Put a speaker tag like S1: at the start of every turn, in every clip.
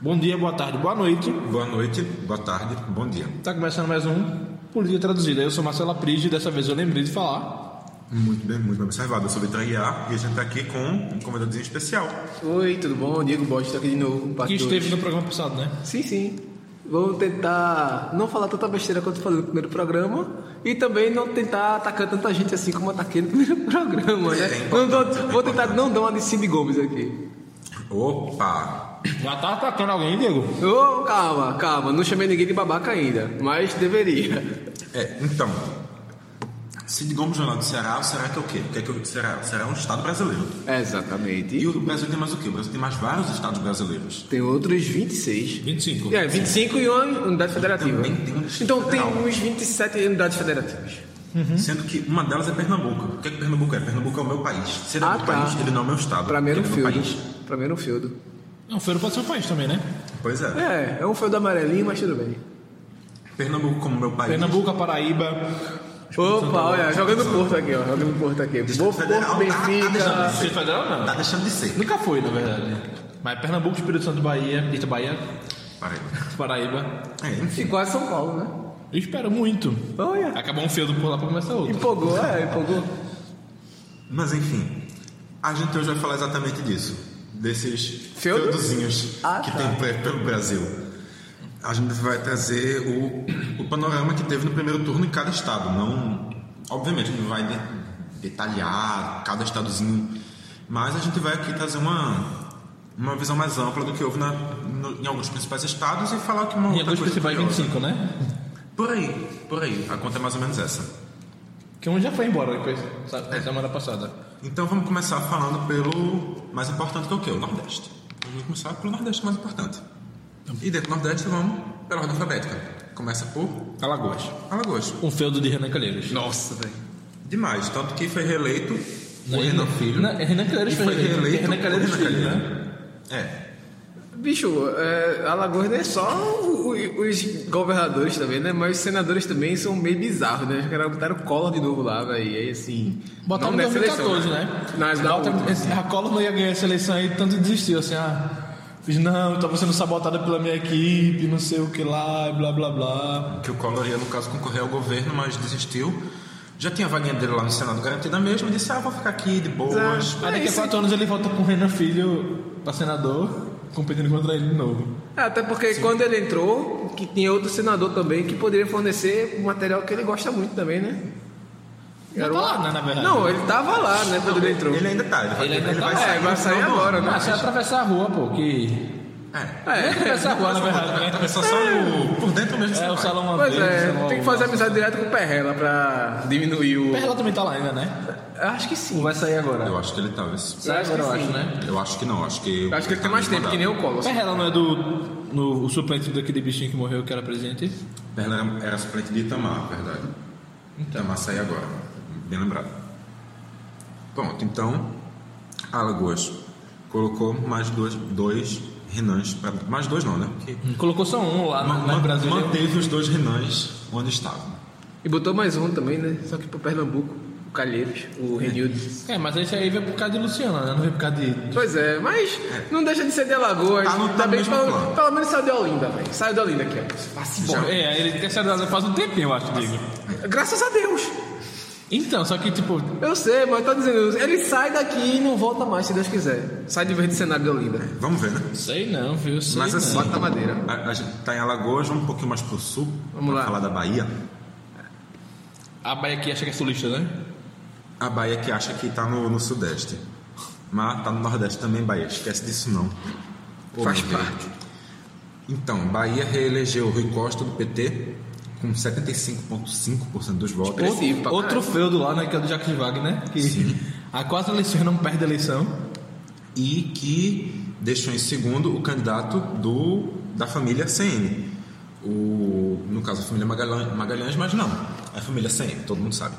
S1: Bom dia, boa tarde, boa noite.
S2: Boa noite, boa tarde, bom dia.
S1: Tá começando mais um Política Traduzida. Eu sou Marcelo Prige e dessa vez eu lembrei de falar.
S2: Muito bem, muito bem observado. Eu sou Vitor Aguiar e a gente tá aqui com um convidadozinho especial.
S3: Oi, tudo bom? Diego Borges tá aqui de novo. parte
S1: Que
S3: dois.
S1: esteve no programa passado, né?
S3: Sim, sim. Vamos tentar não falar tanta besteira quanto falei no primeiro programa e também não tentar atacar tanta gente assim como ataquei no primeiro programa, né?
S2: É
S3: Não
S2: importante,
S3: dou-
S2: é
S3: vou tentar não dar uma de Cid Gomes aqui.
S2: Opa!
S1: Já tá atacando alguém, Diego?
S3: Ô, calma, calma, não chamei ninguém de babaca ainda, mas deveria.
S2: É, então, Cid Gomes Jornal do Ceará, o Ceará que é o quê? O que é que o Ceará? O Ceará é um estado brasileiro. E
S3: Exatamente.
S2: o Brasil tem mais o quê? O Brasil tem mais vários estados brasileiros.
S3: Tem outros 26.
S1: 25.
S3: É, 25 e uma unidade federativa.
S2: Também tem um distrito
S3: Então tem
S2: federal.
S3: uns 27 unidades federativas. Uhum.
S2: Sendo que uma delas é Pernambuco. O que é que Pernambuco é? Pernambuco é o meu país. Se ele é
S3: Ah,
S2: o meu
S3: tá.
S2: país, ele não é o meu estado.
S3: Pra mim era um
S2: Ele é meu
S3: feudo.
S2: país.
S3: Pra mim era um feudo.
S1: Não, feira pode ser um país também, né?
S2: Pois é.
S3: É, é um feudo amarelinho, mas tudo bem.
S2: Pernambuco como meu país.
S1: Pernambuco, a Paraíba.
S3: Opa, olha, jogando Porto aqui, ó. Jogando Porto aqui. Boa Porto,
S2: Federal, tá
S3: Benfica.
S2: deixando-
S1: Distrito Federal
S2: Tá
S1: não.
S2: deixando de ser.
S1: Nunca foi, na verdade. Mas Pernambuco, Espírito Santo, Bahia, Eita, Bahia,
S2: Parei.
S1: Paraíba.
S2: É, enfim.
S3: E quase São Paulo, né?
S1: Eu espero muito.
S3: Olha.
S1: Acabou um feudo por lá pra começar outro.
S3: Empolgou, é, empolgou.
S2: Mas enfim, a gente hoje vai falar exatamente disso. Desses
S3: Feudo?
S2: feudozinhos
S3: Ah,
S2: que
S3: tá.
S2: tem pe- pelo Brasil. A gente vai trazer o, o panorama que teve no primeiro turno em cada estado. Não, obviamente, não vai de- detalhar cada estadozinho, mas a gente vai aqui trazer uma, uma visão mais ampla do que houve na, no- em alguns principais estados e falar que uma
S1: Em
S2: outra
S1: alguns
S2: Então, tá
S1: principais
S2: coisa curiosa.
S1: 25, né?
S2: Por aí, por aí. A conta é mais ou menos essa.
S1: Que um já foi embora depois, sabe, semana passada.
S2: Então vamos começar falando pelo mais importante que é o quê? O Nordeste. Vamos começar pelo Nordeste mais importante.
S3: Então.
S2: E dentro do Nordeste vamos pela ordem alfabética. Começa por
S1: Alagoas.
S2: Alagoas.
S1: Um feudo de Renan Calheiros.
S3: Nossa, velho.
S2: Demais, tanto que foi reeleito o
S1: Não,
S2: Renan Filho.
S3: né?
S1: Não, é Renan Calheiros
S2: E
S1: foi
S2: foi
S1: reeleito.
S2: reeleito
S1: Renan Calheiros
S2: o Renan
S1: filho,
S2: Calheiros.
S1: né?
S2: É,
S3: Bicho, é, Alagoas não é só o- o- os governadores também, né? Mas os senadores também são meio bizarros, né? Os caras botaram cola de novo lá, velho. E aí, assim.
S1: Botaram em
S3: não nessa eleição,
S1: 2014, né?
S3: Nas da
S1: Bota-
S3: outra.
S1: esse- a Collor não ia ganhar essa eleição aí, tanto desistiu, assim, ah... Fiz, não, eu tava sendo sabotada pela minha equipe, não sei o que lá, e blá blá blá.
S2: que o Collor ia, no caso, concorrer ao governo, mas desistiu. Já tinha a vaguinha dele lá no Senado garantida mesmo, e disse, ah, vou ficar aqui de boas.
S3: Exato.
S1: Aí
S3: É,
S1: daqui a
S3: isso-
S1: quatro anos ele volta com o Renan Filho pra senador, competindo contra ele de novo.
S3: É, Até porque quando ele entrou, que tinha outro senador também que poderia fornecer o material que ele gosta muito também, né?
S1: Ele tá
S3: o-
S1: lá, né, na verdade?
S3: Não, ele tava lá, né, quando ele entrou.
S2: Ele ainda tá, ele vai,
S1: Ele ainda tá
S2: vai
S1: lá.
S2: sair.
S3: É, vai
S2: no
S3: sair
S2: final do
S3: agora,
S2: ano.
S3: né?
S1: Ah, se eu atravessar a rua, pô, que...
S2: É.
S1: É, atravessar a rua, na verdade, né?
S2: Atravessou só
S3: É.
S2: o- por dentro mesmo. você
S1: É, o
S2: vai.
S1: salão
S3: Pois
S1: Andrade, o
S3: é,
S1: salão-
S3: tem que fazer amizade direto com o Perrela pra diminuir o.
S1: Perla também tá lá ainda, né?
S3: Acho que sim.
S1: Ou vai sair agora?
S2: Eu acho que ele tá, esse-
S1: Sai
S3: acho que
S1: agora, eu
S3: sim.
S1: acho, né?
S2: Eu acho que não, acho que.
S3: Acho que ele tem mais tempo que nem o Collor.
S1: Perrela não é do. No, o suplente daquele bichinho que morreu que era presidente?
S2: Perla era, era suplente de Itamar, verdade.
S3: Então.
S2: Itamar saiu agora, bem lembrado. Pronto, então, Alagoas colocou mais dois, dois Renans, pra- mais dois não, né? Porque
S1: Colocou só um
S3: Ah,
S1: lá
S2: ma-
S1: no,
S2: ma-
S1: no Brasil.
S3: é
S2: manteve os dois Renans onde estavam.
S3: E botou mais um também, né? Só que pro Pernambuco, o Calheiros, o Renildo.
S1: É, mas esse aí veio por causa de Luciana, né? Não veio por causa de.
S3: Pois é, mas não deixa de ser de Alagoas.
S2: Ah, não tá
S3: Ainda bem que
S2: mesmo
S3: pelo,
S2: plano.
S3: pelo menos saiu de Olinda, velho. Saiu de Olinda aqui, ó.
S1: Bom, é, ele quer ser dado faz um tempinho, eu acho, Diego.
S3: Graças a Deus.
S1: Então, só que tipo.
S3: Eu sei, mas tô dizendo, ele sai daqui e não volta mais, se Deus quiser. Sai de vez do cenário de Olinda.
S2: Vamos ver, né?
S1: Sei não, viu? Sei
S2: Mas
S1: não.
S2: assim,
S3: Bota madeira.
S2: a, a gente tá em Alagoas, vamos um pouquinho mais pro sul,
S3: Vamos
S2: pra
S3: lá.
S2: falar da Bahia.
S1: A Bahia aqui acha que é solista, né?
S2: A Bahia que acha que tá no, no Sudeste. Mas tá no Nordeste também, Bahia. Esquece disso não. Ô,
S3: Faz
S2: meu Deus.
S3: parte.
S2: Então, Bahia reelegeu Rui Costa do PT com 75,5% dos votos.
S3: Expressivo. Sim, pra
S1: Outro feudo lá, né? Que é do Jacques Wagner, né? Que
S2: Sim.
S1: há quatro eleições não perde a eleição.
S2: E que deixou em segundo o candidato do, da família CN. O, no caso, a família Magalhães, Magalhães, mas não. É a família CN, todo mundo sabe.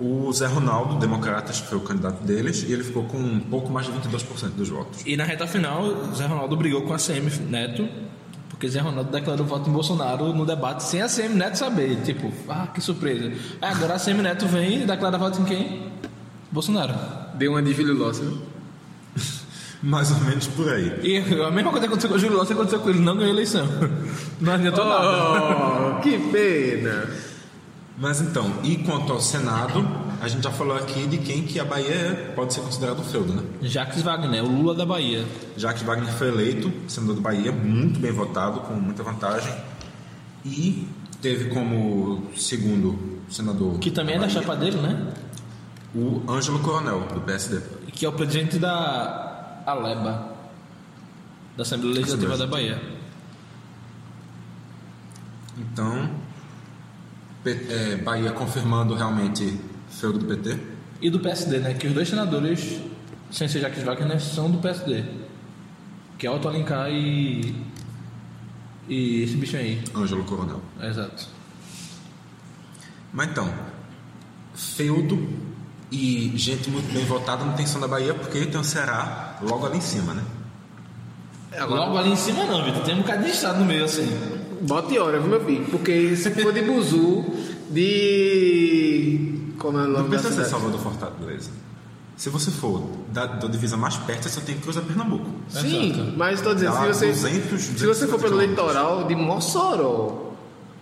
S2: O Zé Ronaldo, Democratas, foi o candidato deles, e ele ficou com um pouco mais de 22% dos votos.
S1: E na reta final, Zé Ronaldo brigou com a CM Neto, porque Zé Ronaldo declarou voto em Bolsonaro no debate sem a CM Neto saber. Tipo, ah, que surpresa. Aí agora a CM Neto vem e declara voto em quem? Bolsonaro.
S3: Deu uma de Vilho Lócio.
S2: Mais ou menos por aí.
S1: E a mesma coisa que aconteceu com o Júlio Lopes aconteceu com ele, não ganhou a eleição. Não adiantou nada.
S3: Oh, que pena.
S2: Mas então, e quanto ao Senado, a gente já falou aqui de quem que a Bahia é- pode ser considerado feudo, né?
S1: Jacques Wagner, o Lula da Bahia.
S2: Jacques Wagner foi eleito senador do Bahia, muito bem votado, com muita vantagem. E teve como segundo senador.
S1: Que também é da
S2: Bahia,
S1: chapa dele, né?
S2: O Ângelo Coronel, do PSD.
S1: Que é o presidente da Aleba, da Assembleia Legislativa da Bahia.
S2: Então, P- é, Bahia confirmando realmente feudo do PT.
S1: E do PSD, né? Que os dois senadores, sem ser Jacques Wagner, né, são do PSD. Que é Otto Alencar e. E esse bicho aí.
S2: Ângelo Coronel.
S1: É, Exato.
S2: Mas então, feudo e gente muito bem votada não tem som da Bahia, porque tem o Ceará logo ali em cima, né?
S3: É,
S1: Logo ali em cima não, Vitor. Tem um bocado de estado no meio assim.
S3: Bote hora, viu, meu filho? Porque se for de buzu, de. Como é o
S2: Não
S3: nome da
S2: precisa ser
S3: cidade?
S2: Salvador Fortaleza. Se você for da, da divisa mais perto, você só tem que cruzar Pernambuco.
S3: Sim,
S1: Exato.
S3: mas estou dizendo,
S2: Dá
S3: se você,
S2: 200,
S3: se você for pelo
S2: 250
S3: litoral de Mossoró,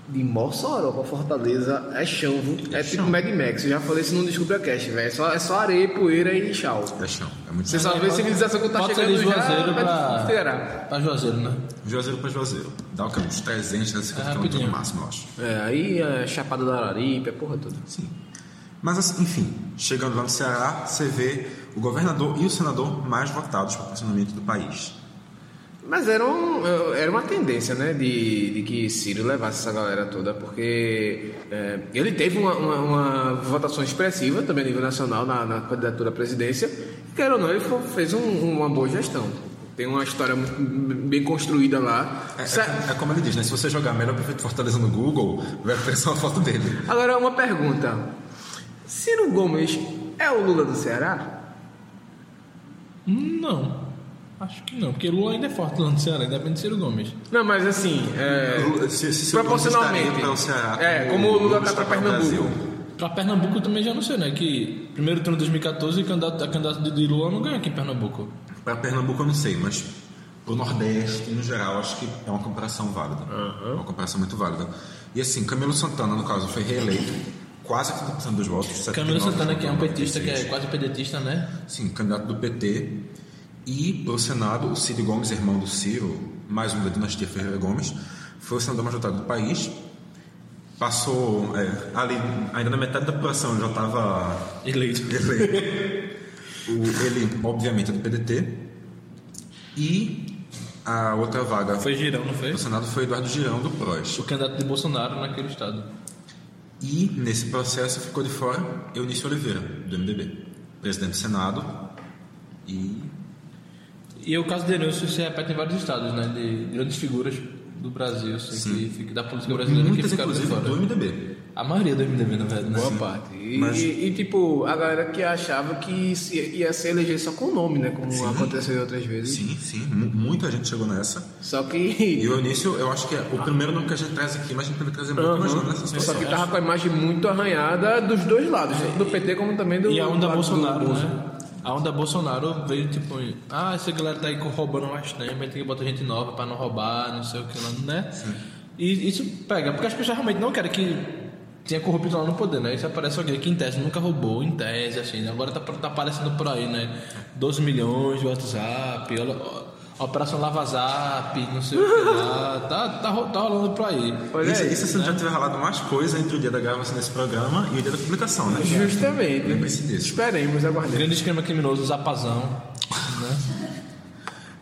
S3: de Mossoró pra Fortaleza, é chão, viu? É, tipo Mad Max. Eu já falei isso no Descubra Cast, velho. É só, é só areia, poeira e chão.
S2: É chão, é muito
S3: Você
S2: chão.
S3: só vê
S1: Pode-
S3: civilização quando tá
S1: pode ser
S3: chegando
S1: de
S3: já,
S1: Juazeiro
S3: vai
S1: pra-
S3: Ceará.
S1: Pra Juazeiro, né?
S2: Juazeiro pra Juazeiro. Dá o que? Uns 300, 350
S1: É
S2: quilômetros no
S1: rapidinho.
S2: máximo, eu acho.
S3: É, aí é Chapada da Araripe, é porra toda.
S2: Sim. Mas, assim, enfim, chegando lá no Ceará, você vê o governador e o senador mais votados para o funcionamento do país.
S3: Mas era, um, era uma tendência, né? De, de que Ciro levasse essa galera toda, porque é, ele teve uma, uma, uma votação expressiva também a nível nacional na, na candidatura à presidência, e quer ou não, ele fo- fez um- uma boa gestão. Tem uma história muito bem construída lá.
S2: É,
S3: Sa-
S2: é- é como ele diz, né? Se você jogar melhor prefeito de Fortaleza no Google, vai aparecer uma foto dele.
S3: Agora, uma pergunta: Ciro Gomes é o Lula do Ceará?
S1: Não. Acho que não, porque Lula ainda é forte lá no Ceará, independente de Ciro Gomes.
S3: Não, mas assim. é,
S2: Lula- se- se- se o Lula
S3: proporcionalmente.
S2: estaria para o Ceará,
S3: é, como o Lula está
S2: está
S3: para
S2: para o
S3: Pernambuco.
S1: Pra Pernambuco eu também já não sei, né? Que primeiro turno de 2014, candidato, a candidato de- de Lula não ganha aqui em Pernambuco.
S2: Para Pernambuco eu não sei, mas para o Nordeste, no geral, acho que é uma comparação válida. É uma comparação muito válida. E assim, Camilo Santana, no caso, foi reeleito, quase 50% dos votos.
S3: Tá
S1: Camilo
S2: 79,96.
S1: Santana, que é um petista, que é quase pedetista, né?
S2: Sim, candidato do PT. E para o Senado, o Ciro Gomes, irmão do Ciro, mais um da dinastia Ferreira Gomes, foi o senador mais votado do país. Passou é, ali, ainda na metade da população, ele já estava
S1: Eleito.
S2: ele, o- ele, obviamente, é do PDT. E a outra vaga
S1: Foi Girão, não foi?
S2: do Senado foi Eduardo Girão, do PROS.
S1: O candidato de Bolsonaro naquele estado.
S2: E, nesse processo, ficou de fora Eunício Oliveira, do MDB. Presidente do Senado. E...
S1: E o caso de Denúncio se repete em vários estados, né? De grandes figuras do Brasil, assim, que fica- da política brasileira que
S2: Muitas,
S1: ficaram de
S2: inclusive, do
S1: fora.
S2: MDB.
S1: A maioria do MDB, na verdade, né?
S3: Boa parte. E,
S2: Mas-
S3: e, tipo, a galera que achava que isso ia ia se eleger só com o nome, né? Como aconteceu outras vezes.
S2: Sim, sim. mu- Muita gente chegou nessa.
S3: Só
S2: E
S3: que.
S2: o Eunício, eu acho que é o primeiro nome que a gente traz aqui, mas a gente tem que trazer muito mais nome nessa
S3: Só
S2: situação.
S3: que tava com a imagem muito arranhada dos dois lados, tanto do PT como também do.
S1: E a
S3: do
S1: onda
S3: lado
S1: Bolsonaro,
S3: do-
S1: né? A onda Bolsonaro veio tipo, ah, essa galera tá aí roubando mais tempo, a gente tem que botar gente nova pra não roubar, não sei o que lá, né? E isso pega, porque as pessoas realmente não querem que tenha corrupção lá no poder, né? Isso aparece alguém que em tese nunca roubou, em tese, assim, né? agora tá, tá aparecendo por aí, né? 12 milhões de WhatsApp, olha, ó, Operação Lava Zap, não sei o que lá, tá, tá, ro- tá rolando por aí.
S3: Olha
S2: isso,
S3: aí.
S2: isso você já tiver ralado mais coisa entre o dia da gravação desse programa e o dia da publicação, né?
S3: Justamente.
S2: Lembre-se disso.
S3: Esperemos, aguardemos.
S1: Grande esquema criminoso, Zapazão, né?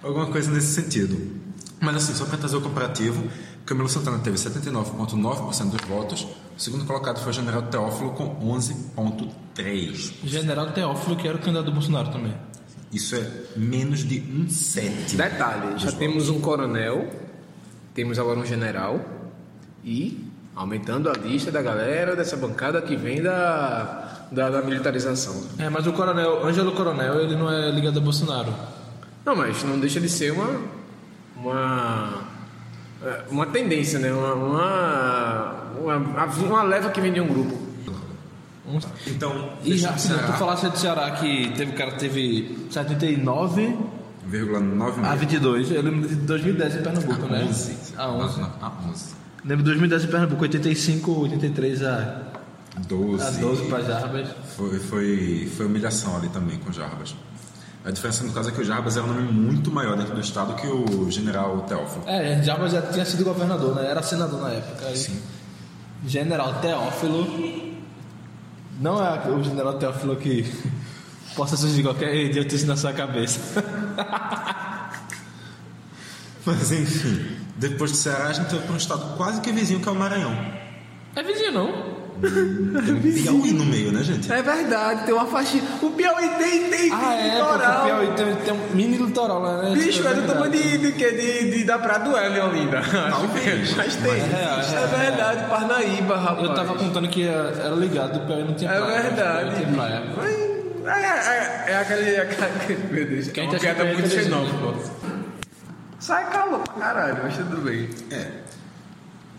S2: Alguma coisa nesse sentido. Mas assim, só para trazer o comparativo, Camilo Santana teve 79,9% dos votos, o segundo colocado foi o General Teófilo com 11,3%.
S1: General Teófilo, que era o candidato do Bolsonaro também.
S2: Isso é menos de um sétimo.
S3: Detalhe: já temos um coronel, temos agora um general e. Aumentando a lista da galera dessa bancada que vem da, da, da militarização.
S1: É, mas o coronel, Ângelo Coronel, ele não é ligado a Bolsonaro.
S3: Não, mas não deixa de ser uma. Uma. é, Uma tendência, né? Uma. Uma, uma, uma leva que vem de um grupo.
S1: Um-
S2: Então,
S1: E
S2: deixa
S1: já,
S2: eu
S1: se tu
S2: encerrar.
S1: falasse do Ceará que teve o cara que teve 79
S2: 11,9
S1: A 22, eu lembro de 2010 em Pernambuco, né?
S2: Ah,
S1: A 11.
S2: A 11.
S1: Lembro de 2010 em Pernambuco, 85, 83 a,
S2: 12.
S1: a 12 para Jarbas.
S2: Foi, foi, foi humilhação ali também com o Jarbas. A diferença no caso é que o Jarbas era um nome muito maior dentro do estado que o general Teófilo.
S1: É, Jarbas já tinha sido governador, né? Era senador na época. Aí,
S2: Sim.
S1: General Teófilo. Não é o general Teófilo que possa surgir qualquer idiotice na sua cabeça.
S2: Mas enfim, depois do Ceará a gente foi para um estado quase que vizinho que é o Maranhão.
S1: É vizinho, não?
S2: Tem um Piauí no meio, né, gente?
S3: É verdade, tem uma faxina. O Piauí tem, tem,
S1: Ah,
S3: tem
S1: é, porque
S3: litoral.
S1: o Piauí tem, tem um mini litoral lá, né?
S3: Bicho, é do tamanho
S1: verdade.
S3: de, de, que- de, de, da Praia do Hélio ainda.
S2: Talvez,
S3: Mas tem.
S2: mas
S1: existe.
S3: é, verdade, Parnaíba, rapaz.
S1: Eu tava contando que era era ligado, o Piauí não tinha
S3: É
S1: praia. né?
S3: verdade.
S1: Não tinha praia.
S3: Mas É, é, é aquele, é aquele. Meu Deus, é
S1: Quem
S3: uma
S1: tá
S3: piada muito xenófoba.
S1: xenófobo.
S3: Sai calor pra caralho, mas tudo bem.
S2: É.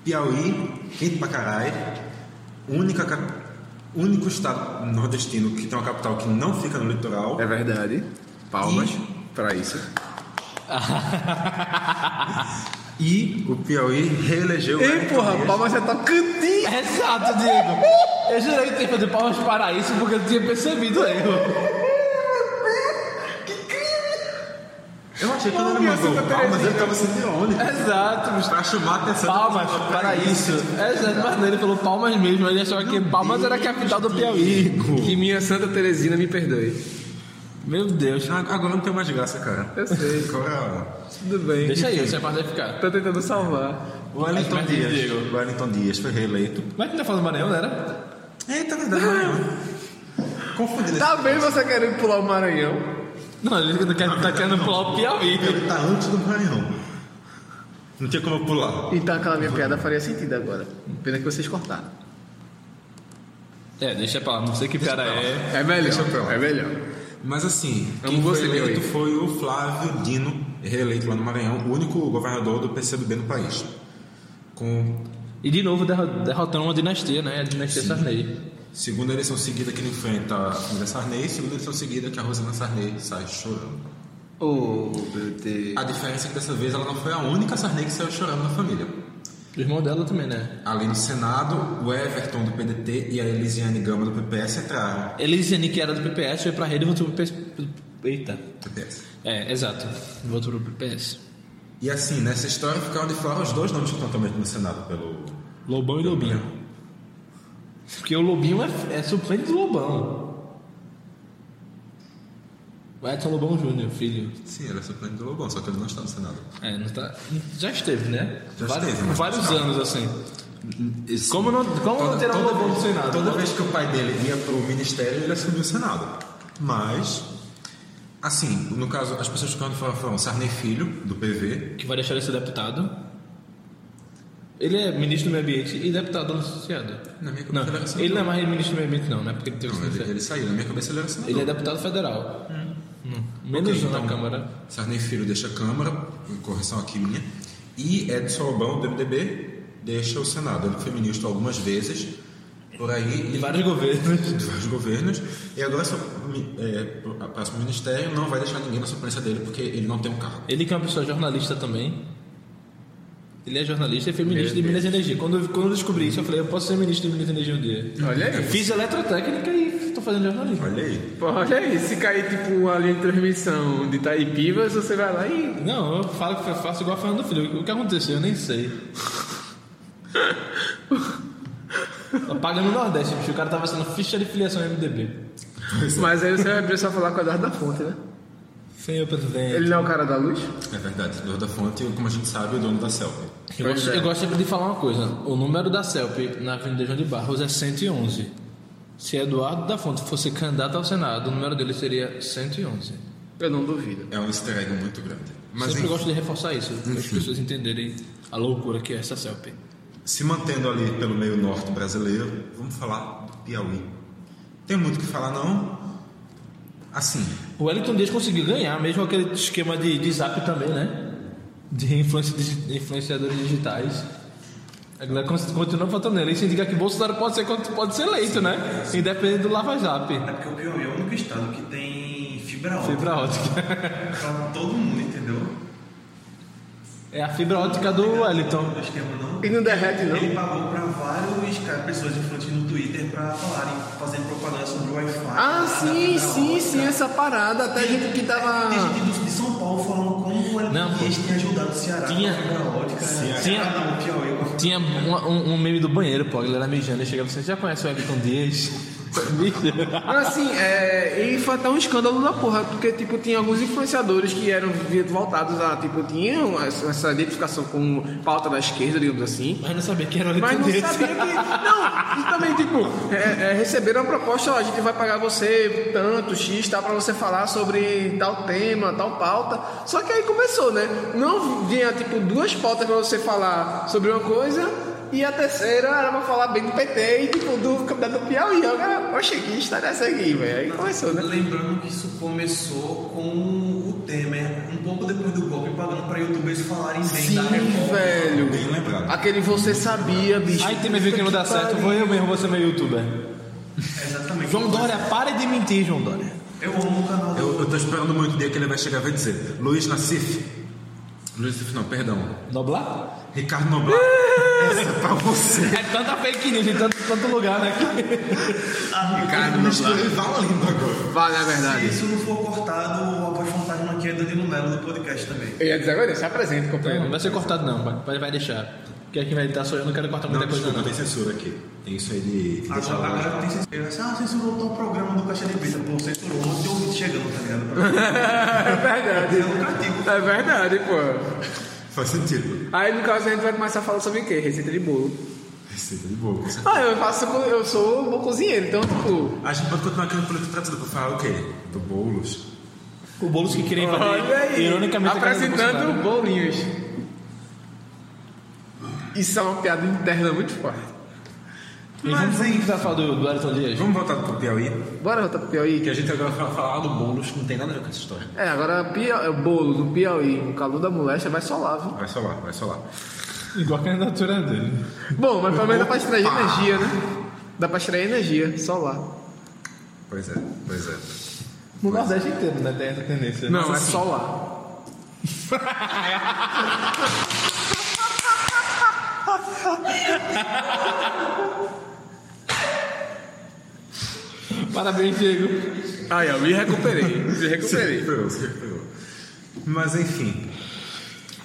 S2: Piauí, quente pra caralho. Única, cap- único estado nordestino que tem uma capital que não fica no litoral.
S3: É verdade. Palmas pra isso.
S2: E o Piauí reelegeu.
S3: Ei,
S2: Wellington
S3: porra,
S2: Dias.
S3: palmas já tá cantinho.
S1: Exato, Diego. Eu jurei que tinha que fazer palmas para isso porque eu tinha percebido o erro.
S2: Eu achei que eu não
S3: Palmas,
S2: era mais
S3: Santa
S2: palmas, Ah, mas é
S3: Terezinha.
S2: eu tava sendo irônico.
S1: Exato, bicho.
S2: Pra chamar a atenção. É
S1: Palmas para isso. Exato, mas ele falou palmas mesmo. Ele achava que Palmas era a capital do Piauí.
S3: Que minha Santa Teresina me perdoe.
S1: Meu Deus.
S2: Ah, Agora não tem mais graça, cara. é
S3: Eu sei,
S2: Agora,
S3: tudo bem.
S1: Deixa aí, essa parte vai ficar.
S3: Tô tentando salvar.
S2: o Wellington
S1: Mas, mas,
S2: Dias.
S1: Diego.
S2: O Wellington Dias foi reeleito.
S1: Mas tu tá falando Maranhão, não era?
S2: Eita, é verdade, né? Maranhão. Confundido.
S3: Tá bem você querendo pular o Maranhão.
S1: Não, ele não quer, tá querendo pular o Piauí.
S2: Ele tá antes do Maranhão. Não tinha como eu pular.
S3: Então aquela minha piada faria sentido agora. Pena que vocês cortaram.
S1: É, deixa pra lá, não sei que piada é.
S3: É melhor.
S2: Deixa pra lá.
S3: É melhor.
S2: Mas assim,
S3: Amo
S2: quem
S3: você,
S2: foi
S3: meu
S2: eleito
S3: rei.
S2: foi o Flávio Dino, reeleito lá no Maranhão, o único governador do PCdoB no país. Com
S1: E de novo derro- derrotando uma dinastia, né? A dinastia Sarney.
S2: segunda eleição seguida que ele enfrenta a Sandra Sarney, segunda eleição seguida que a Rosana Sarney sai chorando.
S3: Oh, meu Deus.
S2: A diferença é que dessa vez ela não foi a única Sarney que saiu chorando na família.
S1: O irmão dela também, né?
S2: Além do Senado, o Everton do PDT e a Elisiane Gama do PPS entraram.
S1: Elisiane, que era do PPS, foi pra rede e voltou pro PS. Eita.
S2: PPS.
S1: É, exato. Voltou pro PPS.
S2: E assim, nessa história ficaram de fora os dois nomes que estão também no Senado pelo.
S1: Lobão e Lobinho. Porque o Lobinho é, é suplente do Lobão. O Edson Lobão Júnior, filho.
S2: Sim, ele é suplente do Lobão, só que ele não está no Senado.
S1: É, não tá. Já esteve, né?
S2: Já
S1: vários
S2: esteve, mas
S1: vários
S2: não.
S1: anos assim. Como não, como não terá um Lobão no Senado?
S2: Toda vez que o pai dele ia pro ministério, ele assumiu o Senado. Mas, assim, no caso, as pessoas que foram foram Sarney Filho, do PV,
S1: Que vai deixar ele ser deputado. Ele é ministro do meio ambiente e deputado não associado.
S2: Na minha
S1: não,
S2: cabeça ele era senador.
S1: ele não é mais ministro do meio ambiente, não, né? Porque ele teve
S2: não,
S1: que
S2: ele,
S1: ser.
S2: ele saiu, na minha cabeça ele era senador.
S1: Ele é deputado federal. Hum. Menos
S2: Ok,
S1: um na
S2: então,
S1: Câmara.
S2: Sarney Filho deixa a Câmara, correção aqui minha, e Edson Lobão, do MDB, deixa o Senado. Ele foi ministro algumas vezes, por aí,
S1: De vários governos.
S2: de vários governos, e agora seu, mi- é, o próximo ministério não vai deixar ninguém na suplência dele, porque ele não tem um cargo.
S1: Ele que é uma pessoa jornalista também. Ele é jornalista e foi ministro de Minas e Energia. Quando, eu- quando eu descobri isso, eu falei, eu posso ser ministro de Minas e Energia um dia.
S3: Olha aí.
S1: Fiz eletrotécnica e tô fazendo jornalismo.
S2: Olha aí.
S3: Pô, Olha aí, se cair tipo uma linha de transmissão de Itaipivas, você vai lá e.
S1: Não, eu falo que eu faço igual a Fernando Filho. O que aconteceu? Eu nem sei. Apaga no Nordeste, bicho. Tá O cara tava sendo ficha de filiação MDB.
S3: Mas aí você vai precisar falar com o Eduardo da Fonte, né?
S1: Senhor presidente.
S3: Ele não é o cara da luz?
S2: É verdade, dono da fonte, como a gente sabe, é o dono da selfie.
S1: Eu
S3: Pois
S1: gosto,
S2: né?
S3: é.
S1: eu gosto sempre de falar uma coisa. O número da CELP na Avenida João de Barros é 111. Se Eduardo da Fonte fosse candidato ao Senado, o número dele seria 111.
S3: Eu não duvido.
S2: É um easter egg muito grande. Mas
S1: sempre
S2: enfim,
S1: gosto de reforçar isso, para as
S2: Enfim.
S1: pessoas entenderem a loucura que é essa CELP.
S2: se mantendo ali pelo meio norte brasileiro, vamos falar do Piauí. Tem muito o que falar, não? Assim,
S1: O Wellington Dias conseguiu ganhar, mesmo aquele esquema de, de zap também, né? De, influência, de influenciadores digitais. A galera cons- continua votando nele. Isso indica que Bolsonaro pode ser, pode ser eleito, né? Independente do Lava Zap.
S4: É porque o Piauí é o único estado que tem Fibra ótica.
S1: Fibra ótica.
S4: Pra todo mundo, entendeu? Então,
S1: É a fibra ótica do Wellington.
S4: O esquema é não.
S3: E não derrete, não?
S4: Ele pagou pra vários cara, pessoas influentes no Twitter pra falarem, fazendo propaganda sobre o Wi-Fi.
S3: Ah,
S4: da
S3: sim,
S4: fibra
S3: sim,
S4: ótica.
S3: sim, essa parada. Até gente que tava.
S4: Tem gente do- de São Paulo falando como o
S1: Não, pô.
S4: LPS tem ajudado o Ceará
S1: Tinha.
S4: com a fibra ótica. né?
S1: Ceará.
S4: Ceará não, Piauí.
S1: Tinha um, um, um meme do banheiro, pô. A galera mijando. Aí chegava assim, já conhece o Wellington Dias? Mija.
S3: Mas, Assim, é, e foi até um escândalo da porra, porque tipo, tinha alguns influenciadores que eram vi- voltados a, tipo, tinham essa essa identificação com pauta da esquerda, digamos assim.
S1: Mas não sabia que era o
S3: Mas
S1: Wellington
S3: não
S1: Dias.
S3: sabia que. Não, e também, tipo, é, é, receberam uma proposta, ó, a gente vai pagar você tanto, X, tá, pra você falar sobre tal tema, tal pauta. Só que aí começou, né? Não vinha, tipo, duas pautas pra você falar sobre uma coisa. E a terceira era pra falar bem do PT e tipo, do candidato do Piauí. Eu, cara, poxa, que história é essa aqui, velho? Aí começou, né?
S4: Lembrando que isso começou com o Temer, um pouco depois do golpe, pagando pra youtubers falarem bem da
S3: Sim,
S4: reforma.
S3: velho.
S2: Bem lembrado.
S3: Aquele você sabia, bicho.
S1: Aí tem me ver que não dá
S3: Puta que
S1: certo.
S3: pariu.
S1: Vou eu mesmo, vou ser meu youtuber.
S4: Exatamente.
S1: João Dória, pare de mentir, João Dória.
S4: Eu amo o canal do
S2: Eu, eu tô esperando muito o dia que ele vai chegar e vai dizer Luiz Nassif. Luiz Nassif não, perdão.
S1: Noblar?
S2: Ricardo Noblar. Essa é pra você.
S1: É tanta fake news em tanto, tanto lugar, né?
S3: Ricardo
S2: Ele
S3: Noblar.
S2: está valendo agora.
S3: Vale, é verdade.
S4: Se isso não for cortado, o Após Fantasma aqui é Danilo Melo do podcast também.
S3: Eu ia dizer agora, se apresente,
S1: Não, É, não
S3: companheiro.
S1: vai ser cortado não, vai- vai, vai deixar. Porque aqui vai editar só eu, não quero cortar muita
S2: Não,
S1: coisa
S2: desculpa,
S1: não.
S2: tem censura aqui. Tem isso aí de de deixar
S4: Agora, tá
S2: lá.
S4: agora tem censura. Ele vai ser, Ah, censurou tal programa do Caixa de Brita. Pô, censurou um monte de ouvinte chegando, tá ligado?
S3: É verdade.
S4: É lucrativo.
S3: É verdade, pô.
S2: Faz sentido.
S3: Aí no caso a gente vai começar a falar sobre o quê? Receita de bolo.
S2: Receita de boa. com certeza.
S3: Ah, eu faço, co- eu sou um bom cozinheiro, então tipo.
S2: A gente pode continuar aqui no Político Traduzido pra falar o quê? Ah, Do Boulos.
S1: O Boulos que querem
S3: Olha
S1: fazer,
S3: aí.
S1: ironicamente, a casa do
S3: apresentando
S1: Bolsonaro.
S3: bolinhos. Isso é uma piada interna muito forte.
S1: E vamos vamos
S3: um.
S1: tentar falar tá do, do Elton Dias.
S2: Vamos voltar pro Piauí,
S3: Bora voltar pro Piauí.
S2: que a gente agora vai falar do Boulos, que não tem nada a ver com essa história.
S3: É, agora Pia- é, o bolo do Piauí, o calor da moléstia vai solar, viu?
S2: Vai solar, vai solar.
S1: Igual a candidatura dele.
S3: Bom, mas pelo menos dá pra extrair energia, né? Dá pra extrair energia, solar.
S2: Pois é, pois é.
S1: No Nordeste inteiro, né? Tem essa tendência.
S3: Não, é solar.
S2: assim.
S1: Parabéns, Diego.
S3: Ah, eu me recuperei, me
S2: Sim,
S3: recuperei.
S2: pegou, sim, pegou. Mas enfim.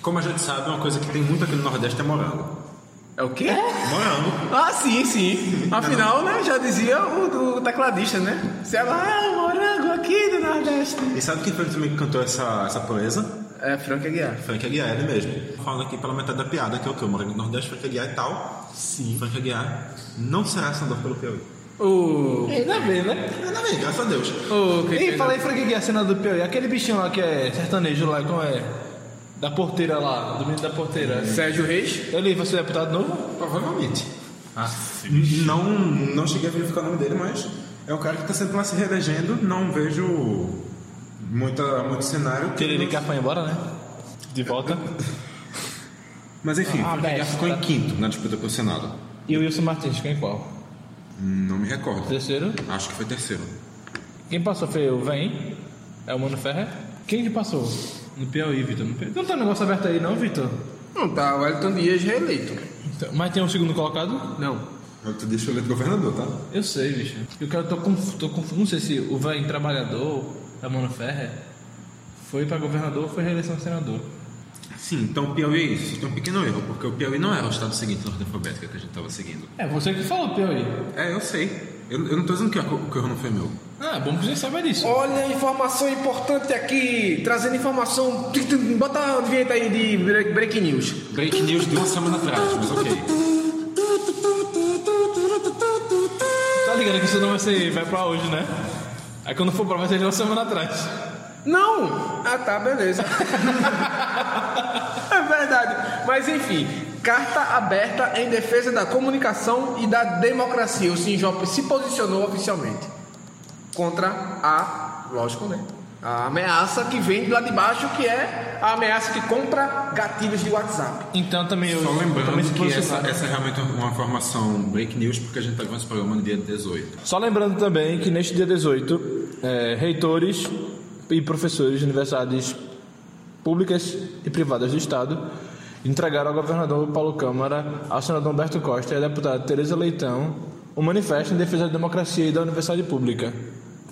S2: Como a gente sabe, é uma coisa que tem muito aqui no Nordeste é morango.
S3: É o quê?
S2: Morango.
S3: Ah, sim, sim. Afinal, né, já dizia o, o tecladista, né? Se ela, ah, morango aqui do Nordeste.
S2: E sabe quem foi também que cantou essa, essa proeza?
S3: É, Frank Aguiar.
S2: Frank Aguiar, ele mesmo. Falando aqui pela metade da piada, que é o que? O morango do Nordeste, Frank Aguiar e tal. Sim. Frank Aguiar não será senador pelo Piauí.
S3: O...
S1: Ainda bem, né?
S2: Ainda bem, graças a Deus.
S3: O... que-
S1: E fala aí, Frank Guia, cena do Piauí. Aquele bichinho lá que é sertanejo lá, como é? Da porteira lá, do menino da porteira.
S3: é? Sérgio Reis.
S1: Ele vai ser deputado novo?
S2: Provavelmente. Ah, Não, não cheguei a verificar o nome dele, mas é um cara que está sempre lá se reelegendo. Não vejo muita, muito cenário. que-
S1: Tiririca foi embora, né? De volta.
S2: Mas enfim,
S1: Ah,
S2: Frank Aguiar
S1: besta.
S2: ficou em quinto na disputa com o Senado.
S1: E o Wilson Martins, quem é qual?
S2: Hum, Não me recordo.
S1: Terceiro.
S2: Acho que foi terceiro.
S1: Quem passou foi o Vem? É o Mano Ferrer? Quem que passou? No Piauí, Vitor. No Piauí. Não tem um negócio aberto aí, não, Vitor?
S3: Não, tá, o Elton Dias reeleito.
S1: Então, mas tem um segundo colocado?
S3: Não.
S2: Eu te deixo eleito governador, tá?
S1: Eu sei, bicho. Eu quero, tô confuso. Tô conf... Não sei se o Vem Trabalhador é o Mano Ferrer. Foi pra governador ou foi reeleição a senador?
S2: Sim, então o Piauí, vocês têm um pequeno erro, porque o Piauí não era o estado seguinte na ordem alfabética que a gente estava seguindo.
S1: É, você que falou Piauí.
S2: É, eu sei. Eu, eu não tô dizendo que o que o erro não foi meu.
S1: Ah, é bom que você saiba disso.
S3: Olha, informação importante aqui. Trazendo informação... Bota a vinheta aí de break, break news.
S2: Break news de uma semana atrás, mas ok.
S1: Tá ligado que isso não vai ser. Vai pra hoje, né? Aí quando for pra vai ser de uma semana atrás.
S3: Não! Ah tá, beleza. é verdade. Mas enfim, carta aberta em defesa da comunicação e da democracia. O Sinjop se posicionou oficialmente contra a, lógico, né? A ameaça que vem de lá de baixo, que é a ameaça que compra gatilhos de WhatsApp.
S1: Então também eu.
S2: Só
S1: também se
S2: lembrando que essa,
S1: posicionar.
S2: essa é realmente uma informação break news, porque a gente tá gravando esse programa no dia 18.
S1: Só lembrando também que neste dia 18, é, reitores e professores de universidades públicas e privadas do Estado entregaram ao governador Paulo Câmara, ao senador Humberto Costa e à deputada Tereza Leitão um manifesto em defesa da democracia e da universidade pública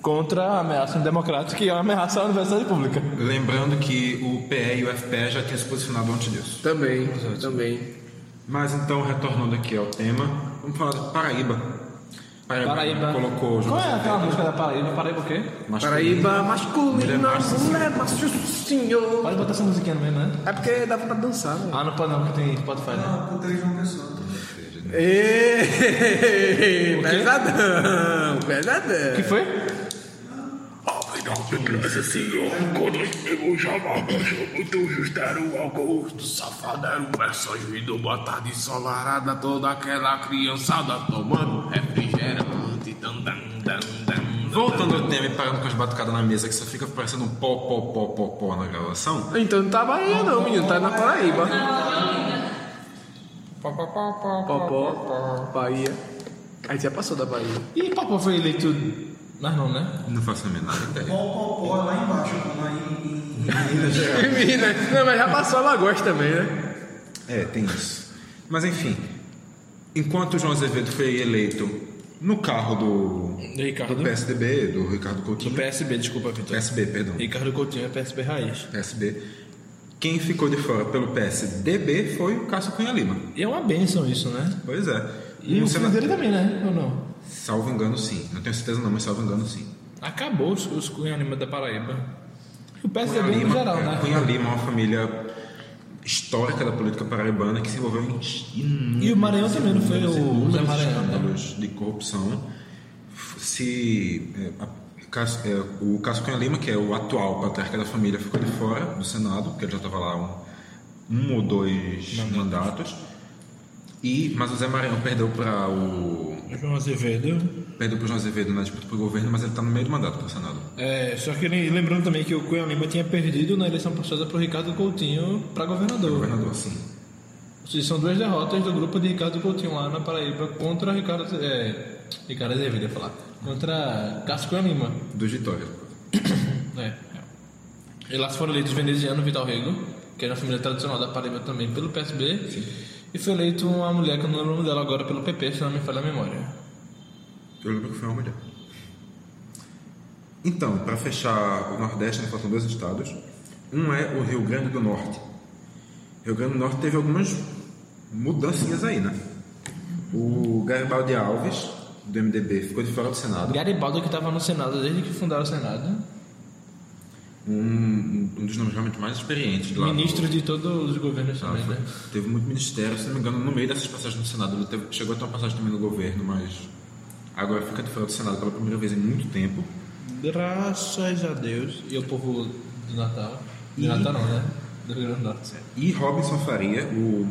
S1: contra a ameaça democrática que é uma ameaça à universidade pública.
S2: Lembrando que o PE e o FPE já tinham se posicionado antes disso.
S3: Também, também.
S2: Mas então, retornando aqui ao tema, vamos falar de Paraíba. Paraíba,
S1: Paraíba.
S2: colocou os
S1: Qual é aquela música da Paraíba? Paraíba o quê?
S2: Mas
S3: Paraíba masculina,
S2: Mulher macho,
S3: mulher macho, senhor.
S1: Pode botar essa musiquinha no meio, né?
S3: É porque dá pra dançar, né?
S1: Ah, não pode não, porque tem Spotify, né?
S4: Ah, puta, eles vão pensando.
S3: Ei, pesadão,
S2: É.
S3: pesadão.
S1: que foi?
S5: Nossa senhora, quando ele pegou o chamado, muito ajustar Então, o álcool do safado, era um versões do boa tarde ensolarada, toda aquela criançada tomando refrigerante. Dan, dan, dan, dan.
S2: Voltando ao tema e parando com as batucadas na mesa, que só fica parecendo um pó, pó, pó, pó, pó na gravação.
S3: Então não tá Bahia não, menino, tá na Paraíba.
S2: Pó, pó, pó, pó, pó,
S3: Popó, Bahia. A gente já passou da Bahia.
S1: E Papo foi eleito. Mas não, né?
S2: Não faço a menor ideia.
S4: Pó, pó, pó, lá embaixo, como aí em- em- em-
S3: Minas. Não, mas já passou a Lagosta também, né?
S2: É, tem isso. Mas enfim, enquanto o João Azevedo foi eleito no carro do,
S1: Ricardo.
S2: do PSDB, do Ricardo
S1: Do
S2: Coutinho,
S1: PSB, desculpa, Vitor.
S2: PSB, perdão,
S1: Ricardo Coutinho é PSB raiz.
S2: PSB, quem ficou de fora pelo PSDB foi o Cássio Cunha Lima.
S1: E é uma benção isso, né?
S2: Pois é.
S1: E
S2: Um
S1: o
S2: sena-
S1: filho dele também, né? Ou não?
S2: Salvo engano, sim. Não tenho certeza não, mas salvo engano, sim.
S1: Acabou os, os Cunha Lima da Paraíba. O
S2: Cunha
S1: PSDB no
S2: Lima,
S1: geral,
S2: é,
S1: né?
S2: Cunha Lima é uma família histórica da política paraibana que se envolveu em inúmeros,
S1: E o Maranhão também, não foi
S2: inúmeros,
S1: o
S2: inúmeros
S1: Zé Maranhão, né?
S2: escândalos de corrupção. Se é, a- Cas- é, o Cássio Cunha Lima, que é o atual patriarca da família, ficou de fora do Senado, porque ele já estava lá um, um ou dois mandatos. E, mas o Zé Maranhão perdeu para o
S1: João Azevedo.
S2: perdeu para o João Azevedo na disputa para o governo, mas ele está no meio do mandato para o Senado.
S1: É, só que ele- lembrando também que o Cunha Lima tinha perdido na eleição passada pro Ricardo Coutinho pra governador.
S2: Governador, assim, sim.
S1: Ou seja, São duas derrotas do grupo de Ricardo Coutinho lá na Paraíba contra Ricardo. É, Ricardo Azevedo, ia falar. Contra Cássio Cunha Lima.
S2: Do Vitória.
S1: É, é. E lá foram eleitos veneziano Vital Rego, que era uma família tradicional da Paraíba também, pelo PSB. E foi eleito uma mulher que eu não lembro o nome dela agora pelo PP, se não me falha a memória.
S2: Eu lembro que foi uma mulher. Então, para fechar o Nordeste, nós faltam dois estados. Um é o Rio Grande do Norte. Rio Grande do Norte teve algumas mudancinhas aí, né? O Garibaldi Alves, do MDB, ficou de fora do Senado.
S1: Garibaldo, que estava no Senado desde que fundaram o Senado,
S2: Um, um dos nomes realmente mais experientes do lado.
S1: ministro de todos os governos
S2: Ah,
S1: também,
S2: foi.
S1: né?
S2: Teve muito ministério, se não me engano, no meio dessas passagens no Senado. Ele teve- chegou a ter uma passagem também no governo, mas agora fica de fora do Senado pela primeira vez em muito tempo.
S1: Graças a Deus. E o povo do Natal. Do Natal não, né? Do Rio Grande do Norte.
S2: E Robinson Faria, o.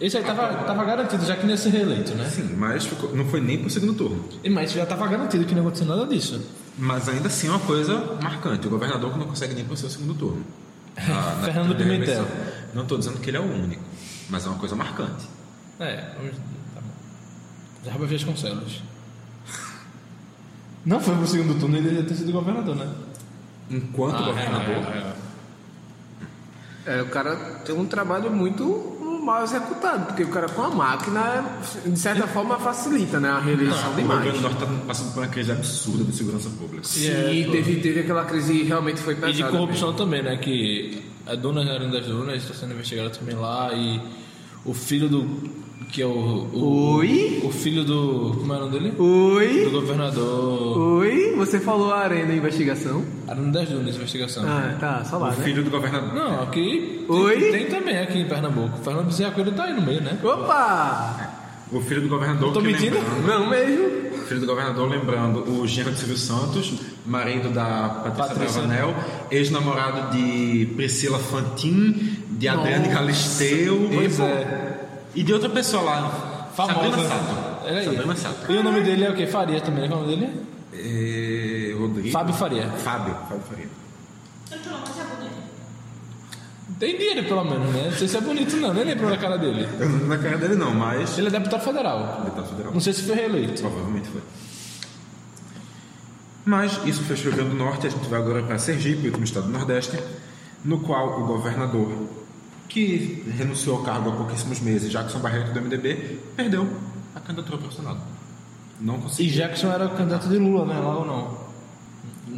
S1: Esse aí tava, tava garantido, já que não ia ser reeleito, né?
S2: Sim, mas ficou- não foi nem pro segundo turno.
S1: E mas já tava garantido que não ia acontecer nada disso.
S2: Mas ainda assim é uma coisa marcante. O governador que não consegue nem pro seu segundo turno. Ah, na
S1: Fernando
S2: primeira
S1: Pimentel.
S2: eleição. Não tô dizendo que ele é o único, mas é uma coisa marcante.
S1: É, vamos. Tá bom. Jarba Vasconcelos. Não foi pro segundo turno, ele ia ter sido governador, né?
S2: Enquanto
S3: Tá
S2: governador.
S3: É, o cara tem um trabalho muito mal executado, porque o cara com a máquina, de certa forma, facilita, né? A reeleição
S2: O Rio
S3: demais.
S2: Grande do Norte tá passando por uma crise absurda de segurança pública.
S3: Sim, teve, teve aquela crise e realmente foi pesada.
S1: é, E de corrupção também, né? Que a dona Jardim das Dunas está sendo investigada também lá e o filho do. Que é o. o
S3: Oi?
S1: O filho do. Como é o nome dele? Do
S3: Oi?
S1: governador.
S3: Oi? Você falou a Arena Investigação?
S1: Arano das Dunas, investigação.
S3: Ah, tá, só lá,
S2: O
S3: né?
S2: filho do governador.
S1: Não, aqui.
S3: Oi?
S1: Tem, tem também aqui em Pernambuco. Fernando Bezerra Coelho tá aí no meio, né?
S3: Opa!
S2: O filho do governador.
S1: Tô
S2: que
S1: mentindo?
S2: lembrando-
S3: Não mesmo?
S2: Filho do governador, lembrando, o Jean de Silvio Santos, marido da Patrícia,
S1: Patrícia.
S2: Bravanel, ex-namorado de Priscila Fantin, de Adriane Galisteu
S1: Pois
S2: e,
S1: é.
S2: e de outra pessoa lá,
S1: Famosa.
S2: Sabrina Sato.
S1: Era aí.
S2: Sabrina Sato.
S1: E o nome dele é o quê? Faria também, né? Qual é o nome dele?
S2: É, Rodrigo.
S1: Fábio Faria.
S2: Fábio. Fábio Faria.
S1: Tem dinheiro, pelo menos, né? Não sei se é bonito, não. Nem lembro da cara dele.
S2: Eu não lembro da cara dele não, mas... tá,
S1: Ele é deputado federal.
S2: Deputado federal.
S1: Não sei se foi reeleito.
S2: Provavelmente foi. Mas isso fez o Rio Grande do Norte, a gente vai agora para Sergipe, último estado do Nordeste, no qual o governador, que renunciou ao cargo há pouquíssimos meses, Jackson Barreto do MDB, perdeu a candidatura para o Senado. Não
S1: E
S2: conseguiu.
S1: Jackson era candidato de Lula, né? Lá ou não?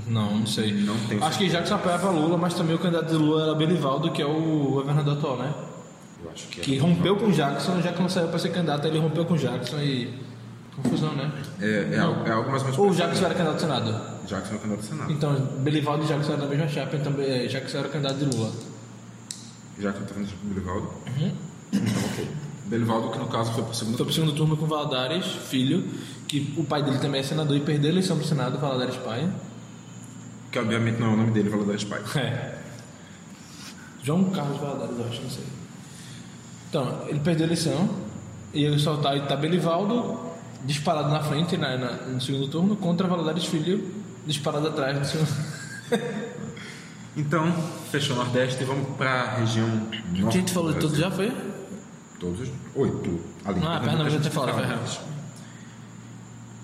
S1: Não, não sei.
S2: Não tenho
S1: Acho que Jackson apoiava Lula, mas também o candidato de Lula era Belivaldo, que é o governador atual, né?
S2: Eu acho que é.
S1: Que rompeu com Jackson, já que não saiu pra ser candidato, ele rompeu com Jackson e. Confusão, né?
S2: É, é algo, é algo mais ou menos
S1: Ou
S2: parecido.
S1: Jackson era candidato ao Senado.
S2: Jackson é o candidato do Senado.
S1: Então, Belivaldo e Jackson eram da mesma chapa, então eh, Jackson era candidato de Lula.
S2: Jackson está vendo o Belivaldo.
S1: Uhum.
S2: Então, ok. Belivaldo, que no caso foi para o segundo
S1: Foi pro segundo turno com Valadares, filho, que o pai dele também é senador e perdeu a eleição pro Senado, Valadares pai.
S2: que obviamente não é o nome dele, Valadares Pai.
S1: É. João Carlos Valadares, eu acho, não sei. Então, ele perdeu a eleição e ele só tá, tá Belivaldo disparado na frente na, na- no segundo turno contra Valadares Filho disparado atrás no segundo.
S2: Então, fechou o Nordeste e vamos para a região norte.
S1: A gente falou
S2: do
S1: de tudo já
S2: Brasil.
S1: foi?
S2: Todos os oito. Ali,
S1: Ah,
S2: Pernambuco,
S1: Pernambuco
S2: a gente
S1: já falou,
S2: fala
S1: foi.
S2: antes.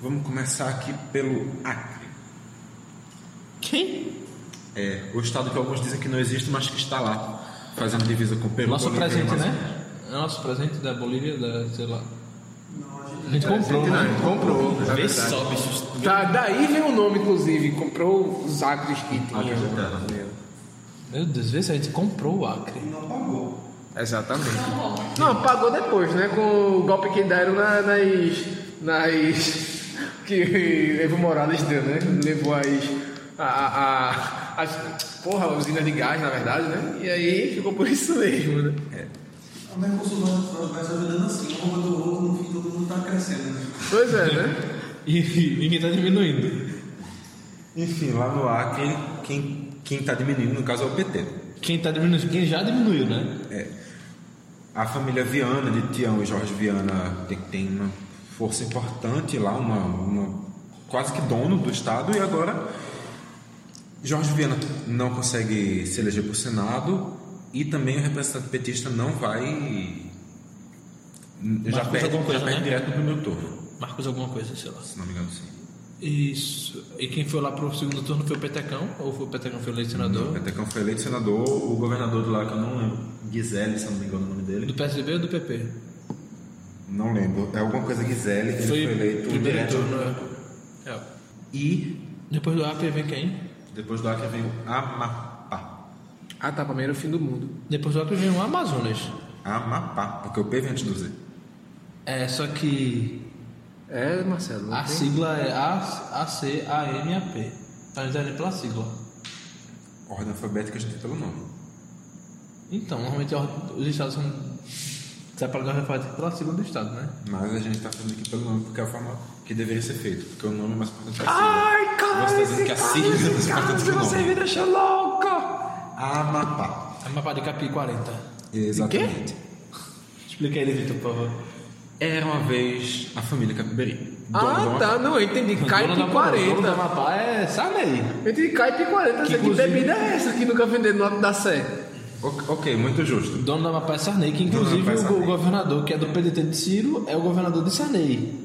S2: Vamos começar aqui pelo Acre.
S1: Quem?
S2: É, o estado que alguns dizem que não existe, mas que está lá, fazendo divisa com o Peru.
S1: Nosso
S2: Bolívia e
S1: presente,
S2: Amazônia.
S1: né? É Nosso presente da Bolívia, da, sei lá. A gente comprou,
S3: Não,
S1: né?
S3: ele comprou. na
S1: Vê
S3: verdade.
S1: só, bicho.
S3: Tá, daí vem o nome, inclusive. Comprou os acres que tinha.
S1: Meu Deus, vê se a gente comprou o Acre.
S3: Exatamente. Não, pagou depois, né? Com o golpe que deram na- nas. nas. que Evo Morales deu, né? Levou as. A, a, a- as porra, a usina de gás, na verdade, né? E aí ficou por isso mesmo, né?
S4: O Mercosul vai- vai se ajudando assim, como eu do ovo, no fim todo mundo tá crescendo.
S3: Pois é, né?
S1: E, e ninguém tá diminuindo.
S2: Enfim, lá no Acre, quem está diminuindo, no caso, é o PT.
S1: Quem tá diminuindo, quem já diminuiu, né?
S2: A família Viana, de Tião e Jorge Viana, tem, tem uma força importante lá, uma, uma- quase que dono do Estado, e agora Jorge Viana não consegue se eleger para o Senado e também o representante petista não vai. já
S1: fez
S2: perde,
S1: alguma
S2: já
S1: coisa, né?
S2: perde direto no primeiro turno,
S1: Marcos alguma coisa, sei lá.
S2: se não me engano, sim.
S1: Isso. E quem foi lá pro segundo turno foi o Petecão? Ou foi o Petecão que foi eleito senador?
S2: Até que foi eleito senador, o governador de lá, que eu não lembro, Guizelli, se eu não me engano o nome dele.
S1: Do PSDB ou do PP?
S2: Não lembro, é alguma coisa Guizelli, ele foi, eleito
S1: primeiro
S2: direto.
S1: turno. é. É.
S2: E
S1: Depois do AP vem quem?
S2: Depois do Acre vem o Amapá.
S3: Ah, tá, pra mim era o fim do mundo.
S1: Depois do AP vem o Amazonas.
S2: Amapá, porque o P vem antes do Z.
S1: É, só que
S3: É, Marcelo. não
S1: a
S3: tem-
S1: sigla é A- ACAMAP. A gente tá indo pela sigla.
S2: Ordem alfabética a gente tem pelo nome.
S1: Então, normalmente os estados são separados da parte pela sigla do estado, né?
S2: Mas a gente tá fazendo aqui pelo nome porque é a forma que deveria ser feito. Porque o nome é mais importante que a sigla. Ai, cara! Você tá dizendo que a sigla é mais importante que o nome.
S1: me deixa louca!
S2: Amapá.
S1: Amapá É de Capi 40.
S2: Exatamente.
S1: Explica ele, Vitor, por favor.
S2: Era uma vez a família Capibari.
S3: Ah, tá, não, eu entendi.
S1: Dona da-
S3: Caipi
S1: Dona da
S3: 40.
S1: Amapá é. Sabe aí.
S3: Eu entendi Caipi 40.
S1: Que
S3: Que, que
S1: inclusive-
S3: bebida é essa que nunca vendeu no Alto da Sé?
S2: Ok, muito justo.
S1: Dono da Amapá é Sarney, que inclusive
S2: Amapá é
S1: o go-
S2: Sarney.
S1: governador que é do PDT de Ciro é o governador de Sarney.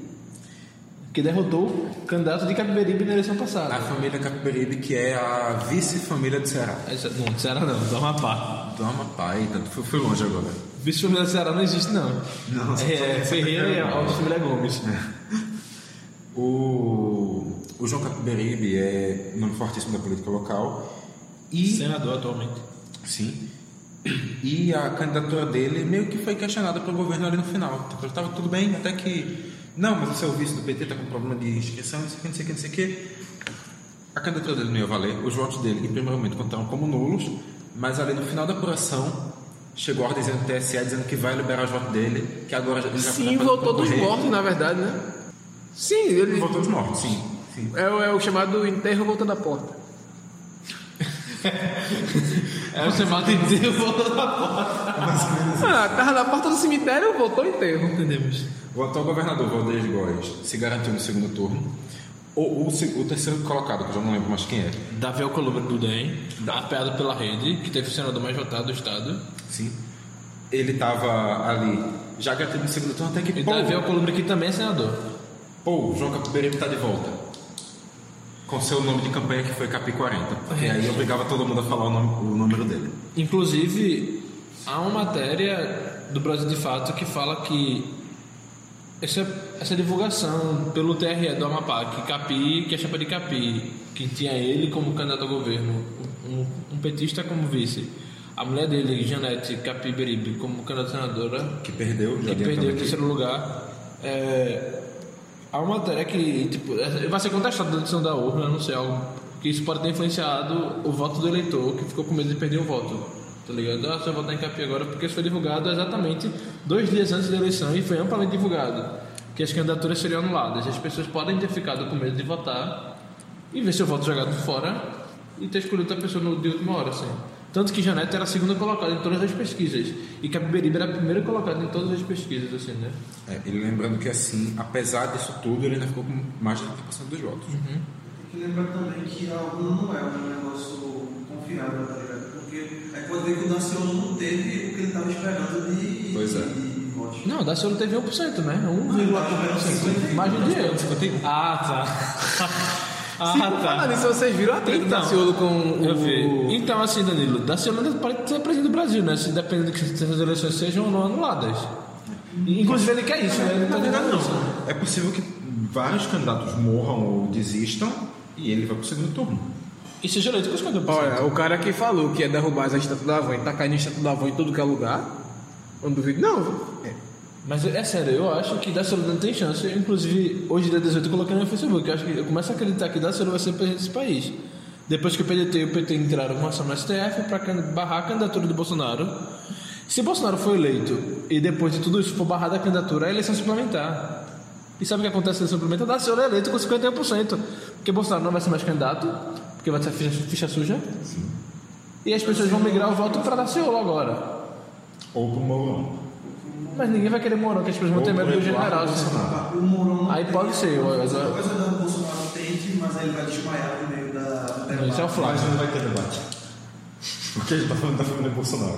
S1: Que derrotou o candidato de Capiberibe na eleição
S2: A
S1: passada.
S2: família Capibaribe, que é a vice-família do Ceará.
S1: Essa- Não, do Ceará não, do Amapá.
S2: Do Amapá, eita, tu foi- foi longe agora.
S1: Vice-família do Ceará não existe, não.
S2: Não, só-
S1: é,
S2: só-
S1: Ferreira e Alves Família Gomes.
S2: O, o João Capiberibe é um nome fortíssimo da política local. E,
S1: Senador atualmente.
S2: sim. E a candidatura dele meio que foi questionada pelo governo ali no final. Tipo, estava tudo bem, até que. Não, mas o seu vice do PT está com problema de inscrição, não sei o que, não sei o que, não sei o que. A candidatura dele não ia valer. Os votos dele, em primeiro momento, contaram como nulos. Mas ali no final da apuração, chegou a ordem dizendo do TSE dizendo que vai liberar os votos dele, que agora ele já
S3: Sim,
S2: vai
S3: voltou dos
S2: concorrer.
S3: mortos, na verdade, né? Sim, ele.
S2: Voltou dos mortos, sim. sim.
S3: É, o- é o chamado enterro voltando à porta.
S1: É o chamado de desenvolvimento da porta.
S3: Ah, tava na porta do cemitério, voltou o enterro.
S1: Entendemos.
S2: O atual governador, Valdez Góes, se garantiu no segundo turno. O, o, se- o terceiro colocado, que eu já não lembro mais quem é.
S1: Davi Alcolumbre do DEM, apeado pela rede, que teve o senador mais votado do estado.
S2: Sim. Ele estava ali, já garantido no segundo turno, então até que.
S1: E
S2: Pô,
S1: Davi Alcolumbre, que também é senador.
S2: pô, o João Capoeira está de volta. tá com seu nome de campanha que foi Capi 40. Porque aí obrigava todo mundo a falar o, nome- o número dele.
S1: Inclusive, há uma matéria do Brasil de Fato que fala que essa, essa divulgação pelo TRE do Amapá, que Capi, que a chapa de Capi, que tinha ele como candidato ao governo, um, um petista como vice, a mulher dele, Janete Capi Beribe, como candidata a senadora,
S2: Que perdeu, já
S1: que
S2: adiantando
S1: perdeu o
S2: aqui.
S1: terceiro lugar. É, há uma matéria que tipo, é- vai ser contestada da edição da urna, não sei, algo que isso pode ter influenciado o voto do eleitor que ficou com medo de perder o voto. Tá ligado? Ah, você vai votar em Capi agora porque isso foi divulgado exatamente dois dias antes da eleição e foi amplamente divulgado que as candidaturas seriam anuladas. As pessoas podem ter ficado com medo de votar e ver seu voto jogado fora e ter escolhido outra pessoa no, de última hora, assim. Tanto que Janete era a segunda colocada em todas as pesquisas e Capiberibe era a primeira colocada em todas as pesquisas, assim, né?
S2: É, e lembrando que assim, apesar disso tudo, ele ainda ficou com mais de 30% dos votos.
S4: Tem que lembrar também que a urna não é um negócio confiável, tá ligado? Porque aí pode ver que o Daciolo não teve o que ele estava esperando de,
S2: Pois é.
S4: de votos.
S1: Não, da senhora teve 1%, né?
S4: Ah,
S1: 1,4%. Mais do que eu. Ah, tá. ah,
S3: Falando nisso, vocês viram a treta do
S1: Então,
S3: Daciolo com
S1: Eu
S3: o...
S1: vi. Então, assim, Danilo, da Ciolanda pode ser presidente do Brasil, né? Se dependendo que essas eleições sejam ou não anuladas. E, Inclusive, ele quer isso, né? Ele tá tentando isso.
S2: É possível que vários candidatos morram ou desistam e ele vai pro segundo turno.
S1: E seja eleito com 50%.
S3: Olha, o cara que falou que ia derrubar a estátua da Avon e tacar a estátua da Avon em tudo que é lugar, eu não duvido não. viu?
S1: Mas é sério, eu acho que Daciolo não tem chance. Inclusive, hoje dia 18 eu coloquei no meu Facebook. Eu acho que eu começo a acreditar que Daciolo vai ser presidente desse país. Depois que o PDT e o PT entraram com ação no STF para barrar a candidatura do Bolsonaro. Se Bolsonaro for eleito e depois de tudo isso for barrada a candidatura, é eleição suplementar. E sabe o que acontece na eleição suplementar? Daciolo é eleito com 51%. Porque Bolsonaro não vai ser mais candidato, porque vai ser ficha, ficha suja. E as pessoas vão migrar o voto para Daciolo agora.
S2: Ou pro Mourão.
S1: Mas ninguém vai querer Mourão, que as pessoas vão ter medo do general. assim.
S4: O Mourão não
S1: Aí
S4: tem-
S1: pode ser, é, eu- eu-
S4: Talvez o Eduardo Bolsonaro tente, mas aí ele vai desmaiar no meio da. do
S1: Não, Isso é o
S4: debate.
S1: Flávio.
S2: não vai ter debate. Porque ele tá falando da família Bolsonaro.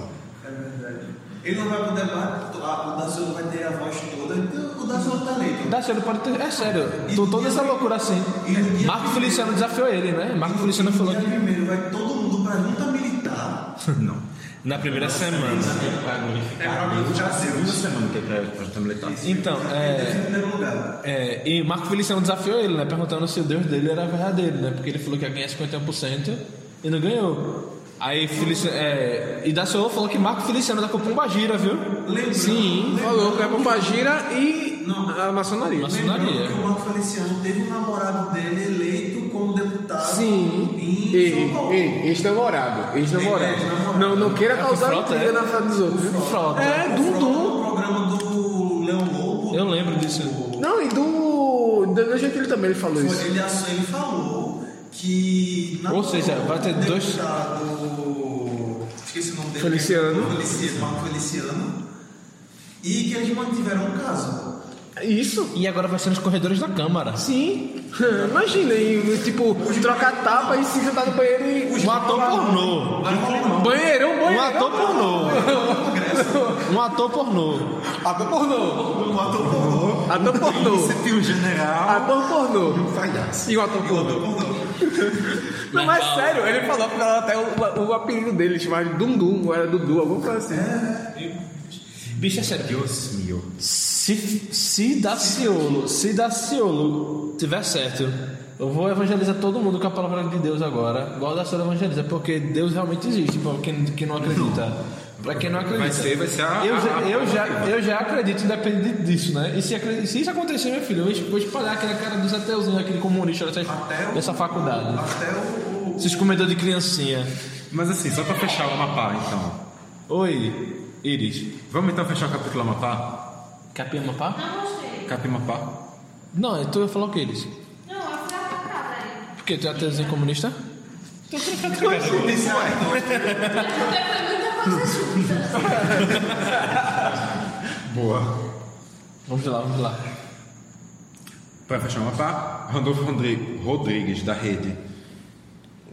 S1: um
S4: É verdade. Ele não vai pro debate, a- o Daciolo vai ter a voz toda, então o Daciolo tá eleito.
S1: Dá sério, pode ter. É sério, tô toda essa loucura assim. Marco Feliciano desafiou ele, né? Marco Feliciano falou
S4: Dia
S1: que.
S4: primeiro vai todo mundo pra junta militar.
S2: Não.
S1: Na primeira semana.
S2: É pra glorificar
S4: Deus.
S2: Já segunda semana que é pra, pra juntar militar.
S1: Então,
S4: Ele
S1: é.
S4: em primeiro lugar.
S1: é, e Marco Feliciano desafiou ele, né? Perguntando se o Deus dele era verdadeiro, né? Porque ele falou que ia ganhar 51% e não ganhou. Aí Feliciano. É, e Daciolo falou que Marco Feliciano da Copumba gira, viu?
S4: Lembrando-
S1: Sim.
S3: Falou que é bombagira e a maçonaria.
S1: Maçonaria.
S4: Lembrando que o Marco Feliciano teve um namorado dele eleito como deputado
S3: Sim.
S4: em
S3: Ei,
S4: São Paulo.
S3: ei, ex-namorado, ex-namorado. Não, não queira causar
S1: frota, é?
S3: intriga na frente dos outros. viu?
S1: Frota.
S3: É,
S4: Foi
S3: Dundum.
S4: no programa do Leão Lobo.
S1: Eu lembro disso.
S3: Não, e do. Da gente ele também ele falou
S4: Foi-
S3: isso.
S4: Ele, ass- ele falou que. na-
S1: Ou seja, vai ter
S4: o
S1: dois-
S4: deputado- Esqueci o nome dele.
S3: Feliciano.
S4: Feliciano. Marco Feliciano. E que eles mantiveram um caso.
S3: Isso?
S1: E agora vai ser nos corredores da Câmara.
S3: Sim. Imagina, e, tipo, trocar tapa e se sentar no banheiro e.
S1: Um ator pornô.
S4: Vai rolar
S3: Banheirão,
S1: Um
S3: banheiro.
S1: ator pornô. Um ator pornô.
S3: Ator pornô.
S4: um ator pornô.
S3: Ator pornô.
S2: Você tem um general.
S3: Ator pornô.
S2: Palhaço.
S3: E o ator pornô. Não, mas sério, ele falou pra ela até o, o apelido dele, chamava de Dundum, ou era Dudu, alguma coisa assim.
S1: Bicho, é sério.
S2: Deus meu.
S1: Se, se Daciolo, se Daciolo tiver certo, eu vou evangelizar todo mundo com a palavra de Deus agora. Igual Daciolo evangeliza, porque Deus realmente existe, pra quem, quem não acredita. Pra quem não acredita.
S2: Vai ser- vai ser a-
S1: eu, já,
S2: a-
S1: eu, já, eu já acredito, independente disso, né? E se, acre- se isso acontecer, meu filho, eu vou espalhar aquela cara dos ateuzinhos, aquele comunista dessa,
S4: Ateu?
S1: dessa faculdade.
S4: Até o.
S1: Esses comedores de criancinha.
S2: Mas assim, só pra fechar o Amapá, então.
S1: Oi, Iris.
S2: Vamos então fechar o capítulo Amapá?
S1: Capinha Mapá?
S6: Não gostei.
S2: Capimapá?
S1: Não, é tu ia falar o que eles?
S6: Não, tá eu fui atacada aí.
S1: Por quê? Tu é ateuzinho comunista?
S4: Então,
S6: Foi muita coisa junta.
S2: Boa.
S1: Vamos lá, vamos lá.
S2: Pra fechar o Amapá, Randolfo Rodrigo- Rodrigues, da Rede.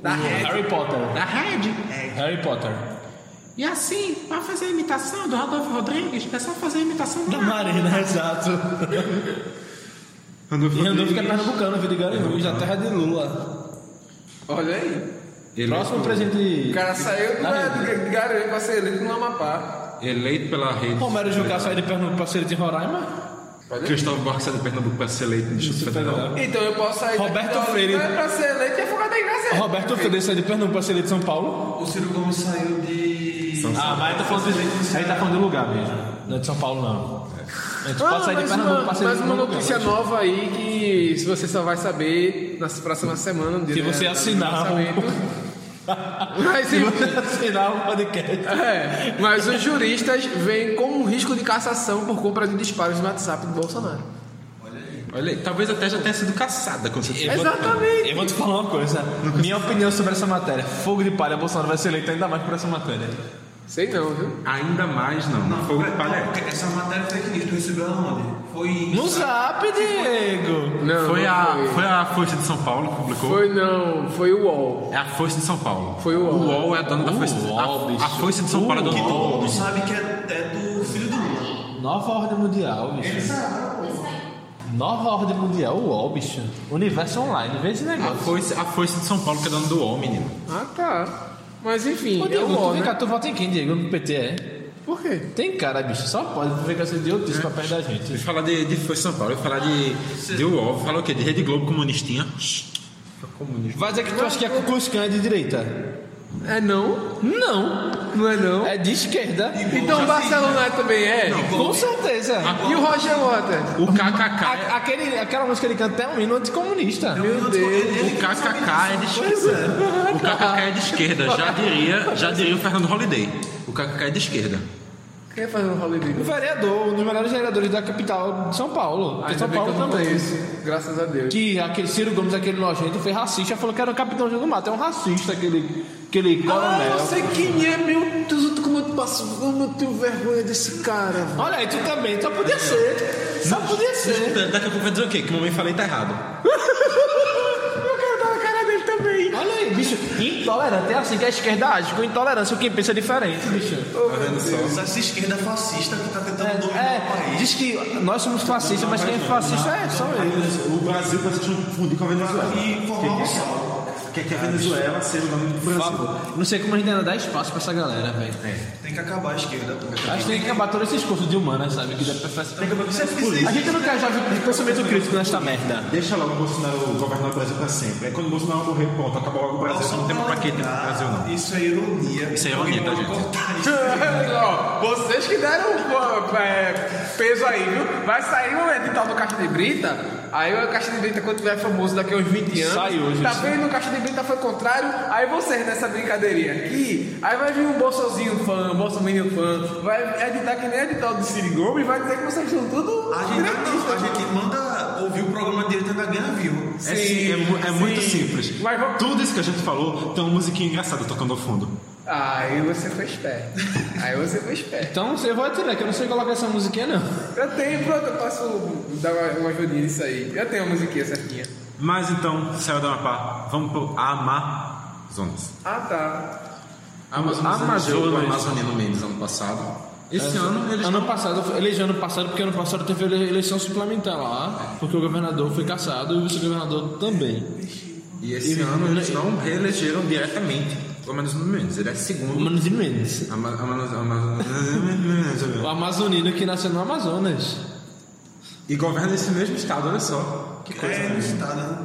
S1: Harry Potter.
S7: Da rede?
S1: Harry Potter.
S7: E assim, pra fazer a imitação do Rodolfo Rodrigues, é só fazer a imitação do
S1: Marina, exato.
S2: Randolfo
S1: E Randolfo que é pernambucano, Vidigal e Ruiz, da terra de Lula.
S3: Olha aí.
S2: é
S1: Próximo presidente.
S3: O cara saiu do
S1: Na
S3: do Garanhuns pra ser eleito no Amapá.
S2: Eleito pela rede.
S1: Romero Jucá saiu de Pernambuco para ser de Roraima. É.
S3: Olha.
S2: Cristóvão Barros saiu de Pernambuco para ser eleito no Distrito Federal.
S3: Então eu posso sair daqui
S1: Roberto
S3: da Olinda
S1: Freire.
S3: pra ser eleito e afogar da igreja.
S1: Roberto Freire saiu de Pernambuco para ser de São Paulo.
S4: O Ciro Gomes saiu de.
S1: Ah, mas tá falando de, aí tá falando de lugar mesmo. Não é de São Paulo, não. A gente
S3: Ah,
S1: pode sair de
S3: mais
S1: Pernambuco né?
S3: uma,
S1: para ser
S3: mais
S1: eleito
S3: uma
S1: em qualquer
S3: notícia
S1: lugar.
S3: nova aí que se você só vai saber na próxima semana. no dia
S1: Se
S3: né, do-
S1: você
S3: do
S1: assinar o-
S3: lançamento. Mas
S1: Se
S3: enfim.
S1: você assinar o podcast.
S3: É, mas os juristas veem como um risco de cassação por compra de disparos no WhatsApp do Bolsonaro.
S2: Olha aí, talvez até já tenha sido caçada quando você
S1: Eu vou-
S3: Exatamente.
S1: eu vou te falar uma coisa. Minha opinião sobre essa matéria. Fogo de palha, Bolsonaro vai ser eleito ainda mais por essa matéria.
S3: Sei não, viu?
S2: Ainda mais não. Fogo de palha.
S4: Essa matéria fake news, tu recebeu ela onde? Foi em.
S1: No zap, Diego!
S3: Não,
S2: Foi
S3: não
S2: a,
S3: foi.
S2: foi a Força de São Paulo que publicou.
S3: Foi não, foi o UOL.
S2: É a Força de São Paulo.
S3: Foi o UOL.
S2: O UOL é a dona da Força.
S1: O UOL,
S2: a, a
S1: bicho.
S2: Força de São Paulo é dona do
S4: Todo
S2: UOL.
S4: mundo sabe que é, é do filho do Lula.
S1: Nova ordem mundial, bicho. Nova ordem mundial, uol, bicho. Universo online, vê esse
S2: A
S1: negócio.
S2: Força, a Força de São Paulo que é dona do UOL, menino.
S3: Ah, tá. Mas enfim,
S1: Ô,
S3: é o
S1: Diego, tu,
S3: UOL,
S1: vem
S3: né?
S1: cá, tu vota em quem, Diego? No PT, é?
S3: Por quê?
S1: Tem cara, bicho. Só pode. Tu vem com essa idiotice pra perto da
S2: Eu
S1: gente.
S2: falar de, de Força de São Paulo, eu falar de, de UOL, falar o quê? De Rede Globo comunistinha.
S1: Vai dizer que tu acha que a Cucuscan é de direita?
S3: É não?
S1: Não.
S3: Não é não?
S1: É de esquerda.
S3: Então o Barcelona também é?
S1: Com certeza.
S3: E o Roger Waters?
S2: O KKK.
S1: A- aquele, aquela música que ele canta é um hino anticomunista.
S3: Meu Deus.
S2: O KKK é de esquerda. O KKK é de esquerda, já diria, já diria o Fernando Holliday. O KKK é de esquerda.
S3: Quem fazer um rolê
S1: O
S3: dele?
S1: vereador, um dos melhores vereadores da capital de São Paulo. Porque São Paulo também.
S3: Isso. Graças a Deus.
S1: Que aquele Ciro Gomes, aquele nojento, foi racista, falou que era o capitão do mato. É um racista, aquele, aquele
S2: Ah,
S3: Ah,
S1: coronel.
S3: quem é, meu Deus, como eu, passo, como eu tenho vergonha desse cara,
S1: Olha aí, tu também. Só podia ser. Só podia ser.
S2: Daqui a pouco vai dizer o quê? Que mamãe falei tá errado.
S3: Eu quero dar na cara dele também.
S1: Olha aí, bicho. Intolerante é assim que a esquerda age. Com intolerância, quem pensa é diferente, bicho.
S4: Essa esquerda fascista que tá tentando dominar o
S1: É, é,
S4: país.
S1: diz que nós somos fascistas, mas quem é fascista é só ele.
S8: O Brasil vai se fundir com a Venezuela.
S4: E formar
S1: é?
S4: um sal.
S8: Quer que a Venezuela seja o nome do
S1: Por
S8: Brasil.
S1: favor. Não sei como a gente ainda dá espaço pra essa galera, velho.
S4: Tem que acabar a esquerda, pô.
S1: Acho que tem que acabar todo esse discurso de humanas, sabe? Que dá pra fazer-
S4: Você precisa.
S1: A gente não quer jovem de pensamento crítico nesta merda.
S8: Deixa logo o Bolsonaro governar o Brasil pra sempre. Aí quando o Bolsonaro morrer, pronto, acabou logo o Brasil.
S2: Não tem pra que ter no Brasil, não.
S4: Isso é ironia.
S2: Isso é ironia, tá, gente?
S3: Ó, vocês que deram pô, é, peso aí, viu? Vai sair o edital do Caixa de Brita. Aí o Caixa de Brita, quando tiver famoso daqui a uns 20 anos.
S1: Sai hoje,
S3: Tá
S1: isso.
S3: vendo? O Caixa de Brita foi contrário. Aí vocês nessa brincadeirinha aqui. Aí vai vir um bolsozinho fã, um bolsominho fã. Vai editar que nem edital do Ciro Gomes. Vai dizer que vocês são tudo.
S4: A gente, a gente manda ouvir o programa direito da Ganha Viu.
S8: É, sim, é, mu- é muito simples.
S3: Mas vamos-
S8: Tudo isso que a gente falou tem uma musiquinha engraçada tocando ao fundo.
S3: Aí você foi esperto. aí você foi esperto.
S1: Então eu vou tirar, que eu não sei colocar essa musiquinha, não.
S3: Eu tenho, pronto, eu posso dar uma, uma ajudinha nisso aí. Eu tenho a musiquinha certinha.
S8: Mas então, céu da Amapá, vamos pro Amazonas.
S3: Ah, tá.
S2: Amazonas, é
S1: Amazonas.
S2: elegeu o Amazonino Mendes ano passado.
S8: É,
S2: Esse ano eles
S1: Ano passado, elegeu ano passado, porque ano passado teve ele- eleição suplementar lá, porque o governador foi caçado e o vice-governador também.
S2: E esse ano eles não reelegeram diretamente. Pelo menos no Mendes. Ele é segundo.
S1: Manos e menos.
S2: Ama- Ama- Ama-
S1: O amazonino que nasceu no Amazonas.
S2: E governa esse mesmo estado, olha só. Que coisa.
S4: É, não está, né?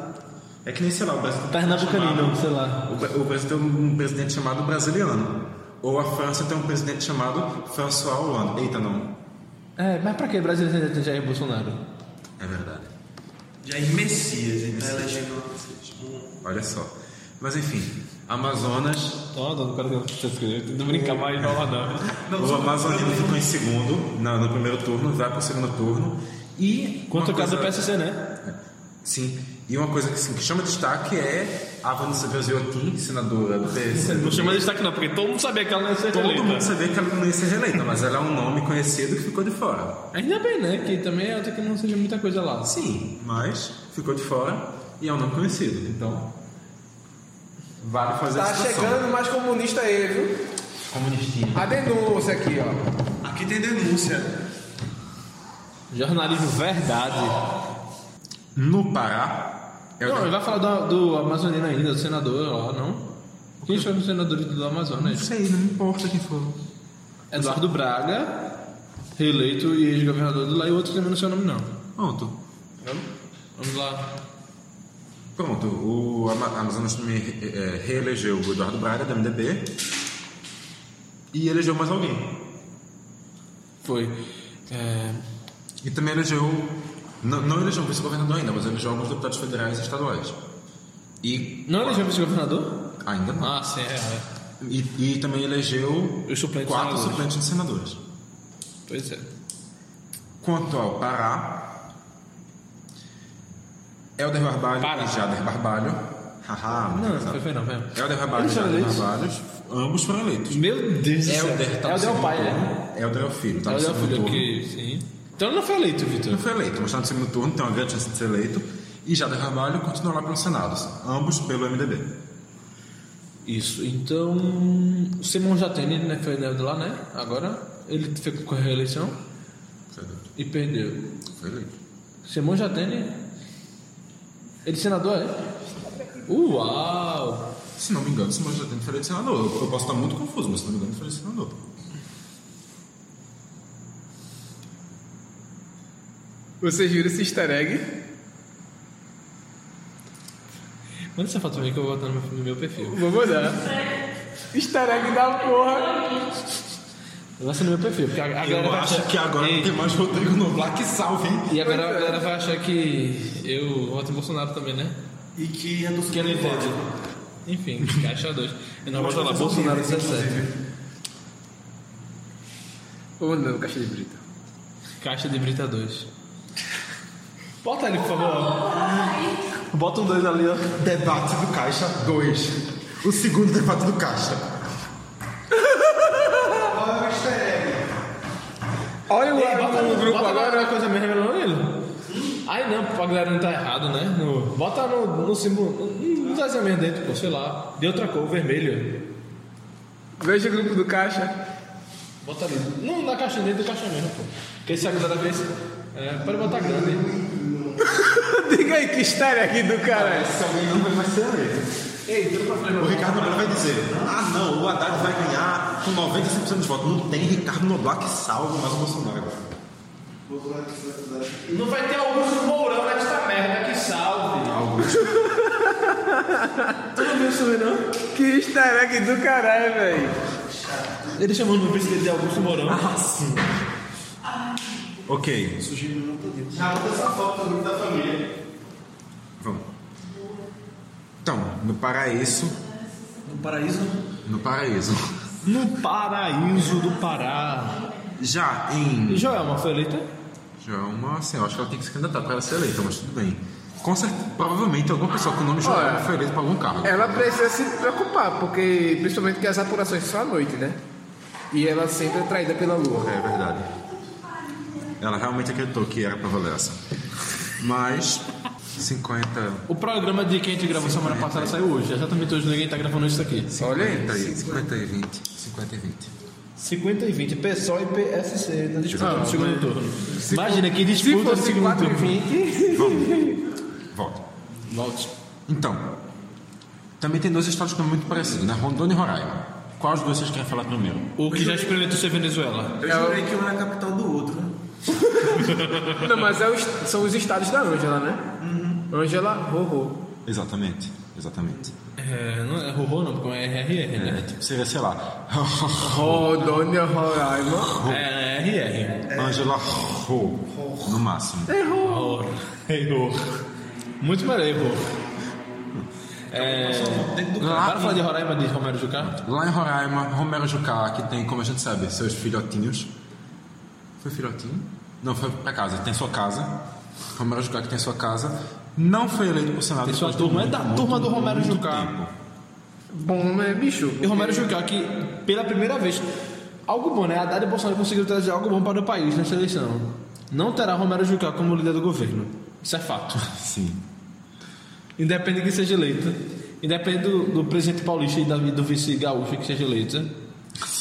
S8: É que nem, sei lá, o Brasil.
S1: Pernambucanino, sei lá.
S8: O Bra- o Brasil tem um presidente chamado brasiliano. Ou a França tem um presidente chamado François Hollande. Eita, não.
S1: É, mas pra que Brasil ainda tem Jair Bolsonaro?
S8: É verdade.
S4: Jair Messias, ele tá elegendo um-
S8: Olha só. Mas enfim,
S2: Amazonas.
S1: Ó, não quero que eu te escreva. Não brincar mais, não, não.
S8: o Amazonino ficou em segundo na- no, primeiro turno, vai pro segundo turno. E.
S1: Quanto
S8: uma
S1: ao caso do
S8: coisa-
S1: PSC, né?
S8: Sim. E uma coisa que, assim, que chama destaque é a Vanessa Belziotin, senadora do PS.
S1: Não chama de destaque, não, porque todo mundo sabia que ela não ia ser
S8: Todo mundo
S1: é eleita.
S8: sabia que ela não ia ser reeleita, mas ela é um nome conhecido que ficou de fora.
S1: Ainda bem, né? Que também é outra que não seja muita coisa lá.
S8: Sim, mas ficou de fora e é um nome conhecido. Então, vale fazer
S3: Tá
S8: essa discussão.
S3: chegando mais comunista aí, viu?
S2: Comunistinha.
S3: A denúncia aqui, ó.
S4: Aqui tem denúncia.
S1: Jornalismo verdade.
S8: No Pará,
S2: É o
S1: não,
S2: da-
S1: ele vai falar do, do Amazonino ainda, do senador lá, não? Quem chama o senador do Amazonas?
S8: sei, não importa quem for.
S1: Eduardo Braga, reeleito e ex-governador do lá, e outro também não sei o nome, não.
S2: Pronto.
S1: Vamos lá.
S2: Pronto, o Ama- Amazonas me re- é, reelegeu o Eduardo Braga, do MDB, e elegeu mais alguém.
S1: Foi. É,
S2: E também elegeu, não, não elegeu o vice-governador ainda, mas elegeu alguns deputados federais e estaduais. E
S1: Não elegeu vice-governador?
S2: ainda não.
S1: Ah, sim, é, é.
S2: E, e também elegeu
S1: Os suplentes
S2: quatro
S1: senadores.
S2: suplentes de senadores.
S1: Pois é.
S2: Quanto ao Pará, Helder Barbalho
S1: Pará.
S2: e Jader Barbalho. Haha, muito
S1: Não,
S2: engraçado.
S1: foi, foi não, foi.
S2: Helder Barbalho
S1: Eles
S2: e
S1: foram
S2: Jader
S1: eleitos?
S2: Barbalho, né? ambos foram eleitos.
S1: Meu Deus do céu.
S2: Helder tá
S1: Helder
S2: no
S1: é o
S2: segundo
S1: pai, né?
S2: turno. Helder é o filho, tá no
S1: Helder é o
S2: segundo
S1: filho
S2: turno.
S1: aqui, sim. Então ele não foi eleito, Vitor.
S2: Não foi eleito, mas tá no segundo turno, tem uma grande chance de ser eleito. E Jader Barbalho continua lá pelo Senado, ambos pelo MDB.
S1: Isso, então. O Simão já tem, né? Foi eleito lá, né? Agora ele ficou com a reeleição
S2: Foi eleito.
S1: e perdeu.
S2: Foi eleito.
S1: Simão já tem, né? Ele é senador, é? Uau!
S2: Se não me engano, Simão já tem foi eleito senador. Eu, eu posso estar muito confuso, mas se não me engano, foi eleito senador.
S3: Vocês viram esse easter egg?
S1: Manda essa foto pra mim que eu vou botar no meu- no meu perfil.
S3: Vou mandar. easter egg da porra.
S1: Vai ser no meu perfil, porque a, a galera
S2: Eu
S1: vai
S2: acho
S1: achar-
S2: que agora não
S1: Ei,
S2: tem mais Rodrigo Noblar que salve, hein?
S1: E agora a galera vai achar que eu voto em Bolsonaro também, né?
S4: E que é do
S1: Que ele entende. Enfim, caixa 2. Eu não vou falar
S4: fazer um
S1: Bolsonaro
S4: vídeo,
S1: 17.
S3: Vou mandar no caixa de brita.
S1: Caixa de Brita 2. Bota ele, por favor. Bota um 2 ali, ó.
S2: Debate do Caixa 2. O segundo debate do Caixa.
S3: Olha o
S1: Ei, bota
S3: Arthur
S1: no
S3: no grupo
S1: bota
S3: agora.
S1: agora coisa me revelando ele. Ai não, pra galera não tá errado, né? No- bota no, no símbolo. No desenho mesmo dentro, pô, sei lá. De outra cor, vermelho.
S3: Veja o grupo do caixa.
S1: Bota ali. Não, na caixa dentro do caixa mesmo, pô. Porque se a galera vê. esse- É, pode botar grande.
S3: Diga aí que easter egg do cara.
S2: Se alguém não vai ser eleito.
S1: Ei, tudo pra frente,
S2: O Ricardo Noblar vai dizer: Ah, não, o Haddad vai ganhar com 95% dos votos. Não tem Ricardo Noblar que salve mais o Bolsonaro agora.
S1: Não vai ter Augusto Mourão nesta merda que salve. Tu não viu isso aí, não?
S3: Que easter egg do caralho, velho.
S1: Ele chamou no vice dele de Augusto Mourão.
S2: Ok,
S4: Já manda essa foto do grupo da família.
S2: vamos. Então, no paraíso.
S4: No paraíso?
S2: No paraíso.
S1: No paraíso do Pará.
S2: Já
S1: E
S2: em.
S1: Joelma foi eleita?
S2: Joelma, assim, eu acho que ela tem que se candidatar para ela ser eleita, mas tudo bem. Com certeza, provavelmente alguma pessoa com o nome Joelma
S3: Olha,
S2: foi eleita para algum cargo.
S3: Ela precisa se preocupar, porque principalmente que as apurações são à noite, né? E ela sempre é traída pela lua.
S2: É verdade. Ela realmente acreditou que era pra valer essa. Mas 50.
S1: O programa de que a gente gravou semana passada saiu hoje. Exatamente hoje ninguém tá gravando isso aqui.
S3: Olha Tá
S2: 50
S3: aí.
S2: e, 50 e 20. 50 e 20.
S1: 50 e 20. PSOL e PSC na disputa do segundo turno.
S3: Se
S1: Imagina
S3: for-
S1: que disputa do
S3: Se fosse
S1: segundo
S3: 4 e
S1: turno.
S3: 20.
S2: Volta.
S1: Volte.
S2: Então, também tem dois estados que são muito parecidos, né? Rondônia e Roraima. Qual os dois vocês querem falar primeiro?
S1: O que já experimentou ser Venezuela.
S4: Eu jurei que um era a capital do outro, né?
S3: Não, mas é os- são os estados da Ângela, né? Ângela, Rorô.
S2: Exatamente, exatamente.
S1: É, não é Rorô não, porque é RR, né?
S2: Tipo, seria, sei lá,
S3: Rodônia, Roraima.
S1: É RR.
S2: Angela Ro, no máximo.
S1: Ror. Ror. Muito melhor, Ror. É... Para falar de Roraima de Romero Jucá?
S2: Lá em Roraima, Romero Jucá, que tem, como a gente sabe, seus filhotinhos. Foi filhotinho? Não, foi pra casa, tem sua casa. Romero Jucá, que tem sua casa, não foi eleito por Senado.
S1: Tem sua
S2: depois de
S1: turma, é
S2: muito,
S1: da
S2: muito,
S1: turma do Romero
S2: muito
S1: Jucá.
S2: tempo.
S3: Bom, é bicho.
S1: E Romero Jucá, que pela primeira vez, algo bom, né? Haddad e Bolsonaro conseguiram trazer algo bom para o país nessa eleição. Não terá Romero Jucá como líder do governo. Isso é fato.
S2: Sim.
S1: Independente que seja eleito. Independente do, do presidente paulista e da- do vice gaúcho que seja eleito.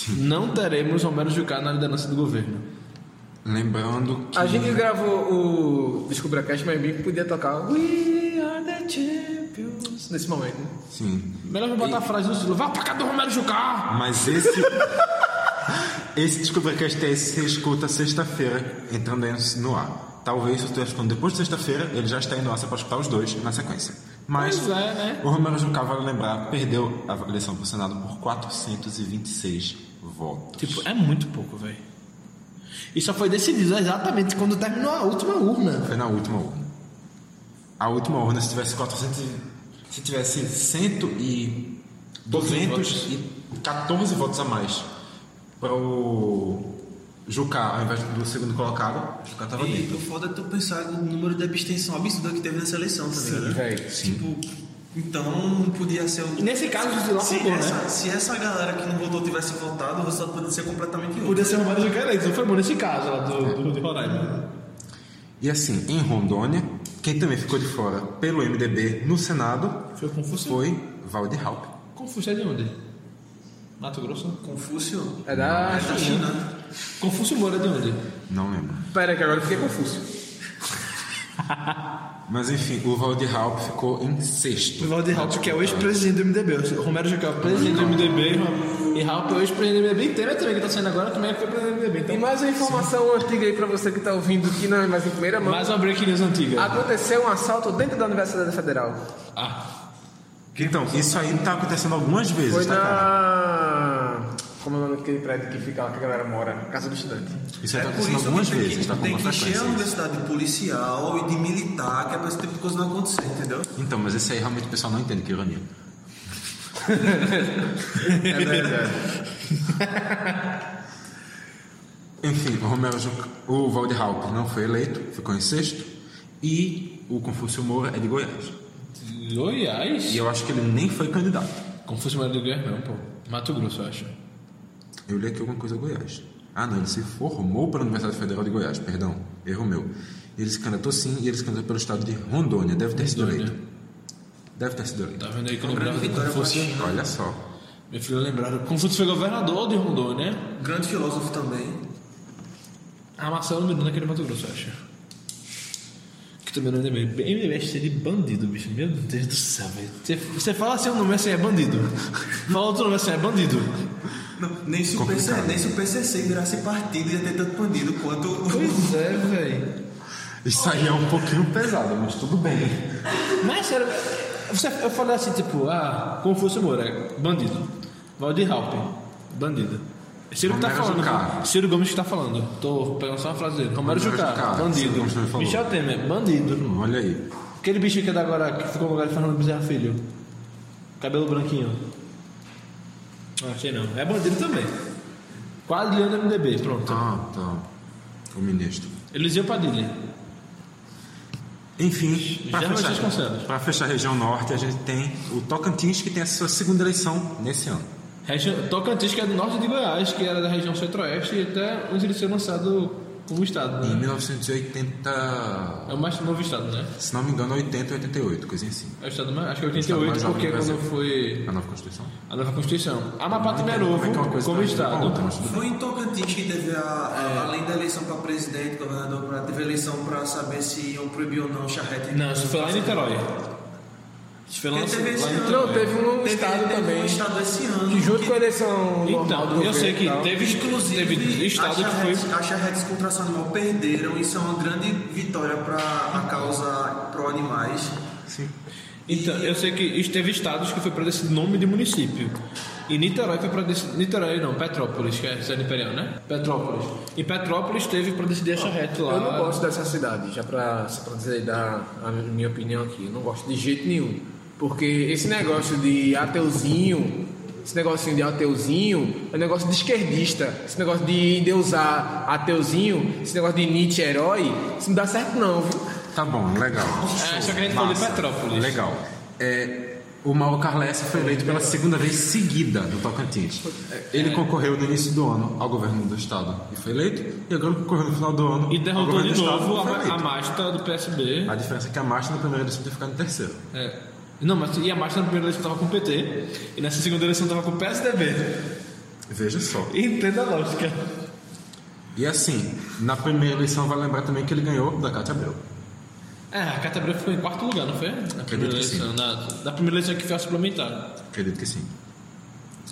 S1: Não teremos Romero Jucá na liderança do governo.
S2: Lembrando que.
S3: A gente gravou o Descubra Cast, mas bem podia tocar We are the
S1: Champions. Nesse momento. né?
S2: Sim.
S1: Melhor eu botar a frase do Silvio. Vá pra casa do Romero Jucá!
S2: Mas esse. esse DescobraCast é esse que você escuta sexta-feira, entrando aí no- no ar. Talvez se você esteja escutando depois de sexta-feira, ele já está aí no ar, você pode escutar os dois na sequência. Mas
S1: Pois é, né?
S2: o Romero Jucá, vale lembrar, perdeu a eleição para o Senado por 426 votos.
S1: Tipo, é muito pouco, velho. E só foi decidido exatamente quando terminou a última urna.
S2: Foi na última urna. A última urna, se tivesse 400 e- Se tivesse 100 e... 214 votos a mais para o Jucá, ao invés do segundo colocado, o Jucá estava
S4: E
S2: dentro.
S4: o foda é tu pensar no número de abstenção absurda que teve nessa eleição, tá ligado?
S3: velho.
S4: Tipo, então não podia ser um.
S1: E nesse caso, o Zilão
S4: se,
S1: roubou,
S4: essa,
S1: né?
S4: se essa galera que não votou tivesse votado, o resultado poderia ser completamente outro.
S1: Podia ser o Romero Jucá eleito. Não foi bom nesse caso lá do, do, de Roraima.
S2: E assim, em Rondônia, quem também ficou de fora pelo MDB no Senado
S1: Foi Confúcio?
S2: foi Valdir Haupt.
S1: Confúcio é de onde? Mato Grosso?
S4: Confúcio
S3: É da.
S4: é da China.
S1: Confúcio Moura é de onde?
S2: Não lembro.
S3: Pera que agora eu fiquei confuso.
S2: Mas enfim, o Valdir Haupt ficou em sexto.
S1: Valdir Raup, que é o ex-presidente do MDB. O Romero Jucá é o presidente do MDB. E Raup é o ex-presidente do MDB inteiro também, que tá saindo agora, também é que foi presidente do MDB.
S3: E
S1: Então,
S3: mais uma informação antiga aí pra você que tá ouvindo, que não é mais em primeira mão.
S1: mais uma break news antiga.
S3: Aconteceu um assalto dentro da Universidade Federal.
S1: Ah,
S2: Então, isso aí tá acontecendo algumas vezes,
S3: Foi
S2: tá, cara?
S3: na. Como é o nome daquele prédio que fica lá que a galera mora? Casa do estudante.
S2: Isso aí tá
S4: É por
S2: acontecendo
S4: isso
S2: algumas
S4: que tem
S2: vezes,
S4: que,
S2: tá com
S4: tem
S2: uma
S4: que encher a
S2: frequência. isso.
S4: universidade de policial e de militar, que é pra esse tipo de coisa não acontecer, entendeu?
S2: Então, mas esse aí realmente o pessoal não entende, que ironia.
S3: É verdade.
S2: Enfim, o Romero Juc... o Valdir Haupt não foi eleito, ficou em sexto. E o Confúcio Moura é de Goiás.
S1: Goiás?
S2: E eu acho que ele nem foi candidato.
S1: Confúcio Moura é de Goiás não, pô. Mato Grosso, eu acho.
S2: Eu li aqui alguma coisa Goiás. Ah, não, ele se formou pela Universidade Federal de Goiás, perdão, erro meu. Ele se candidatou sim e ele se candidatou pelo estado de Rondônia, deve ter sido
S1: Rondônia.
S2: eleito. Deve ter sido eleito.
S1: Tá vendo aí que eu lembrava do
S4: vitória pra
S1: Confúcio?
S4: China.
S2: Olha só.
S1: Meu filho lembrava. Confúcio foi governador de Rondônia. né?
S4: Grande filósofo também.
S1: A Marcelo Miranda aqui de Mato Grosso, eu acho. Que também não é MDB. MDB é cheio de bandido, bicho. Meu Deus do céu, velho. Você- Você fala assim, o nome assim é bandido. Fala outro nome assim, é bandido.
S4: Não, nem, se o PCC, nem se o PCC virasse partido ia ter tanto bandido quanto o.
S2: assim?
S1: Pois é, velho.
S2: Isso aí é um pouquinho pesado, mas tudo bem.
S1: Mas sério, você, eu falei assim, tipo, ah, Confúcio Moura, é bandido. Valdir Halpe, bandido. Ciro que tá
S2: Romero
S1: falando.
S2: Jucá.
S1: pô. Ciro Gomes que tá falando. Tô pegando só uma frase dele. Romero
S2: Romero Jucá,
S1: Jucá,
S2: Ciro
S1: bandido.
S2: Gomes também falou.
S1: Michel Temer, bandido.
S2: Olha aí.
S1: Aquele bicho que é da agora, que ficou no lugar de Fernando Bezerra Filho. Cabelo branquinho. Não, achei não. É bandido também. Quadrilhão do MDB, pronto.
S2: Tá, tá. O ministro.
S1: Eliseu Padilha.
S2: Enfim, para
S1: Já nós
S2: fechar,
S1: descansamos.
S2: pra fechar a região norte, a gente tem o Tocantins, que tem a sua segunda eleição nesse ano.
S1: Regi- Tocantins, que é do norte de Goiás, que era da região centro-oeste, e até onde ele foi lançado como estado,
S2: Em
S1: né?
S2: 1980.
S1: É o mais novo estado, né?
S2: Se não me engano, 80 88, coisinha assim.
S1: É o estado mais, acho que é
S2: estado mais
S1: 88,
S2: jovem
S1: porque
S2: do
S1: quando
S2: Brasil.
S1: foi
S2: A nova Constituição?
S1: a nova Constituição. Amapá também é
S2: Como
S1: novo,
S2: é que uma coisa
S1: como
S2: tá ligada com a
S1: estado.
S2: outra, mas tudo
S4: Foi em Tocantins que teve, a, a- além da eleição para presidente, governador, pra, teve eleição para saber se iam proibir ou não o charrete.
S1: Não, isso foi lá em Niterói. Isso foi lá,
S4: Porque teve
S1: lá
S4: esse
S1: em
S4: ano.
S1: Niterói.
S3: Não, teve um
S4: Teve,
S3: estado
S4: teve
S3: também.
S4: um estado esse ano.
S3: que junto
S4: que,
S3: com a eleição normal do
S1: Então, eu
S3: governo
S1: sei
S3: e
S1: que
S3: tal,
S1: teve,
S4: Inclusive,
S1: teve estado
S4: as
S1: que foi.
S4: charretes- As charretes com tração animal perderam. Isso é uma grande vitória para a causa pró-animais.
S1: Então, eu sei que isso teve estados que foi para decidir nome de município. E Niterói foi para decidir. Niterói não, Petrópolis, que é a cidade imperial, né? Petrópolis. E Petrópolis teve para decidir a charrete lá.
S3: Eu não gosto dessa cidade, já pra, só pra dizer, dar a minha opinião aqui. Eu não gosto de jeito nenhum. Porque esse negócio de ateuzinho, esse negocinho de ateuzinho, é um negócio de esquerdista. Esse negócio de deusar ateuzinho, esse negócio de Nietzsche herói, isso não dá certo não, viu?
S2: bem. Tá bom, legal.
S1: É, só que a gente falou de
S2: Massa.
S1: Petrópolis.
S2: Legal. É, o Mauro Carlessa foi eleito pela segunda vez seguida no Tocantins. Ele concorreu no início do ano ao governo do estado e foi eleito, e agora concorreu no final do ano.
S1: E
S2: ao
S1: derrotou
S2: governo
S1: de
S2: do estado
S1: novo
S2: e foi
S1: a, a
S2: eleito.
S1: Masta do PSB.
S2: A diferença é que a Marcha na primeira eleição tinha ficado em terceiro.
S1: É. Não, mas e a Masta na primeira eleição estava com o PT. E nessa segunda eleição estava com o PSDB.
S2: Veja só.
S1: Entenda a lógica.
S2: E assim, na primeira eleição vai lembrar também que ele ganhou da Cátia Abreu.
S1: É, a Catabria ficou em quarto lugar, não foi? Na primeira
S2: Acredito que
S1: eleição,
S2: sim.
S1: na, da primeira eleição que foi a suplementar.
S2: Acredito que sim.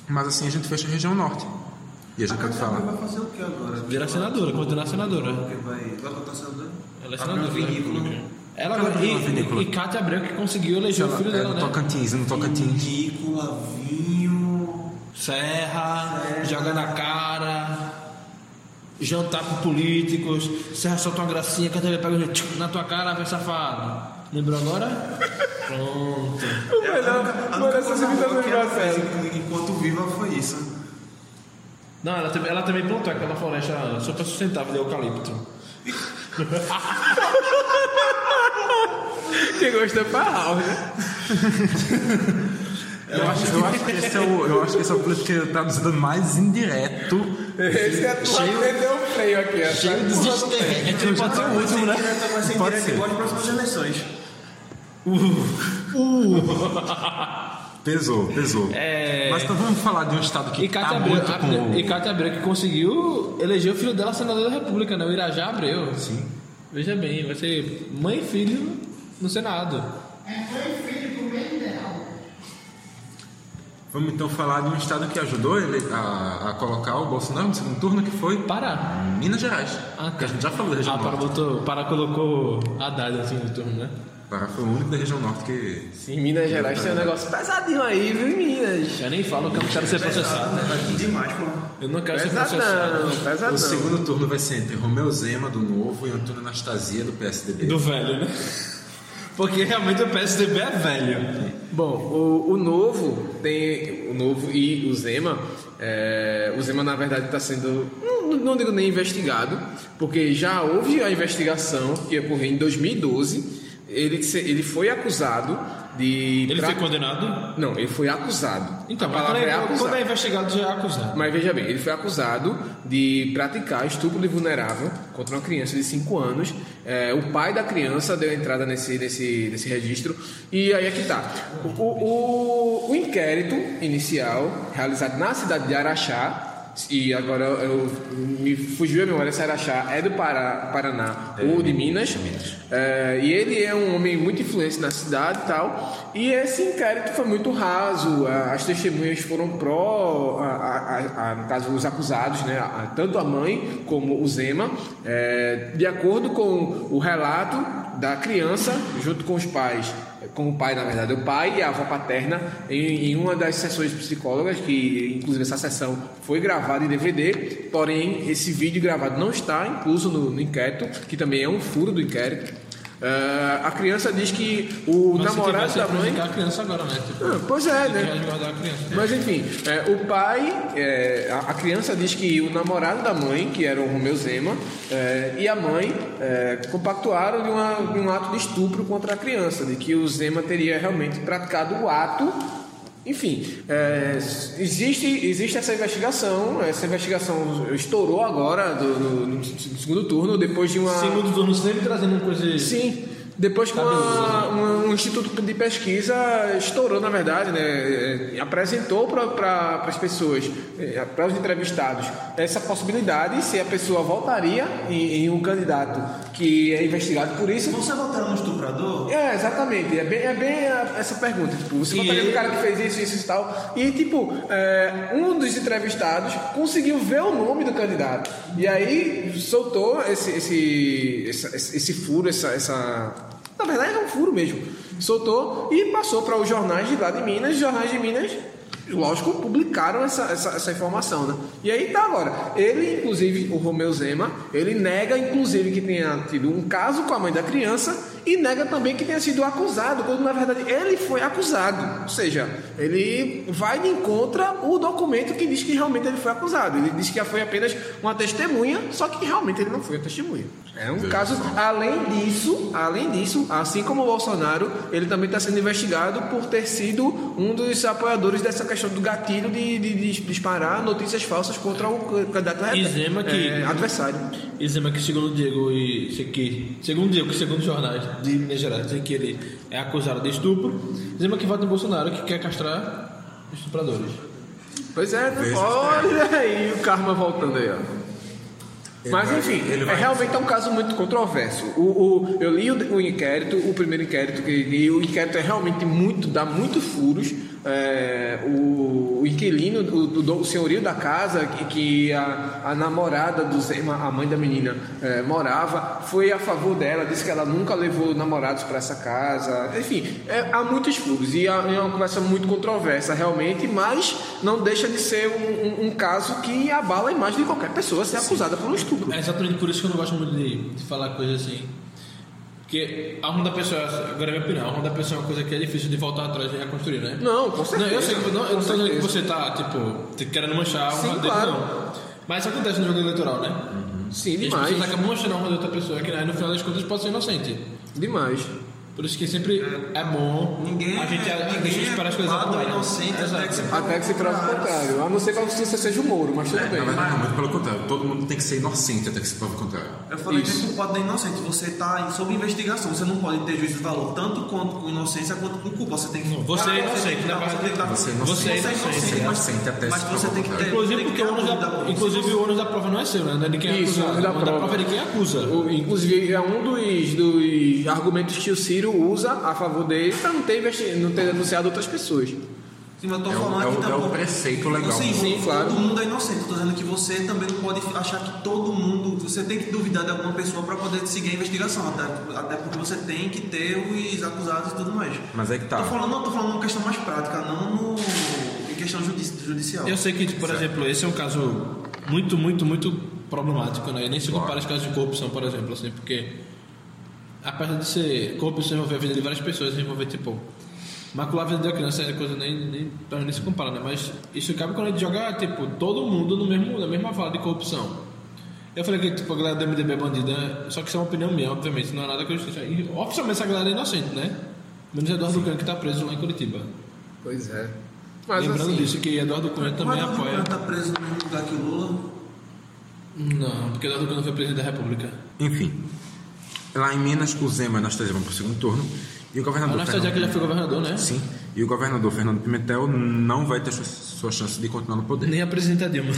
S2: Mas assim a gente fecha a região norte. E a gente pode
S4: Ela
S2: falar.
S4: vai fazer o que agora?
S1: Virar senadora, continuar senadora.
S4: Porque vai. Vai votar senador?
S1: Ela é
S4: Abre um
S1: senadora. da
S4: vinícola.
S1: República. Ela agora.
S2: Abriu uma vinícola.
S1: E, e Cátia Abreu que conseguiu eleger o filho
S2: É,
S1: dela,
S2: no
S1: né?
S2: Tocantins, no Tocantins.
S4: Vinícola, vinho.
S1: Serra, joga na cara, jantar com políticos, Serra solta uma gracinha, que a TV pega o jeito, tchum, na tua cara, vai safado. Lembrou agora? Pronto.
S3: O melhor,
S4: A
S3: mano,
S4: única
S3: essa
S4: coisa
S3: me tá
S4: boa que ela
S3: lembrando,
S4: fez
S3: sério.
S4: enqu- enquanto viva foi isso.
S1: Não, ela, também- ela também plantou aquela floresta super sustentável de eucalipto.
S3: Quem gosta é barral, né?
S2: Eu acho, eu acho que esse é o, eu acho que esse é o político traduzido mais indireto.
S3: Esse é tu aprendeu um freio aqui, ó.
S1: Cheio de desespero. É que ele pode ser o último, né?
S4: Vai ser
S2: Pode
S4: direto
S2: ser.
S4: igual as próximas eleições.
S2: Pesou, pesou.
S1: É.
S2: Mas então vamos falar de um estado que
S1: E Cátia,
S2: tá
S1: Abreu,
S2: muito com...
S1: e Cátia Abreu que conseguiu eleger o filho dela senador da República, né? O Irajá Abreu.
S2: Sim.
S1: Veja bem, vai ser mãe e filho no Senado.
S2: Vamos então falar de um estado que ajudou ele a, a colocar o Bolsonaro no segundo turno, que foi
S1: Pará.
S2: Minas Gerais.
S1: Ah, tá.
S2: Que a gente já falou da região
S1: Ah, para
S2: norte.
S1: botou, para colocou Haddad assim no turno, né?
S2: Pará foi o único da região norte que
S3: Em Minas Gerais tem um negócio pesadinho aí, viu, em Minas?
S1: Eu nem falo que eu não quero ser processado.
S3: Tá
S4: Demais, pô.
S1: Eu não quero ser processado.
S3: Pesadão,
S2: O
S3: pesadão.
S2: segundo turno vai ser entre Romeu Zema, do Novo, e Antônio Anastasia, do PSDB.
S1: Do velho, né? Porque realmente o PSDB é velho.
S3: Bom, o, o novo tem. O novo e o Zema. é, o Zema, na verdade, está sendo. Não, não digo nem investigado, porque já houve a investigação que ocorreu em 2012. Ele, se- ele foi acusado de.
S1: Ele
S3: pra-
S1: foi condenado?
S3: Não, ele foi acusado.
S1: Então,
S3: a
S1: mas quando
S3: palavra é
S1: é,
S3: acusado.
S1: quando é investigado já é acusado.
S3: Mas veja bem, ele foi acusado de praticar estupro de vulnerável contra uma criança de 5 anos. É, o pai da criança deu entrada nesse, nesse, nesse registro. E aí é que tá. O, o, o inquérito inicial, realizado na cidade de Araxá, e agora eu, me fugiu a memória se Araxá é do Pará, Paraná ou de Minas. É, e ele é um homem muito influente na cidade e tal. E esse inquérito foi muito raso. a- As testemunhas foram pró, a- a- a- a- no caso, os acusados, né, a- tanto a mãe como o Zema, é, de acordo com o relato da criança, junto com os pais, com o pai, na verdade, o pai e a avó paterna, em, em uma das sessões psicólogas, que inclusive essa sessão foi gravada em DVD, porém esse vídeo gravado não está incluso no, no inquérito, que também é um furo do inquérito. Ah, a criança diz que o
S1: Mas se
S3: namorado
S1: tivesse
S3: da
S1: que
S3: mãe.
S1: prejudicar a criança agora, né?
S3: Ah,
S1: Tipo,
S3: pois é,
S1: tem que
S3: né?
S1: resguardar a criança.
S3: Mas enfim, é, o pai, é, a, a criança diz que o namorado da mãe, que era o Romeu Zema, é, e a mãe é, compactuaram de, uma- de um ato de estupro contra a criança, de que o Zema teria realmente praticado o ato. Enfim, é, existe, existe essa investigação, essa investigação estourou agora do- no, no segundo turno, depois de uma.
S1: Segundo turno sempre trazendo uma coisa de-
S3: Sim. Depois que uma, uma- um instituto de pesquisa estourou, na verdade, né? eh, apresentou para pra, as pessoas, para os entrevistados, essa possibilidade se a pessoa votaria em, em um candidato que é investigado por isso.
S4: Você votaram no estuprador?
S3: É, exatamente. É bem, é bem a- essa pergunta. Tipo, você
S1: E
S3: votaria no
S1: ele-
S3: cara que fez isso, isso e tal. E, tipo, é, um dos entrevistados conseguiu ver o nome do candidato. E aí soltou esse, esse, essa- esse, esse furo, essa, essa. Na verdade, era um furo mesmo. Soltou e passou para os jornais de lá de Minas. Os jornais de Minas, lógico, publicaram essa, essa, essa informação, né? E aí tá agora. Ele, inclusive, o Romeu Zema, ele nega, inclusive, que tenha tido um caso com a mãe da criança e nega também que tenha sido acusado, quando na verdade ele foi acusado. Ou seja, ele vai de encontro o documento que diz que realmente ele foi acusado. Ele diz que foi apenas uma testemunha, só que realmente ele não foi a testemunha. É um caso. Além disso, além disso, assim como o Bolsonaro, ele também está sendo investigado por ter sido um dos apoiadores dessa questão do gatilho de, de- de disparar notícias falsas contra o candidato
S1: E Zema que-
S3: é, adversário.
S1: E Zema que segundo o Diego e isso aqui, segundo o Diego, segundo os jornais de Minas Gerais, dizem que ele é acusado de estupro. Zema que vota em Bolsonaro, que quer castrar estupradores.
S3: Pois é, né? olha aí o karma voltando aí, ó. Mas enfim,
S2: ele vai-
S3: é realmente é um caso muito controverso. O, o- eu li o, o inquérito, o primeiro inquérito, que- e o inquérito é realmente muito, dá muitos furos. É, o, o inquilino, o, o do- o senhorio da casa, que, que a, a namorada do Zema, a mãe da menina, é, morava, foi a favor dela, disse que ela nunca levou namorados para essa casa. Enfim, é, há muitos furos e há- é uma conversa muito controversa realmente, mas não deixa de ser um, um- um caso que abala a imagem de qualquer pessoa ser acusada por um estupro.
S1: É exatamente por isso que eu não gosto muito de, de falar coisa assim. Porque a alma da pessoa, agora é minha opinião, a alma da pessoa é uma coisa que é difícil de voltar atrás e reconstruir, né?
S3: Não, com
S1: Não,
S3: certeza.
S1: eu sei que não, eu não
S3: Com
S1: tô dizendo que
S3: certeza.
S1: você tá, tipo, te- querendo manchar
S3: Sim,
S1: uma deles,
S3: claro.
S1: não. Mas isso acontece no jogo eleitoral, né?
S3: Sim,
S1: E as
S3: demais.
S1: pessoas acabam manchando a honra de outra pessoa, que né, no final das contas pode ser inocente.
S3: Demais.
S1: Por isso que sempre é bom
S4: Ninguém
S1: a gente,
S4: é-
S1: a,
S4: ninguém
S1: gente
S4: é
S1: espera as coisas
S4: culpado,
S1: atuarem.
S4: inocente, até que se
S3: Até que se prove o contrário. A não ser que a justiça seja o Moro, mas
S1: É,
S3: tudo bem.
S2: Na verdade, não, muito pelo contrário. Todo mundo tem que ser inocente até que se prove o contrário.
S4: Eu falei que é culpado nem inocente. Você está sob investigação. Você não pode ter juízo de valor tanto quanto com inocência quanto com culpa. Você tem que.
S1: você é inocente, na
S4: você
S1: verdade,
S4: tem que dar-
S2: você é
S4: Você é
S1: inocente,
S4: inocente,
S2: você é
S4: mas,
S2: inocente até
S4: mas
S2: se
S4: você tem que ter.
S1: né? Inclusive,
S4: tem que
S1: porque
S4: ter
S1: o ônus
S4: dúvida,
S1: da,
S4: pô.
S1: inclusive, o ônus da prova não é seu, né? É de quem é
S3: Isso,
S1: acusado.
S3: o
S1: O
S3: ônus da
S1: ônus da
S3: prova.
S1: prova é de quem acusa.
S3: O- Inclusive, é um dos, dos argumentos que o Ciro usa a favor dele para não ter, investi- não ter denunciado outras pessoas.
S4: Sim, mas eu tô
S2: É o-
S4: falando
S2: é o-
S4: que
S2: é o
S4: tampouco-
S2: preceito legal.
S4: Sim,
S3: Sim,
S4: todo
S3: claro.
S4: mundo é inocente. Tô dizendo que você também não pode achar que todo mundo. Você tem que duvidar de alguma pessoa para poder seguir a investigação. Até, até porque você tem que ter os acusados e tudo mais.
S2: Mas é que tá.
S4: Tô falando, não, tô falando uma questão mais prática, não no, em questão judi- judicial.
S1: Eu sei que, por exemplo, esse é um caso muito, muito, muito problemático, né? E nem se compara aos casos de corrupção, por exemplo, assim, porque apesar de ser corrupção envolver a vida de várias pessoas, envolver, tipo, macular a vida de uma criança é coisa nem, nem, pra mim nem se compara, né? Mas isso acaba quando a gente joga, tipo, todo mundo no mesmo, na mesma fala de corrupção. Eu falei que, tipo, a galera do MDB é bandida, né? só que isso é uma opinião minha, obviamente, não é nada que eu esteja... e, Oficialmente essa galera é inocente, né? Menos Eduardo Cunha, que tá preso lá em Curitiba.
S3: Pois é. Mas
S1: Lembrando
S3: assim,
S1: disso, que Eduardo Cunha também
S4: Mas o
S1: apoia...
S4: Lula tá preso no mesmo lugar que o Lula.
S1: Não, porque Eduardo Cunha não foi presidente da República.
S2: Enfim, lá em Minas, o Zema e Anastasia vão para o segundo turno. E o
S1: A
S2: governador.
S1: Anastasia que já foi governador, né?
S2: Sim. E o governador Fernando Pimentel não vai ter sua- sua chance de continuar no poder.
S1: Nem a presidenta Dilma.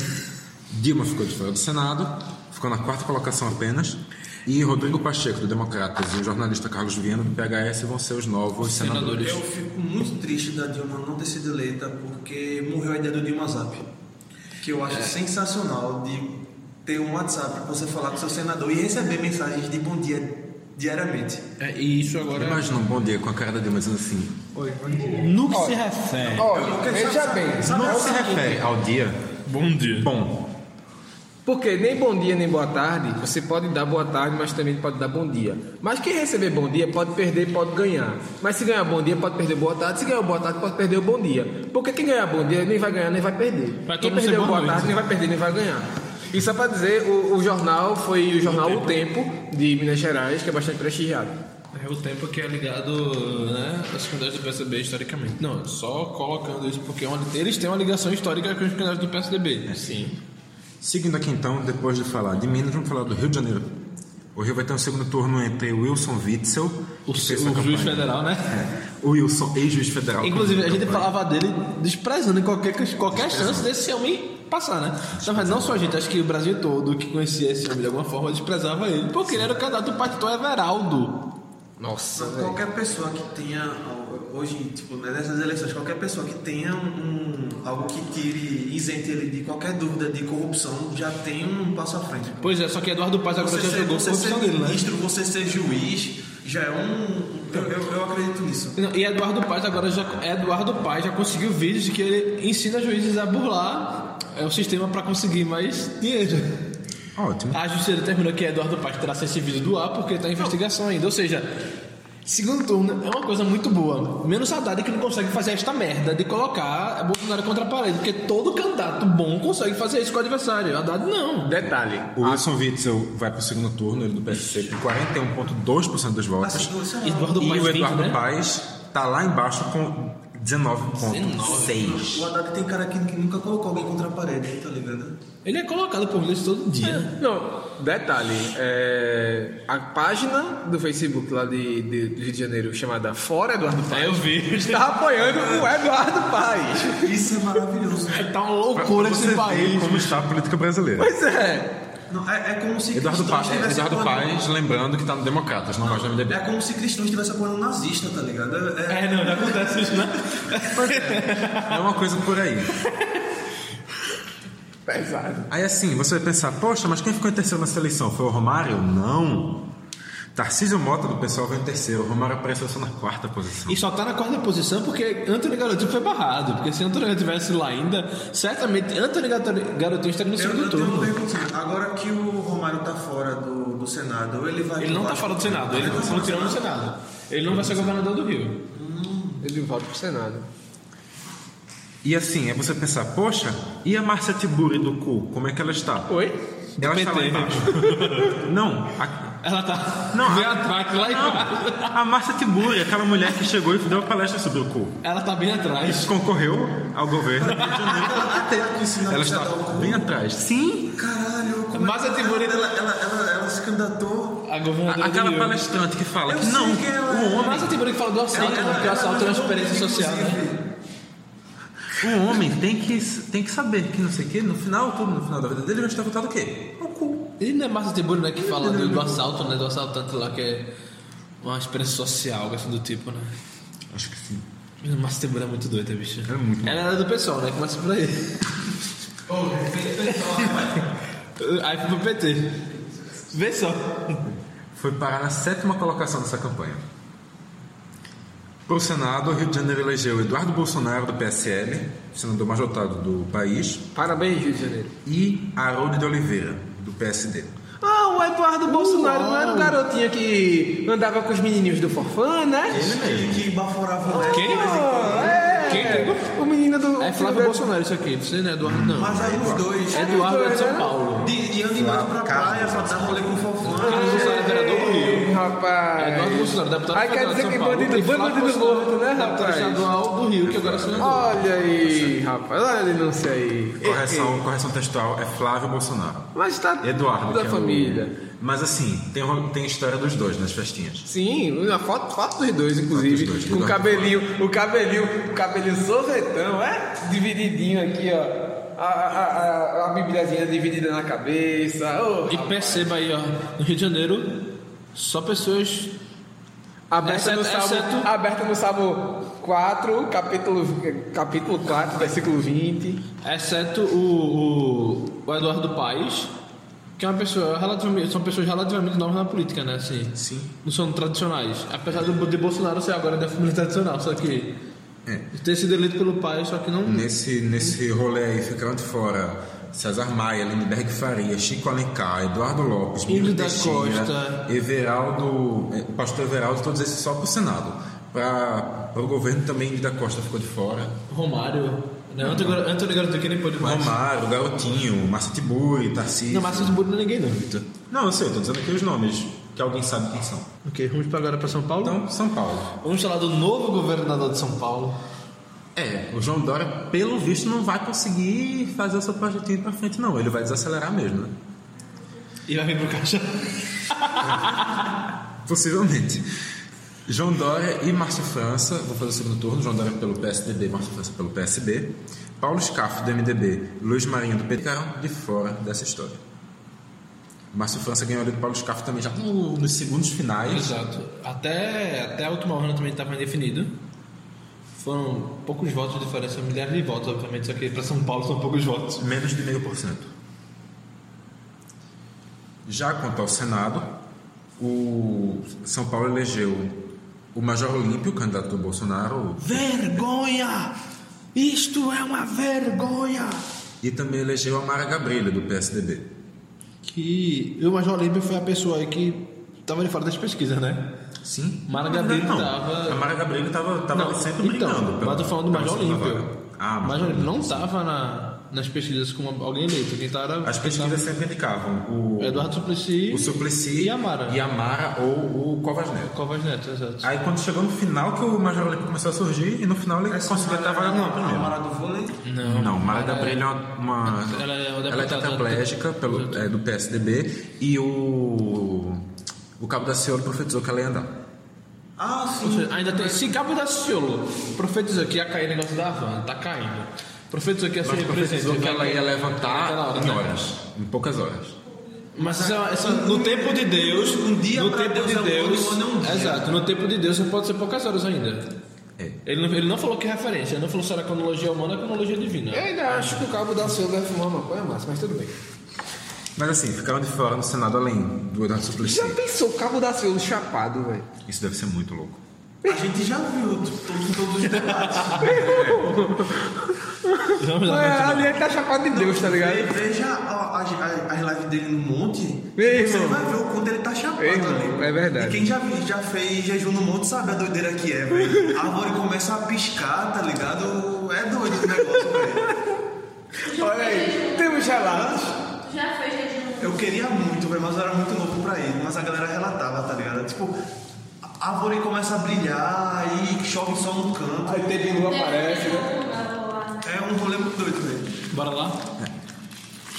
S2: Dilma ficou de fora do Senado, ficou na quarta colocação apenas. E Rodrigo Pacheco, do Democratas, e o jornalista Carlos Viana, do PHS, vão ser os novos senadores.
S1: Senadores.
S4: Eu fico muito triste da Dilma não ter sido eleita porque morreu a ideia do Dilma Zap. Que eu acho sensacional de ter um WhatsApp pra você falar com seu senador e receber mensagens de bom dia diariamente.
S1: É, e isso agora.
S2: Imagina um bom dia com a cara da Dilma dizendo assim.
S1: No que se refere.
S3: olha, veja bem.
S2: Não se refere ao dia
S1: Bom dia.
S2: bom.
S3: Porque nem bom dia nem boa tarde, você pode dar boa tarde, mas também pode dar bom dia. Mas quem receber bom dia pode perder, pode ganhar. Mas se ganhar bom dia, pode perder boa tarde. Se ganhar boa tarde, pode perder o bom dia. Porque quem ganhar bom dia nem vai ganhar, nem vai perder.
S1: Vai todo
S3: quem
S1: mundo ser
S3: perdeu
S1: boa
S3: boa
S1: noite.
S3: tarde nem vai perder, nem vai ganhar. E só pra dizer, o, o jornal foi o jornal O Tempo, de Minas Gerais, que é bastante prestigiado.
S1: É o tempo que é ligado, né? As candidatas do PSDB historicamente. Não, só colocando isso porque é uma- eles têm uma ligação histórica com os candidatos do
S2: É,
S1: PSDB. Sim.
S2: Seguindo aqui então, depois de falar de Minas, vamos falar do Rio de Janeiro. O Rio vai ter um segundo turno entre Wilson Witzel,
S1: O,
S2: que
S1: seu-
S2: fez sua
S1: o juiz
S2: campanha.
S1: federal, né?
S2: É, o Wilson, ex-juiz federal.
S1: Inclusive, a gente
S2: Campanha.
S1: falava dele desprezando qualquer, qualquer chance desse homem passar, né? Na verdade, não só a gente, acho que o Brasil todo que conhecia esse homem de alguma forma desprezava ele. Porque ele era o candidato do Partido Everaldo.
S3: Nossa,
S4: Só
S3: velho.
S4: Qualquer pessoa que tenha, al- hoje, tipo, nessas eleições, qualquer pessoa que tenha um, algo que tire, isente ele de qualquer dúvida de corrupção, já tem um passo à frente.
S1: Pois é, só que Eduardo Paz agora
S4: Você
S1: já
S4: ser,
S1: jogou
S4: você ser
S1: corrupção dele, né?
S4: ministro, você ser juiz, já é um. Eu, eu, eu acredito nisso.
S1: Não, E Eduardo Paz agora já. Eduardo Paz já conseguiu vídeos de que ele ensina juízes a burlar é, o sistema pra conseguir mais dinheiro.
S2: Ótimo.
S1: A justiça determinou que Eduardo Paz traça esse vídeo do ar porque tá em investigação ainda. Ou seja, segundo turno é uma coisa muito boa. Menos Haddad que não consegue fazer esta merda de colocar Bolsonaro contra a parede. Porque todo candidato bom consegue fazer isso com o adversário. Haddad não.
S3: Detalhe.
S2: O Wilson Witzel vai para o segundo turno, ele do PSC, com 41,2% dos votos.
S4: Assim, sei lá,
S1: Eduardo
S2: E
S1: Paz
S2: o
S1: vinte,
S2: Eduardo
S1: né?
S2: Paes tá lá embaixo com 19,6%.
S4: O Haddad tem cara que, que nunca colocou alguém contra a parede, tá ligado?
S1: Ele é colocado por Deus todo dia.
S3: Não, detalhe, é, a página do Facebook lá de, de- do Rio de Janeiro chamada Fora Eduardo Paes
S1: Aí eu vi.
S3: está apoiando o Eduardo Paes.
S4: Isso é maravilhoso.
S1: Tá uma loucura
S2: Você
S1: esse
S2: vê
S1: país.
S2: como está a política brasileira.
S3: Pois é.
S4: Não, é, é como se
S2: Eduardo,
S4: cristãos
S2: Paz,
S4: tivessem
S2: Eduardo
S4: apoiado-
S2: Paes, lembrando que tá no Democratas, não, mais no MDB.
S4: É como se cristãos estivessem apoiando um nazista, tá ligado? É, é-
S1: É, não, não acontece isso, né?
S2: É uma coisa por aí.
S3: Pesado.
S2: Aí assim, você vai pensar, poxa, mas quem ficou em terceiro nessa eleição? Foi o Romário? Não. Tarcísio Mota do pessoal veio em terceiro. O Romário apareceu só na quarta posição.
S1: E só tá na quarta posição porque Antônio Garotinho foi barrado. Porque se Antônio Garotinho tivesse lá ainda, certamente Antônio Gato- Garotinho estaria no
S4: eu,
S1: segundo
S4: eu tenho uma
S1: turno.
S4: perguntinha. Agora que o Romário tá fora do, do Senado, ele vai.
S1: Ele não
S4: eu
S1: tá
S4: acho-
S1: fora do Senado, ele
S4: tá
S1: foi tirando do Senado. Ele não vai ser governador do Rio.
S3: Ele volta pro Senado.
S2: E assim, é você pensar, poxa, e a Márcia Tiburi do cu? Como é que ela está?
S1: Oi?
S2: Ela
S1: Do
S2: está lá
S1: PT.
S2: embaixo. Não, a,
S1: Ela tá.
S2: Não,
S1: veio
S2: a-
S1: atrás, lá embaixo.
S2: a Márcia Tiburi, aquela mulher que chegou e deu uma palestra sobre o cu.
S1: Ela tá bem atrás.
S2: Concorreu ao governo. do Rio de Janeiro.
S4: Ela que ensinou
S2: Ela
S4: a
S2: está
S4: dar o cu.
S2: bem atrás. Sim,
S4: Caralho, como
S1: Mas
S4: é
S1: a
S4: que
S1: Tiburi-
S4: ela, ela, ela, ela se candidatou.
S1: A governadora
S2: aquela
S1: do Rio.
S2: palestrante que fala
S4: Eu
S2: que
S4: sei
S2: não,
S4: que ela- é.
S2: o homem
S1: Mas a Tiburi que fala do assalto, né? porque o assalto é uma experiência social, né?
S2: O um homem tem que, tem que saber que não sei o que, no final, tudo no final da vida dele vai estar votado o quê? No cu.
S1: E não é Márcia Tiburi, né, que fala do, do assalto, né? Do assaltante lá, que é uma experiência social, algo assim do tipo, né?
S2: Acho que sim.
S1: Mas Márcia Tiburi é muito doida, bicho.
S2: É muito.
S1: Ela era do pessoal, né? Começa por aí. aí foi pro PT. Vê só.
S2: Foi parar na sétima colocação dessa campanha. Pro Senado, o Rio de Janeiro elegeu Eduardo Bolsonaro, do PSL, senador mais votado do país,
S3: Parabéns, Rio de Janeiro.
S2: e Haroldo de Oliveira, do PSD.
S3: Ah, o Eduardo Bolsonaro não era o garotinho que andava com os menininhos do Forfã, né?
S4: Ele que baforava né? ela.
S1: Quem?
S3: É,
S1: Quem?
S3: o menino do.
S1: É Flávio Bolsonaro isso aqui. Você não é Eduardo, não.
S4: Mas aí os dois.
S1: Eduardo é de São
S3: né?
S1: Paulo.
S4: De, de animado pra praia, pra dar rolê com fofão.
S1: Carlos Bolsonaro é vereador do Rio.
S3: Rapaz.
S1: Eduardo Bolsonaro, deputado
S3: Aí quer
S1: federal de
S3: dizer
S1: São
S3: que
S1: Paulo,
S3: bandido,
S1: e
S3: bandido,
S1: Flávio Bolsonaro,
S3: morto, né,
S1: deputado
S3: rapaz? Ah.
S1: estadual do Rio, que agora é senador.
S3: Olha aí, rapaz. Olha a denúncia aí.
S2: Correção, correção textual é Flávio Bolsonaro.
S3: Mas tá
S2: Eduardo,
S3: da
S2: que é o-
S3: família.
S2: Mas assim, tem, ro- tem história dos dois nas festinhas.
S3: Sim, a foto, foto dos dois, inclusive.
S2: Foto dos dois,
S3: com o
S2: Eduardo
S3: cabelinho, o cabelinho, o cabelinho sorvetão, é? Divididinho aqui, ó. A, a, a, a bibliazinha dividida na cabeça. Ô,
S1: E perceba aí, ó, no Rio de Janeiro, só pessoas.
S3: Aberta
S2: é
S3: no,
S1: Exceto-
S3: salmo,
S1: exceto-
S3: aberta no Salmo 4, capítulo, capítulo 4, versículo 20.
S1: Exceto o, o, o Eduardo Paes, que é uma pessoa relativamente. São pessoas relativamente novas na política, né? Assim,
S2: Sim.
S1: Não são tradicionais. Apesar do, de Bolsonaro ser agora da família tradicional, só que.
S2: É. Né?
S1: Ter sido eleito pelo Paes, só que não.
S2: Nesse, nesse rolê aí, ficaram de fora César Maia, Lindbergh Faria, Chico Alencar, Eduardo Lopes,
S1: Ilho
S2: Miro
S1: da
S2: Teixeira,
S1: Costa.
S2: Everaldo, eh, Pastor Everaldo, todos esses só pro Senado. Para o governo também, Ilho da Costa ficou de fora.
S1: Romário. Né? Antônio Gar- Antônio Garotinho, que nem pôde mais.
S2: Romário, Garotinho, Márcio Tiburi,
S1: Não,
S2: Tarcísio.
S1: mas isso não é ninguém, não, Vitor.
S2: Não, eu sei, eu tô dizendo aqui os nomes, que alguém sabe quem são.
S1: Ok, vamos pra agora pra São Paulo?
S2: Então, São Paulo.
S1: Vamos falar do novo governador de São Paulo.
S2: É, o João Dória, pelo visto, não vai conseguir fazer o seu projetinho pra frente, não. Ele vai desacelerar mesmo, né?
S1: E vai vir pro caixa.
S2: Possivelmente. João Dória e Márcio França, vou fazer o segundo turno, João Dória pelo PSDB, Márcio França pelo PSB. Paulo Scaff, do MDB, Luiz Marinho, do PT, ficaram de fora dessa história. Márcio França ganhou ali do Paulo Scaff também já no- nos segundos finais.
S1: Exato. Até, até a última hora também estava indefinido. Foram poucos votos de diferença, milhares de votos, obviamente, só que para São Paulo são poucos votos.
S2: Menos de meio por cento. Já quanto ao Senado, o São Paulo elegeu o Major Olímpio, candidato do Bolsonaro,
S1: Vergonha! Isto é uma vergonha!
S2: e também elegeu a Mara Gabrilha, do PSDB.
S1: Que o Major Olímpio foi a pessoa aí que estava de fora das pesquisas, né?
S2: Sim.
S1: Mara
S2: Na
S1: Gabrilli
S2: verdade, não.
S1: tava-
S2: A Mara Gabrilli tava, tava sempre brigando.
S1: então,
S2: pela-
S1: mas tô falando do
S2: pela
S1: Major
S2: segunda
S1: Olímpio.
S2: vaga. Ah,
S1: Major
S2: mas
S1: Olímpio não estava na, nas pesquisas como alguém eleito. Quem tava,
S2: As
S1: quem
S2: pesquisas sempre indicavam o,
S1: tava- Eduardo Suplicy,
S2: o Suplicy
S1: e a Mara.
S2: e a Mara ou o Covas Neto.
S1: Covas Neto, exato.
S2: Aí quando chegou no final que o Major Olímpio começou a surgir e no final
S3: é
S2: ele conseguiu até a vaga no
S4: A
S2: primeiro.
S4: mara do vôlei.
S2: Não, Mara Gabrilli é uma.
S1: Ela é o deputado-
S2: ela é tetraplégica pelo, é, do PSDB e o. O Cabo da Ciolo profetizou que ela ia andar.
S1: Ou
S4: Ah, sim.
S1: seja, ainda tem. Se Cabo da Ciolo profetizou que ia cair o negócio da Havana, tá caindo. Profetizou que ia ser
S2: Mas
S1: representante.
S2: profetizou que ela ia levantar
S1: naquela hora,
S2: em
S1: né?
S2: horas, em poucas horas.
S1: Mas isso é uma- isso é- no tempo de Deus,
S4: um dia
S1: no
S4: pra
S1: tempo
S4: Deus
S1: de
S4: é um
S1: Deus,
S4: ano, um ano é um dia.
S1: exato, no tempo de Deus você pode ser poucas horas ainda.
S2: É.
S1: Ele, não, ele não falou que referência, ele não falou se era cronologia humana ou cronologia divina.
S4: É.
S3: Eu ainda acho que o cabo da Silva vai fumar maconha massa, mas tudo bem.
S2: Mas assim, ficaram de fora no Senado além do Eduardo Suplicy.
S3: Já pensou o cabo da Silva chapado, velho?
S2: Isso deve ser muito louco.
S4: A gente já viu t- todo- todos os debates.
S1: Vamos lá,
S3: É,
S1: vamos lá.
S3: ali ele tá chapado de Deus, tá ligado?
S4: Ve- Veja a- a- a- as lives dele no monte.
S3: Ei,
S4: você
S3: irmão.
S4: vai ver o quanto ele tá chapado
S3: Ei, irmão,
S4: ali.
S3: é verdade.
S4: E quem já, vi- já fez jejum no monte sabe a doideira que é, velho. A árvore começa a piscar, tá ligado? É doido o negócio, velho.
S3: Olha aí, temos relatos.
S6: Já foi jejum.
S4: Eu queria muito, velho, mas eu era muito novo pra ir. Mas a galera relatava, tá ligado? Tipo, a árvore começa a brilhar e chove só no canto.
S3: Aí teve lua aparece, né?
S4: É um rolê muito doido, velho.
S1: Bora lá.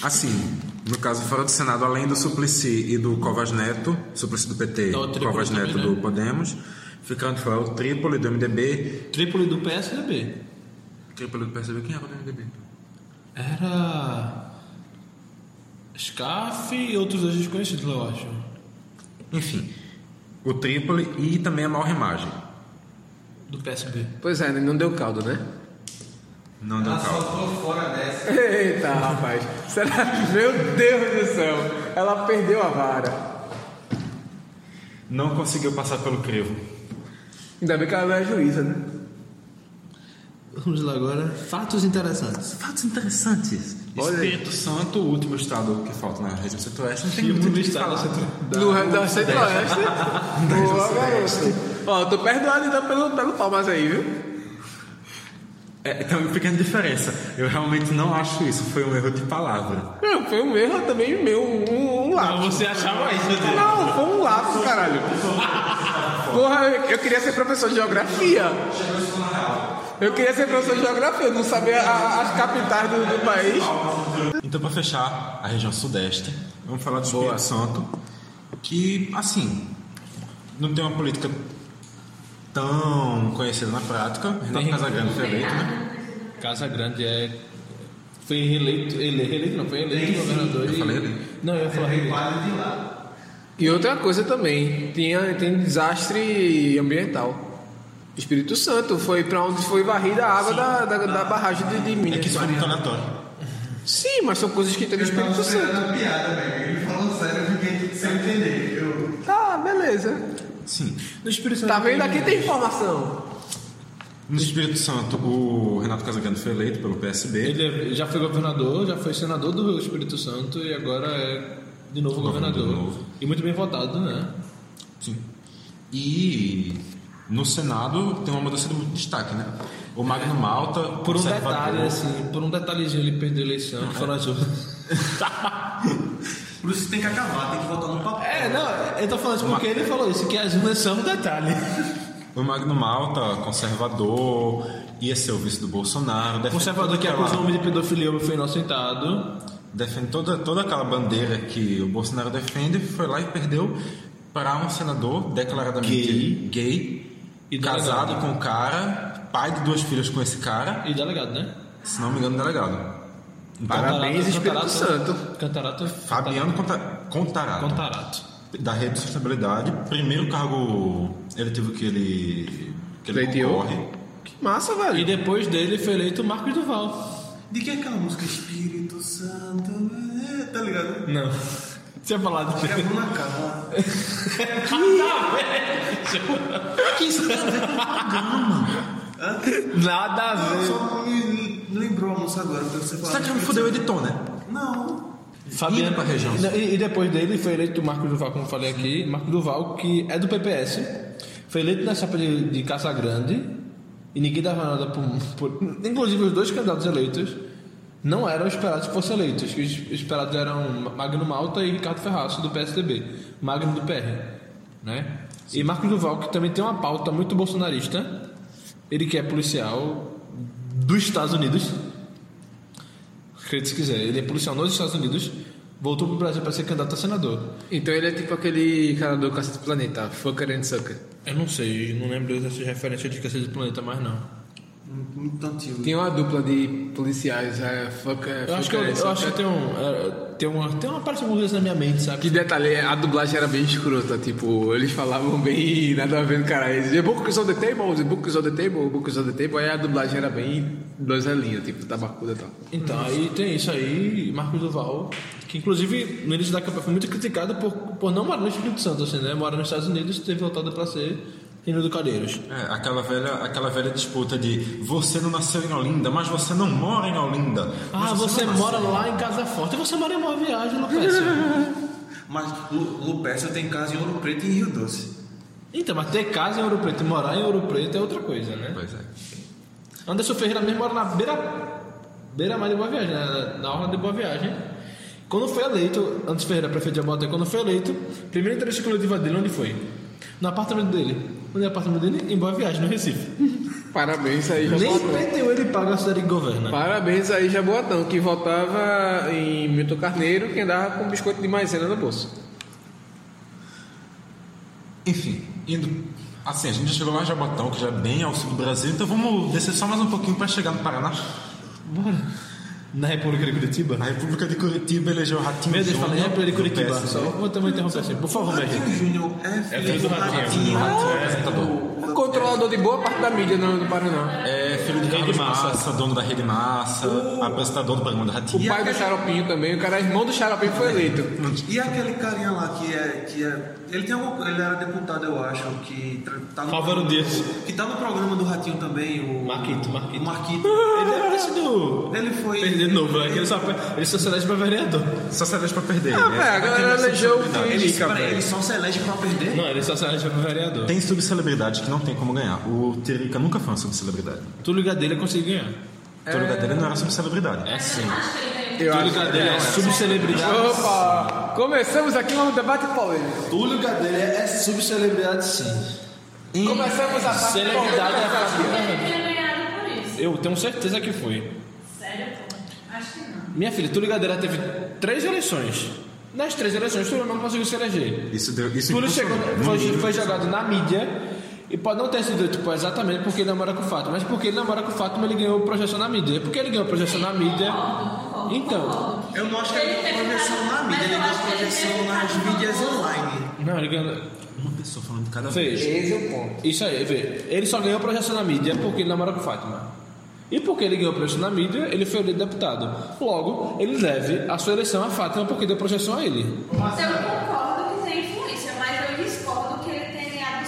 S2: Assim, no caso, fora do Senado, além do Suplicy e do Covas Neto, Suplicy do PT,
S1: Tá, o Trípoli
S2: Covas
S1: também,
S2: Neto
S1: né?
S2: do Podemos, ficaram de fora o Trípoli do MDB.
S1: Trípoli do PSDB.
S2: Trípoli do PSDB, quem era do MDB?
S1: Era. Scaf e outros dois desconhecidos, eu acho.
S2: Enfim, o Trípoli e também a Malremagem.
S1: Do PSB.
S3: Pois é, não deu caldo, né?
S2: Não deu caldo.
S3: Eita, rapaz. Será? Meu Deus do céu. Ela perdeu a vara.
S2: Não conseguiu passar pelo crivo.
S3: Ainda bem que ela não é juíza, né?
S1: Vamos lá agora. Fatos interessantes.
S2: Fatos interessantes. Espírito Santo, o último estado que falta na região centro-oeste, não tem
S1: E o
S2: muito o
S1: último
S2: que
S1: estado
S2: falar.
S3: No resto da Centro-Oeste. Boa, garoto. Ó, tô perdoado então pelo, pelo Palmas aí, viu?
S2: É, tem uma pequena diferença. Eu realmente não acho isso. Foi um erro de palavra.
S3: Não, foi um erro também meu, um, um lápis.
S1: Você achava isso, né?
S3: Não, foi um lápis, caralho. Porra, eu eu queria ser professor de geografia. Eu queria ser professor de geografia, eu não sabia a- as capitais do, do país.
S2: Então, para fechar a região sudeste, vamos falar do Espírito Santo, que, assim, não tem uma política tão conhecida na prática. Renato Casagrande foi eleito, né?
S1: Casa Grande é. Foi reeleito. Ele, é reeleito não, foi eleito governador.
S2: Eu
S1: e-
S2: falei eleito.
S1: Não, eu ia falar reeleito.
S3: E outra coisa também, tinha, tem desastre ambiental. Espírito Santo foi para onde foi varrida a água da, da,
S1: Ah.
S3: da barragem de, de
S2: É
S3: Minas.
S2: que isso foi muito aleatório.
S3: Sim, mas são coisas que tem no
S1: É,
S3: Espírito Santo.
S4: Era piada, velho. Ele falou sério, eu fiquei sem entender. Eu...
S3: Tá, beleza.
S2: Sim.
S1: No Espírito Santo. né?
S3: Tá vendo? Aqui tem informação.
S2: No Espírito Santo, o Renato Casagrande foi eleito pelo PSB.
S1: Ele é- já foi governador, já foi senador do Espírito Santo e agora é de novo
S2: Governador
S1: governador.
S2: novo.
S1: E muito bem votado, né?
S2: Sim. E no Senado tem uma mudança de destaque, né? O Magno Malta,
S1: Por um
S2: conservador,
S1: detalhe, assim, por um detalhezinho ele perdeu a eleição, foram as urnas.
S4: É. Por isso tem que acabar, tem que voltar no papel.
S1: É, não, eu tô falando isso porque ele falou isso, que as urnas são um detalhe.
S2: O Magno Malta, conservador, ia ser o vice do Bolsonaro.
S4: É,
S2: defende
S1: Conservador
S2: toda
S1: que é
S2: aquela-
S1: acusou o homem de pedofilia foi inocentado.
S2: Defende toda, toda aquela bandeira que o Bolsonaro defende, foi lá e perdeu para um senador declaradamente gay,
S1: E
S2: casado
S1: delegado.
S2: com o cara, pai de duas filhas com esse cara,
S1: E delegado, né?
S2: se não me engano, delegado.
S1: Então,
S3: Parabéns, Espírito Santo.
S1: Cantarato.
S2: Fabiano Conta, Contarato,
S1: Contarato.
S2: da Rede de Sustentabilidade, primeiro cargo eletivo que ele, que ele
S3: Pleiteou.
S2: concorre.
S3: Que massa,
S1: E
S3: velho.
S1: depois dele foi eleito o Marcos Duval.
S4: De que é aquela música? Espírito Santo, é, tá ligado?
S1: Não. Tinha falado.
S4: Que é a na cara.
S1: Nada a ver.
S4: Ah, Só me lembrou a música agora, porque você falou.
S2: Será que já me fudeu o editor, né?
S4: Não.
S1: Fabiano
S2: Indo pra região.
S1: E, e depois dele foi eleito o Marco Duval, como eu falei aqui, Marco Duval, que é do PPS, foi eleito na chapa de, de Caça Grande, e ninguém dava nada por, por- Inclusive os dois candidatos eleitos não eram esperados que fossem eleitos. Os esperados eram Magno Malta e Ricardo Ferraço, do PSDB, Magno do PR. Né? E Marco Duval, que também tem uma pauta muito bolsonarista, ele que é policial dos Estados Unidos. Acredite se quiser, ele é policial nos Estados Unidos, voltou pro Brasil para ser candidato a senador.
S3: Então ele é tipo aquele cara do Cacete do Planeta, Fucker and Sucker.
S1: Eu não sei, não lembro dessas referências de Cacete do Planeta mais não.
S4: Mutantil.
S3: Tem uma dupla de policiais, é, fuck, é,
S1: Eu acho que eu, eu acho que tem um. é, Tem uma, tem uma parte burguesa na minha mente, sabe?
S3: Que detalhe, a dublagem era bem escrota, tipo, eles falavam bem nada a ver, cara. Eles diziam Books on the table, the books on the table, books on the table. Aí a dublagem era bem dois linha, tipo, tabacuda e tal.
S1: Então, aí tem isso aí, Marcos Duval, que inclusive no início da campanha foi muito criticado por, por não morar no Espírito Santo, assim, né? Morar nos Estados Unidos e ter voltado pra ser Reino do Calheiros.
S2: É, aquela velha, aquela velha disputa de você não nasceu em Olinda, mas você não mora em Olinda.
S1: Ah,
S2: Mas
S1: você
S2: não
S1: mora
S2: nasceu.
S1: lá em Casa Forte, você mora em Boa Viagem, Lucas.
S4: Mas Lu- Lupécio tem casa em Ouro Preto e em Rio Doce.
S1: então, mas ter casa em Ouro Preto e morar em Ouro Preto é outra coisa, né?
S2: Pois é.
S1: Anderson Ferreira mesmo mora na beira beira mar de Boa Viagem, na, na orla de Boa Viagem. Quando foi eleito, Anderson Ferreira, prefeito de Abota, quando foi eleito, primeira entrevista coletiva dele, onde foi? No apartamento dele. Onde é o apartamento dele? Em Boa Viagem, no Recife.
S3: Parabéns aí,
S1: Nem
S3: Jaboatão.
S1: PTU ele paga a cidade que governa.
S3: Parabéns aí, Jaboatão, que votava em Milton Carneiro, que andava com biscoito de maisena no bolso.
S2: Enfim, indo. Assim, a gente já chegou lá em Jabotão, que já é bem ao sul do Brasil, então vamos descer só mais um pouquinho para chegar no Paraná.
S1: Na República de Curitiba?
S2: A República de Curitiba elegeu o Ratinho
S1: Meu Deus,
S2: Júnior
S1: falei República de
S2: do
S1: Curitiba.
S2: PSD.
S1: Só vou também interromper assim. Por favor, minha gente.
S4: Ratinho Júnior é filho
S1: filho
S4: do
S1: do
S4: Ratinho.
S2: É, tá apresentador.
S4: O-
S3: Controlador de boa parte da mídia no, no Paraná.
S2: É filho de Carlos Massa. dono da Rede Massa,
S1: Uh.
S2: apresentador do programa do
S3: O
S2: Ratinho.
S3: pai do Xaropinho também, o cara é irmão do Xaropinho, foi eleito.
S4: E aquele carinha lá que é. Que é ele, tem algum, ele era deputado, eu acho, que tra- tá no.
S1: Álvaro Dias.
S4: Que tá no programa do Ratinho também, o.
S1: Marquito, Marquito.
S4: O Marquito.
S1: Ele deve ter sido.
S4: Ele foi.
S1: Perder de novo, né? Que Ele só, ele só se elege pra vereador.
S2: Só se elege pra perder.
S3: Ah,
S2: né?
S3: velho, a galera elegeu o
S4: Ele,
S3: Tiririca,
S4: peraí,
S3: velho.
S4: ele só se elege pra perder?
S1: Não, ele só se elege pra vereador.
S2: Tem subcelebridade que não tem como ganhar. O Terica nunca foi uma subcelebridade.
S1: Tu ligar dele é conseguir ganhar.
S2: O Túlio Gadelha não era subcelebridade.
S1: É sim.
S6: Assim.
S3: Eu
S1: Túlio
S3: acho.
S1: Gadelha é subcelebridade.
S3: Opa! Começamos aqui um debate polêmico.
S2: Oh.
S1: Túlio Gadelha é subcelebridade sim.
S3: Começamos a parte
S1: Celebridade é
S3: polêmica.
S6: Ele
S1: fácil.
S6: tinha ganhado por isso.
S1: Eu tenho certeza que foi.
S6: Sério, pô? Acho que não.
S1: Minha filha, Túlio Gadelha teve três eleições. Nas três eleições, Túlio não conseguiu se eleger.
S2: Isso deu. Isso
S1: Túlio chegou,
S2: impulsionou.
S1: foi, foi jogado na mídia. E pode não ter sido tipo, exatamente porque ele namora com o Fátima, mas porque ele namora com o Fátima, ele ganhou projeção na mídia. E Porque ele ganhou projeção na mídia. Então,
S4: Eu não acho que ele deu projeção na mídia, ele deu projeção nas mídias online.
S1: não, ele ganhou.
S2: Uma pessoa falando de cada vez.
S1: Fez.
S3: Esse é o ponto.
S1: Isso aí, vê. Ele só ganhou projeção na mídia porque ele namora com Fátima. E porque ele ganhou projeção na mídia, ele foi eleito deputado. Logo, ele deve a sua eleição a Fátima porque deu projeção a ele.
S6: Então, Eu concordo que tem influência, mas eu discordo que ele tenha ganhado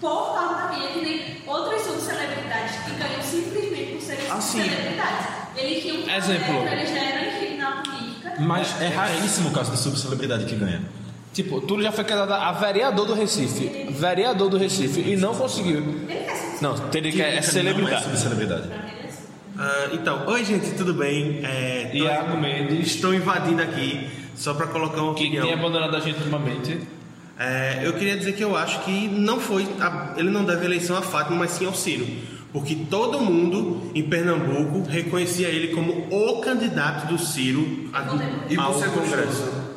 S6: por causa da minha, que nem outras subcelebridades que ganham simplesmente por serem
S4: Assim.
S6: celebridades. Ele tinha um poder,
S1: Exemplo.
S6: ele já era enfim na política.
S2: Mas é raríssimo o caso de subcelebridade que ganha.
S1: Tipo, Túlio já foi candidato a vereador do Recife. Vereador do Recife. E não conseguiu. Não, teria que é, é
S2: Não
S1: celebridade.
S2: é subcelebridade.
S9: Ah, então, oi gente, tudo bem? É, tô-
S1: Iago Mendes.
S9: Estou invadindo aqui só para colocar uma
S1: Que
S9: opinião.
S1: tem abandonado a gente ultimamente.
S9: É, eu queria dizer que eu acho que não foi, a- ele não deve eleição a Fátima, mas sim ao Ciro, porque todo mundo em Pernambuco reconhecia ele como o candidato do Ciro a,
S4: E
S9: ao
S4: você
S9: Congresso.
S4: gostoso.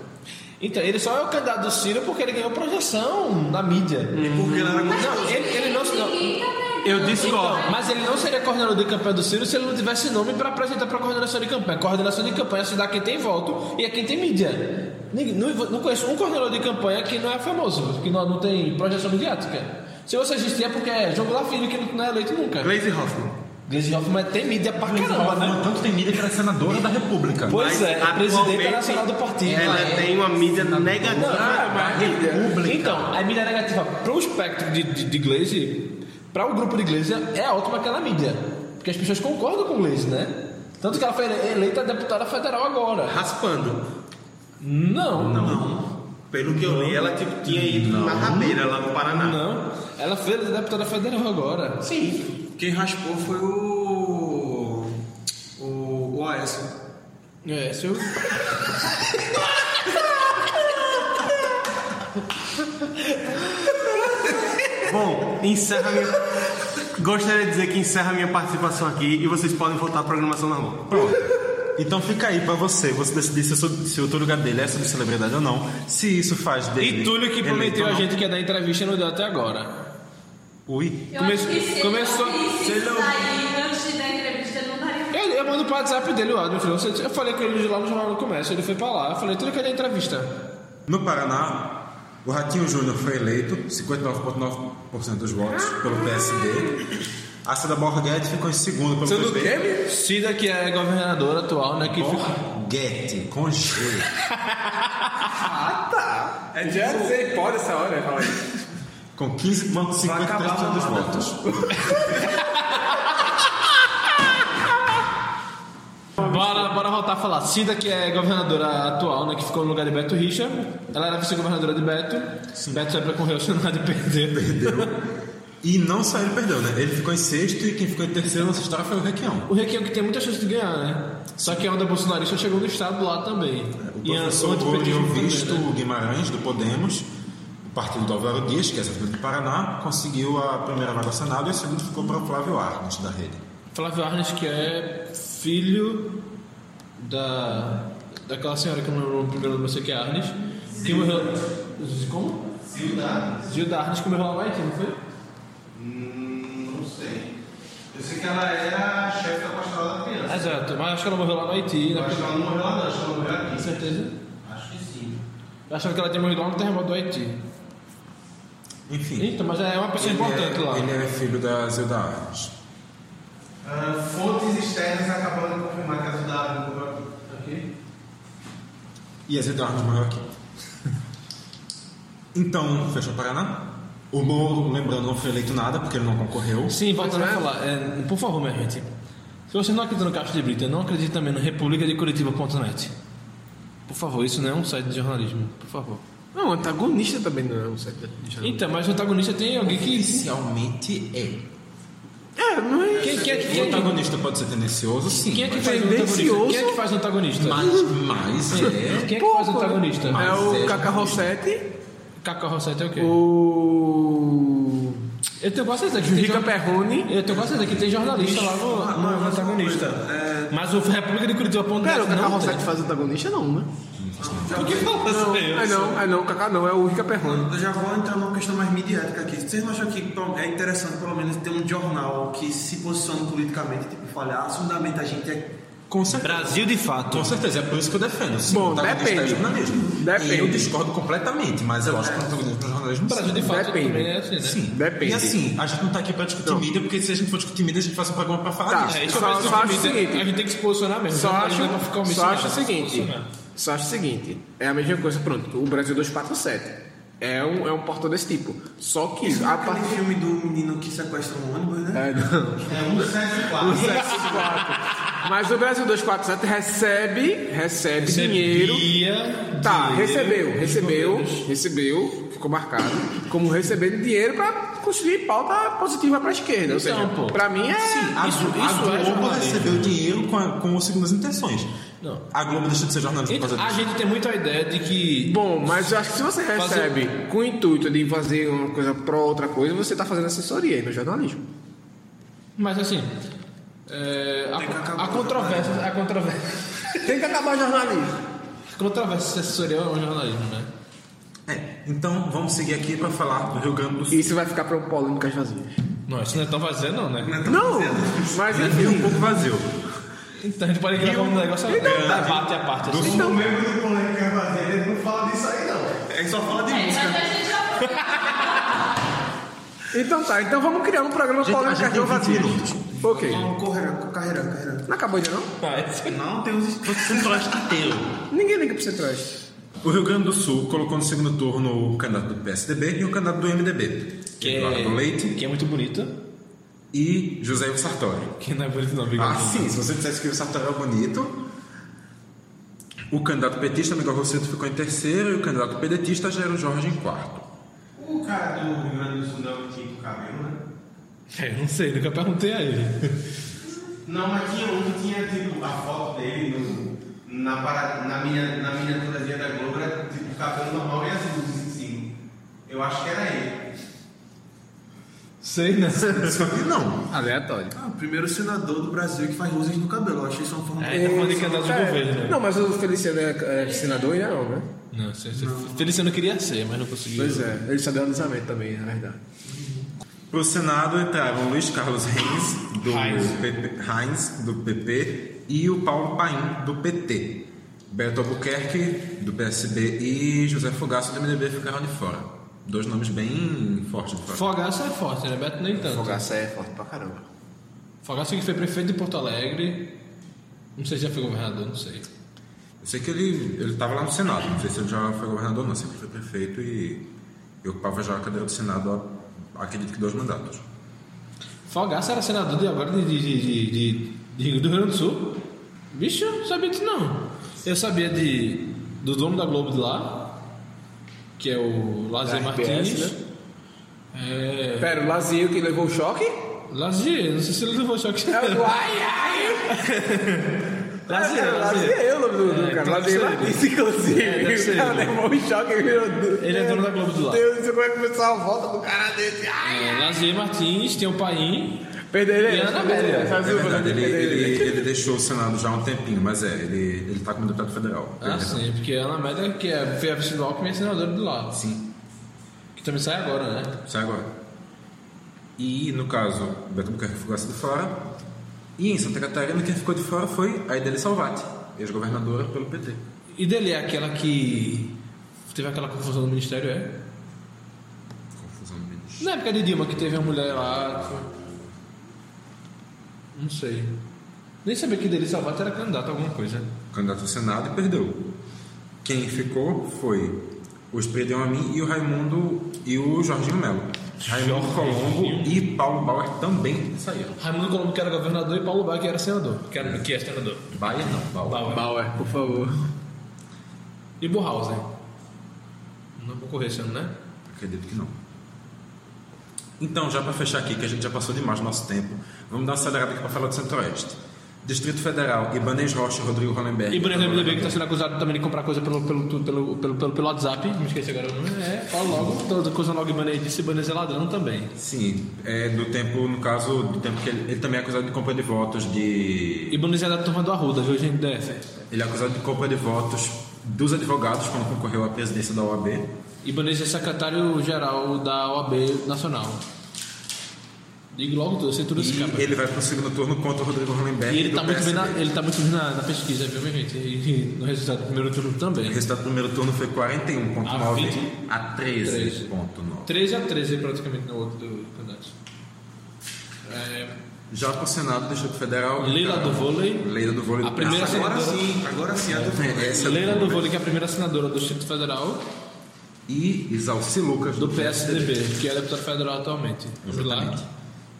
S1: Então, ele só é o candidato do Ciro porque ele ganhou projeção na mídia.
S4: Porque ele era muito.
S1: Não, ele, ele não. não
S6: Ninguém tá ganhando.
S9: Eu discordo.
S1: Mas ele não seria coordenador de campanha do Ciro se ele não tivesse nome para apresentar para coordenação de campanha. Coordenação de campanha se dá a quem tem voto e a quem tem mídia. Ninguém- Não, não conheço um coordenador de campanha que não é famoso, que não, não tem projeção midiática. Se você existir é porque é jogo lá filho que não- não é eleito nunca.
S9: Glaze Hoffman.
S1: Gleisi Hoffmann tem mídia pra caramba, né?
S2: Tanto tem mídia que era senadora da República.
S1: Pois é, a presidenta
S9: atualmente,
S1: nacional do partido.
S9: Ela tem uma mídia negativa.
S1: Então, a mídia negativa pro espectro de, de, de Glaze, para o grupo de Glaze, é ótima aquela mídia. Porque as pessoas concordam com o Glaze, né? Tanto que ela foi eleita deputada federal agora.
S9: Raspando.
S1: Não, não,
S9: Pelo que eu li, ela tipo, tinha ido na rabeira lá no Paraná.
S1: Ela foi eleita deputada federal agora. Sim.
S4: Quem raspou foi o. O, o Aécio.
S1: É, seu.
S9: Bom, encerra minha... Gostaria de dizer que encerra minha participação aqui e vocês podem voltar à programação normal.
S2: Pronto. Então fica aí pra você, você decidir se, o- se o Túlio Gadelha é subcelebridade ou não, se isso faz dele.
S1: E Túlio que
S2: eleito
S1: prometeu
S2: ou
S1: a
S2: não.
S1: gente que ia dar entrevista e não deu até agora.
S2: Ui.
S6: Eu
S1: Começou-
S6: acho que se
S1: começou-
S6: ele não
S1: se
S6: visse
S1: ele
S6: isso
S1: não-
S6: daí antes de dar entrevista, ele não daria
S1: Ele, eu mando pro WhatsApp dele o áudio. Eu falei, eu falei com ele lá no Jornal do Comércio. Ele foi pra lá. Eu falei, tu não quer dar entrevista?
S2: No Paraná, o Ratinho Júnior foi eleito, 59,9% dos votos, pelo PSD. A Cida Borghetti ficou em segundo pelo
S1: Sendo
S2: PP.
S1: que Cida, que é governadora atual, né? Que fica...
S2: Borghetti, com G.
S3: É dia de pode essa hora, fala aí.
S2: Com 15,53%
S1: né?
S2: dos votos.
S1: Bora, bora voltar a falar. Cida, que é governadora atual, né? Que ficou no lugar de Beto Richa. Ela era vice-governadora de Beto. Beto saiu pra correr o Senado e perder.
S2: E não só ele perdeu, né? Ele ficou em sexto e quem ficou em terceiro nessa história foi o Requião.
S1: O Requião que tem muita chance de ganhar, né? Só que a onda bolsonarista chegou no estado lá também.
S2: É, O
S1: E a-
S2: professor
S1: outro
S2: Orion
S1: petismo também,
S2: Visto
S1: né?
S2: Guimarães, do Podemos, o partido do Álvaro Dias, que é senador do Paraná, conseguiu a primeira vaga ao Senado e a segunda ficou para o Flávio Arnes, da rede.
S1: Flávio Arnes, que é filho da. daquela senhora que eu não lembro o primeiro nome, eu sei que é Arnes. Que morreu. Como?
S4: Ciudades.
S1: Gilda Arnes, é que morreu lá na Haiti, não foi?
S4: Hum, não sei. Eu sei que ela é a chefe da pastoral da criança.
S1: Exato, mas acho que ela morreu lá no Haiti,
S4: Eu
S1: né?
S4: acho que ela não morreu lá, não. Acho que ela morreu
S1: Com
S4: aqui.
S1: certeza.
S4: Acho que sim.
S1: Eu achava que ela tinha morrido lá no terremoto do Haiti.
S2: Enfim,
S1: Eita, mas é uma pessoa
S2: ele
S1: importante
S2: é,
S1: lá.
S2: ele é filho da Zilda Arnes.
S4: Ah, fontes externas acabaram de confirmar que a Zudara morreu aqui. tá Ok.
S2: E a Zilda Arnes morreu aqui. Então, fechou o Paraná. O Moro, lembrando, não foi eleito nada, porque ele não concorreu.
S1: Sim, voltando a falar. é, por favor, minha gente. Se você não acredita no Caixa de Brita, não acredite também no República de Curitiba.net. Por favor, isso não é um site de jornalismo, por favor.
S3: Não, antagonista também não é um certo. antagonista.
S1: Então, mas o antagonista tem alguém que.
S2: Oficialmente é.
S3: É, mas.
S1: Quem, quem é que
S2: O
S1: quem,
S2: antagonista pode ser tendencioso, sim.
S1: quem é que
S2: mas-
S1: faz o antagonista?
S3: Tendencioso.
S1: Quem é que faz o antagonista?
S2: mas, é.
S1: Quem é que
S3: Pouco,
S1: faz o antagonista?
S3: É
S2: é
S3: o Kaká Rossetti,
S1: Cacá Rossetti é o quê?
S3: o.
S1: Eu tenho quase certeza que tem
S3: Rica
S1: jor-
S3: Perrone.
S1: Eu tenho quase certeza que tem jornalista lá no, no-
S4: é
S1: no antagonista.
S9: É,
S1: Mas o República de Curitiba.net
S3: Pera, o Kaká
S1: não
S3: Rossetti
S1: tem.
S3: faz antagonista, não, né?
S1: Por que fala assim?
S3: Ah, não, ah, não, Kaká não, é o Rica Perrone.
S4: Eu já vou entrar numa questão mais midiática aqui. Vocês não acham que pelo- é interessante, pelo menos, ter um jornal que se posicione politicamente, tipo, falha, assumidamente a gente é
S2: Com certeza.
S1: Brasil de fato.
S2: Com certeza, é por isso que eu defendo. Sim,
S3: Bom,
S2: o antagonista
S3: depende.
S2: É jornalismo.
S3: Depende.
S2: Eu discordo completamente, mas eu acho que o antagonista é jornalismo.
S1: Brasil
S2: sim.
S1: de fato
S3: Depende.
S1: também é assim, né?
S2: Sim.
S3: Depende.
S2: E assim, a gente não tá aqui pra discutir mídia, porque se a gente for discutir mídia, a gente faz um programa pra falar
S3: Tá.
S2: disso.
S1: É, isso
S3: Só-
S1: é
S3: só acho o seguinte.
S1: a gente tem que se posicionar mesmo.
S3: Só
S1: né?
S3: acho,
S1: Não dá pra ficar
S3: só
S1: omissionado,
S3: acho o
S1: tem que se
S3: seguinte.
S1: posicionar.
S3: Só acho o seguinte. É a mesma coisa, pronto. O Brasil 247. É um, é um portal desse tipo. Só que a
S4: aquele
S3: partir.
S4: filme do menino que sequestra um ônibus, né?
S3: É, não.
S4: É um sexo claro.
S3: Mas o Brasil 247 recebe, recebe dinheiro.
S1: Recebia
S3: Tá,
S1: dinheiro
S3: recebeu,
S1: dos
S3: recebeu,
S1: governos.
S3: recebeu, ficou marcado como recebendo dinheiro pra construir pauta positiva pra esquerda. Ou
S1: Então,
S3: seja,
S1: pô.
S3: pra mim é.
S2: A,
S1: Isso-
S2: Glo-
S1: isso é
S2: a Globo
S1: jornalismo.
S2: recebeu dinheiro com, a, com segundas intenções.
S1: Não.
S2: A Globo deixou de ser jornalismo por
S1: Então, a
S2: causa disso.
S1: gente tem muito a ideia de que.
S3: Bom, mas eu acho que se você recebe com o intuito de fazer uma coisa pra outra coisa, você tá fazendo assessoria aí no jornalismo.
S1: Mas assim. é, a, a
S3: né?
S1: controvérsia. A controvérsia.
S3: Tem que acabar o jornalismo.
S1: A controvérsia assessoria é o jornalismo, né?
S2: É, então vamos seguir aqui pra falar do Rio Grande do Sul.
S3: Isso vai ficar pra um polêmicas vazias.
S1: Não, isso não é tão vazio, não, né?
S3: Não, mas
S2: E um
S3: enfim.
S2: pouco vazio.
S1: Então a gente pode gravar um negócio
S3: Então,
S1: é,
S3: tá.
S1: debate a parte. Assim.
S4: O membro do polêmico quer fazer, ele não fala disso aí, não. Ele É, só fala de
S6: É, Mas
S4: música.
S6: a gente já foi.
S3: Então tá, então vamos criar um programa
S2: Gente, a gente tem
S3: polêmicas
S2: 20
S3: vazias.
S2: minutos.
S3: Ok.
S4: Vamos correr, carreira, carreira.
S3: Não acabou ainda não?
S4: Não, tem uns.
S3: Ninguém liga pra você trás.
S2: O Rio Grande do Sul colocou no segundo turno o candidato do PSDB e o candidato do MDB.
S1: Que
S2: Eduardo Leite
S1: é, que é muito bonito.
S2: e José Ivo Sartori.
S1: Que não é bonito, não,
S2: Ah,
S1: obrigado.
S2: sim, se você dissesse que o Sartori é bonito. O candidato petista, Miguel Rosseto, ficou em terceiro e o candidato pedetista, Jairo Jorge, em quarto.
S4: O cara do Rio Grande do Sul não tinha o cabelo, né?
S1: É, eu não sei, nunca perguntei a ele.
S4: Não, mas tinha um que tinha, tipo, a foto dele no, na, para, na, minha, na miniaturazinha da Globo, era tipo o cabelo normal e as luzes em cima. Eu acho que era ele.
S1: Sei, né?
S2: Só que não.
S3: Aleatório.
S4: Ah, o primeiro senador do Brasil que faz luzes no cabelo. Eu achei isso uma forma.
S1: É, ele tá falando de candidato de
S3: É.
S1: governo, né?
S3: Não, mas o Feliciano é, é senador ainda não, é. né?
S1: Não, sei, sei. Feliciano queria ser, mas não conseguiu.
S3: um Pois é, ele só deu alisamento também, na verdade.
S2: Para o Senado entraram Luiz Carlos Reis, do PP, Reins, do PP, e o Paulo Paim, do PT. Beto Albuquerque, do PSB, e José Fogaça, do MDB, ficaram de fora. Dois nomes bem fortes de fora.
S1: Fogaça é forte, né? Beto nem tanto.
S3: Fogaça é forte pra caramba.
S1: Fogaça que foi prefeito de Porto Alegre. Não sei se já foi governador, não sei.
S2: Eu sei que ele ele estava lá no Senado, não sei se ele já foi governador, não, sei que ele foi prefeito e e ocupava já a cadeira do Senado há, acredito que dois mandatos.
S1: Fogaça era senador de agora de, de, de, de- de- de- do Rio Grande do Sul. Bicho, eu não sabia disso não. Eu sabia de, do dono da Globo de lá, que é o Lazier
S3: Da RBS,
S1: Martins.
S3: né?
S1: É.
S3: Pera, o Lazinho que levou o choque?
S1: Lazier, não sei se ele levou choque.
S3: É o ai, ai!
S1: Lazier,
S3: É,
S1: Lazier.
S3: é o nome do, do
S1: É,
S3: cara.
S1: deve
S3: Lazinho
S1: ser
S3: Martins, inclusive.
S1: É, deve ser
S3: o cara
S1: ele.
S3: levou um choque e virou.
S1: Ele é dono da Globo de lá.
S3: Deus, do céu, como é que o pessoal volta pro cara desse? Ai!
S1: É, Lazier Martins, tem o Paim.
S3: Perdeu ele.
S1: E né? Ana Bela.
S2: É verdade, ele, ele, ele deixou o Senado já há um tempinho, mas é, ele ele está como deputado federal.
S1: Ah, sim, porque a Ana Média, que é, foi a vice do Alckmin, é senadora de lá.
S2: Sim.
S1: Que também sai agora, né?
S2: Sai agora. E, no caso, Beto Albuquerque ficou assim de fora. E em Santa Catarina, quem ficou de fora foi a Idele Salvati, ex-governadora pelo PT.
S1: E dele é aquela que teve aquela confusão no ministério, é?
S2: Confusão do ministro.
S1: Na época de Dilma, que teve uma mulher lá. que foi- Não sei. Nem sabia que dele Salvato era candidato a alguma coisa.
S2: Candidato ao Senado e perdeu. Quem ficou foi os Perdeu a mim e o Raimundo e o Jorginho Melo. Raimundo Colombo e Paulo Bauer também saíram.
S1: Raimundo Colombo, que era governador, e Paulo Bauer, que era senador. Que, era, que é senador.
S2: Baia não, Bauer.
S3: Bauer, por favor.
S1: E Burhausen. Não vou correr esse ano, né?
S2: Acredito que não. Então, já para fechar aqui, que a gente já passou demais do nosso tempo, vamos dar uma acelerada aqui para falar do Centro-Oeste. Distrito Federal, Ibanez Rocha e Rodrigo Hollenberg.
S1: E Breno MDB, que está sendo acusado também de comprar coisa pelo, pelo, pelo, pelo, pelo, pelo- pelo WhatsApp. Me esqueci agora o nome. É, fala logo. Toda coisa logo Ibanez disse, Ibanez é ladrão também.
S2: Sim, é do tempo, no caso, do tempo que ele, ele também é acusado de compra de votos de...
S1: Ibanez é da turma do Arruda, viu, gente? DF.
S2: Ele é acusado de compra de votos dos advogados quando concorreu à presidência da OAB.
S1: Ibanez é secretário-geral da OAB Nacional. Digo logo tudo, eu sei tudo esse
S2: E
S1: cara.
S2: ele vai para o segundo turno contra o Rodrigo Hollenberg
S1: E ele
S2: do
S1: tá, muito bem na,
S2: PSB.
S1: ele tá muito bem na, na pesquisa, viu, minha gente? E, e no resultado do primeiro turno também.
S2: O resultado do primeiro turno foi 41,9
S1: A 20?
S2: a 13,9.
S1: 13 a 13 praticamente no outro do candidato. É,
S2: Já para o Senado do Distrito Federal... então,
S1: Leila do vôlei.
S2: Leila do vôlei
S1: A
S2: do
S1: primeira
S4: Agora
S1: senadora.
S4: sim, assim, agora sim. a do-
S2: É, essa é
S1: Leila do vôlei, que é a primeira senadora do Distrito Federal
S2: E Isalci Lucas
S1: do PSDB, que é deputado federal atualmente. Vamos lá.
S2: Exatamente.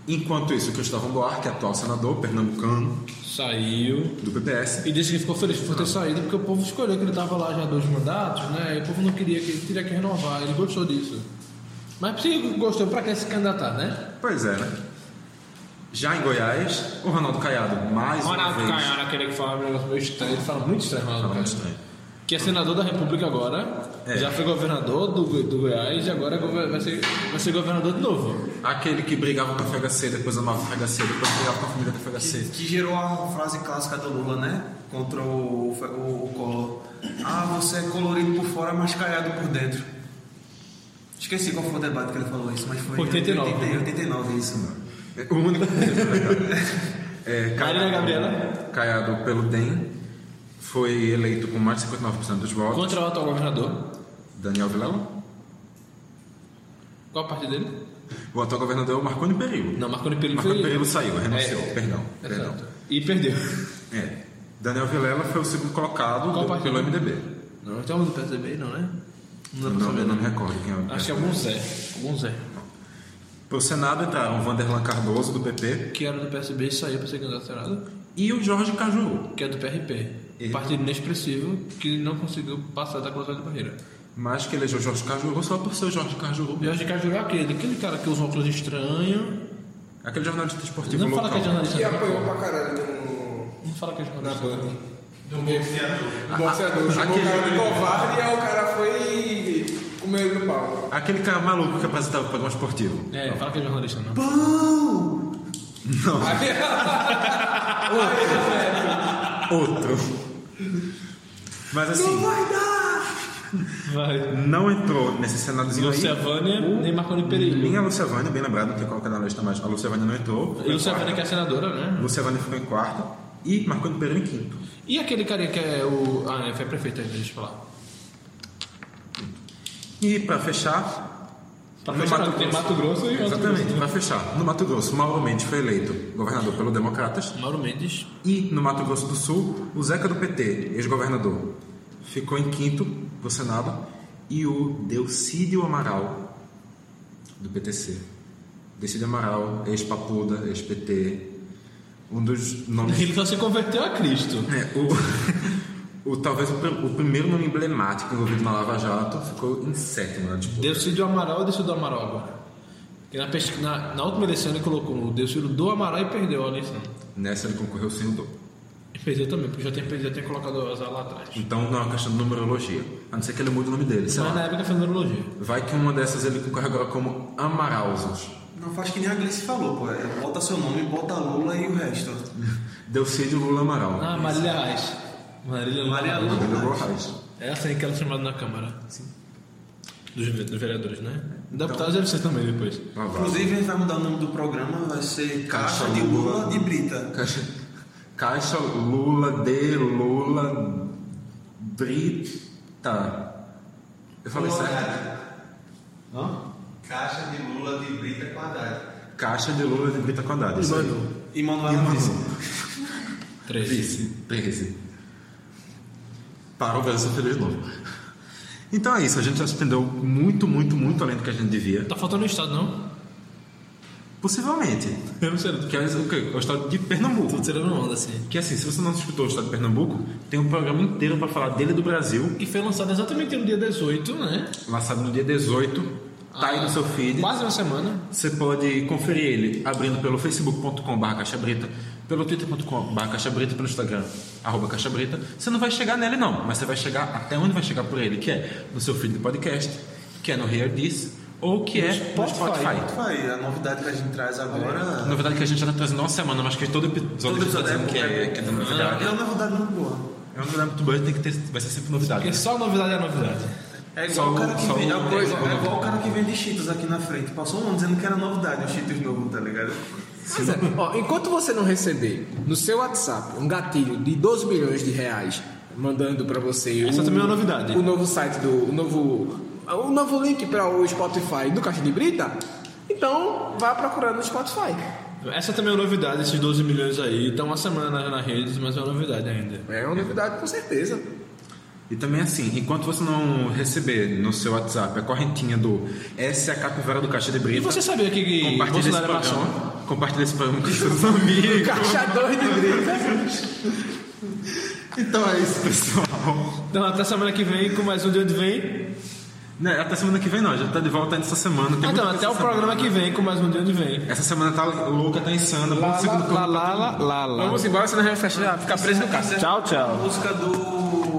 S2: Enquanto isso, Cristóvão Buarque, atual senador pernambucano
S1: Saiu.
S2: do PPS,
S1: E disse que ficou feliz por ter saído, porque o povo escolheu que ele tava lá já dois mandatos, né? E o povo não queria que ele teria que renovar, ele gostou disso. Mas se ele gostou, pra que se candidatar, né?
S2: pois é, né? Já em Goiás, o Ronaldo Caiado, mais
S1: Ronaldo
S2: uma vez.
S1: Caiado, aquele que fala um negócio meio estranho, ele fala muito estranho, Ronaldo
S2: Fala muito
S1: Caiado.
S2: estranho.
S1: Que é senador da República agora,
S2: É.
S1: já foi governador do, Go- do Goiás e agora é gover- vai ser, vai ser governador de novo.
S2: Aquele que brigava com a FHC, depois amava a FHC, depois brigava com a família da FHC.
S4: Que gerou a frase clássica do Lula, né? Contra o, o, o Collor. Ah, você é colorido por fora, mas caiado por dentro. Esqueci qual foi o debate que ele falou isso, mas foi...
S1: 89.
S3: né?
S4: 80, 89, isso.
S2: É O único que teve, na verdade. é,
S1: Marina
S2: Caiado,
S1: Gabriela,
S2: Caiado pelo DEM, foi eleito com mais de 59% dos votos.
S1: contra o atual governador.
S2: Daniel Vilela.
S1: Qual a parte dele?
S2: O atual governador é o Marconi Perillo.
S1: Não, Marconi Perillo
S2: Marconi
S1: foi-
S2: Perillo saiu, renunciou.
S1: É.
S2: Perdão, perdão.
S1: Exato. E perdeu.
S2: É. Daniel Vilela foi o segundo colocado
S1: Qual
S2: do-
S1: partido?
S2: pelo MDB.
S1: Não, então do PSDB não, né? pra
S2: Não, não,
S1: saber,
S2: eu não me recordo quem é o
S1: Acho que é algum Zé. Algum Zé.
S2: Pro Senado entraram Vanderlan Cardoso, do PP,
S1: Que era do PSB e saiu pra ser candidato a Senado,
S2: e o Jorge Cajuru.
S1: que é do PRP.
S2: Ele-
S1: Partido inexpressivo que não conseguiu passar da cláusula de barreira.
S2: Mas que elegeu Jorge Cajuru só por ser Jorge Cajuru.
S1: E eu acho que é aquele, aquele cara que usa um óculos estranho.
S2: Aquele jornalista esportivo
S1: Não
S2: local.
S1: fala que é jornalista.
S3: E
S1: não.
S3: apoiou pra caralho no.
S1: Não fala que é
S3: Na
S1: jornalista.
S3: Band. Do boxeador. Do boxeador. Chamou o
S2: aquele-
S3: cara de covarde e aí o cara foi comeu no pau.
S2: Aquele cara maluco que apresentava o programa esportivo.
S1: É, fala que é jornalista, não.
S2: Outro. Mas assim.
S4: Vai dar!
S1: Vai.
S2: Não entrou nesse cenário
S1: Lúcia Vânia, nem Marconi Perillo.
S2: Nem a Lúcia Vânia, bem lembrado, não tem colocado na lista, mas a Lúcia Vânia não entrou.
S1: E o Savani que é senadora, né?
S2: Lúcia Vânia ficou em quarto e Marconi Perillo em quinto.
S1: E aquele carinha que é o. Ah, né? Foi prefeito ainda, deixa eu falar.
S2: E para fechar,
S1: Pra
S2: No
S1: fechar,
S2: Mato
S1: Tá tem
S2: Grosso.
S1: Mato Grosso e Mato Grosso.
S2: exatamente, para fechar, no Mato Grosso, Mauro Mendes foi eleito governador pelo Democratas
S1: Mauro Mendes.
S2: e no Mato Grosso do Sul, o Zeca do PT, ex-governador, ficou em quinto pro Senado e o Delcídio Amaral do PTC. Delcídio Amaral, ex-papuda, ex-PT, um dos nomes
S1: Ele só se converteu a Cristo.
S2: É, o, o, talvez o, pr- o primeiro nome emblemático envolvido na Lava Jato ficou em sétimo né, tipo, na disputa.
S1: Delcídio Amaral ou Delcídio do Amaral agora? Porque na, pesqu- na, na última eleição ele colocou um, o Delcídio do Amaral e perdeu a eleição.
S2: Nessa ele concorreu sendo.
S1: E perdeu também, porque já tem, perdido, já tem colocado o azar lá atrás.
S2: Então não é uma questão de numerologia. A não ser que ele mude o nome dele, sei
S1: Mas
S2: lá.
S1: na época tá foi neurologia.
S2: Vai que uma dessas ele concorre agora como Amaralzos.
S4: Não faz que nem a Gleice falou, pô. É, Bota seu nome, bota Lula e o resto.
S2: Delcídio Lula Amaral.
S1: Ah, Marília Reis. Marília
S4: Maria
S1: Reis.
S2: Ele
S4: Lula.
S2: levou a raiz.
S1: É assim que ela é chamada na Câmara. Sim. Dos, ve- dos vereadores, né? Deputados deve ser também depois.
S2: Uma vaga.
S4: Inclusive, a gente vai mudar o nome do programa, vai ser
S2: Caixa
S4: Caixa de
S2: Lula.
S4: Lula de Brita.
S2: Caixa, Caixa Lula de Lula Brita. Eu falei certo?
S10: Caixa de Lula de Brita Quadrada.
S2: Caixa de Lula de Brita com Haddad. Isso aí.
S4: E
S2: E
S4: Manuela
S2: uma
S4: Vice.
S1: Três.
S2: Vice, 13. Para o Brasil feliz novo. Então é isso, a gente já se estendeu muito, muito, muito além do que a gente devia.
S1: Tá faltando o Estado, não?
S2: Possivelmente.
S1: Eu não sei.
S2: Que é o quê? O estado de Pernambuco.
S1: Tô tirando onda, assim.
S2: Que assim, se você não escutou o estado de Pernambuco, tem um programa inteiro para falar dele e do Brasil,
S1: E foi lançado exatamente no dia 18, né?
S2: lançado no dia 18, tá
S1: Ah.
S2: aí no seu feed.
S1: Quase uma semana.
S2: Você pode conferir ele abrindo pelo facebook.com.br caixabrita, pelo twitter.com.br caixabrita, pelo instagram, arroba caixabrita. Você não vai chegar nele não, mas você vai chegar até onde vai chegar por ele, que é no seu feed de podcast, que é no Hear This, ou que é no Spotify.
S4: Vai, a novidade que a gente traz
S2: A
S4: agora.
S2: novidade que a gente já tá trazendo há uma semana, mas que todo episódio a gente tá dizendo que é, que é da novidade.
S4: É uma novidade muito boa.
S2: É uma novidade muito boa, tem que ter, vai ser sempre novidade.
S1: Porque só novidade é novidade.
S4: É igual,
S2: Só
S4: o cara
S2: o-
S4: que
S2: só
S4: vende,
S2: o-
S4: é igual-
S2: é igual-
S4: é igual o cara que vende Cheetos aqui na frente. Passou um ano dizendo que era novidade o Cheetos novo, tá ligado?
S3: Pois é. Ó, enquanto você não receber no seu WhatsApp um gatilho de 12 milhões de reais mandando pra você
S1: Essa
S3: o,
S1: também é uma novidade.
S3: o novo site do o novo o novo link para o Spotify do Caixa de Brita, então vá procurar no Spotify.
S1: Essa também é uma novidade, esses 12 milhões aí. Estão uma semana na, na rede, mas é uma novidade ainda.
S3: É uma novidade com certeza.
S2: E também assim, enquanto você não receber no seu WhatsApp a correntinha do Essa é a capivara do Caixa de Brita,
S1: E você sabia que que
S2: Compartilha esse
S1: Bolsonaro é
S2: programa.
S1: maçom?
S2: Compartilha esse programa com seus amigos.
S3: Caixa 2 de Brita.
S2: Então é isso, pessoal.
S1: Então, até semana que vem com mais um de onde vem.
S2: Né, até semana que vem não, já tá de volta ainda essa semana. Tem
S1: Ah,
S2: muita
S1: Então,
S2: coisa
S1: até
S2: essa
S1: o
S2: semana.
S1: programa que vem com mais um de onde vem.
S2: Essa semana tá louca, tá insana. Ponto segundo
S1: Lá, lá, lá, lá, lá.
S3: Vamos embora, senão a gente vai ficar preso no caixa.
S1: Tchau, tchau.
S4: é Música do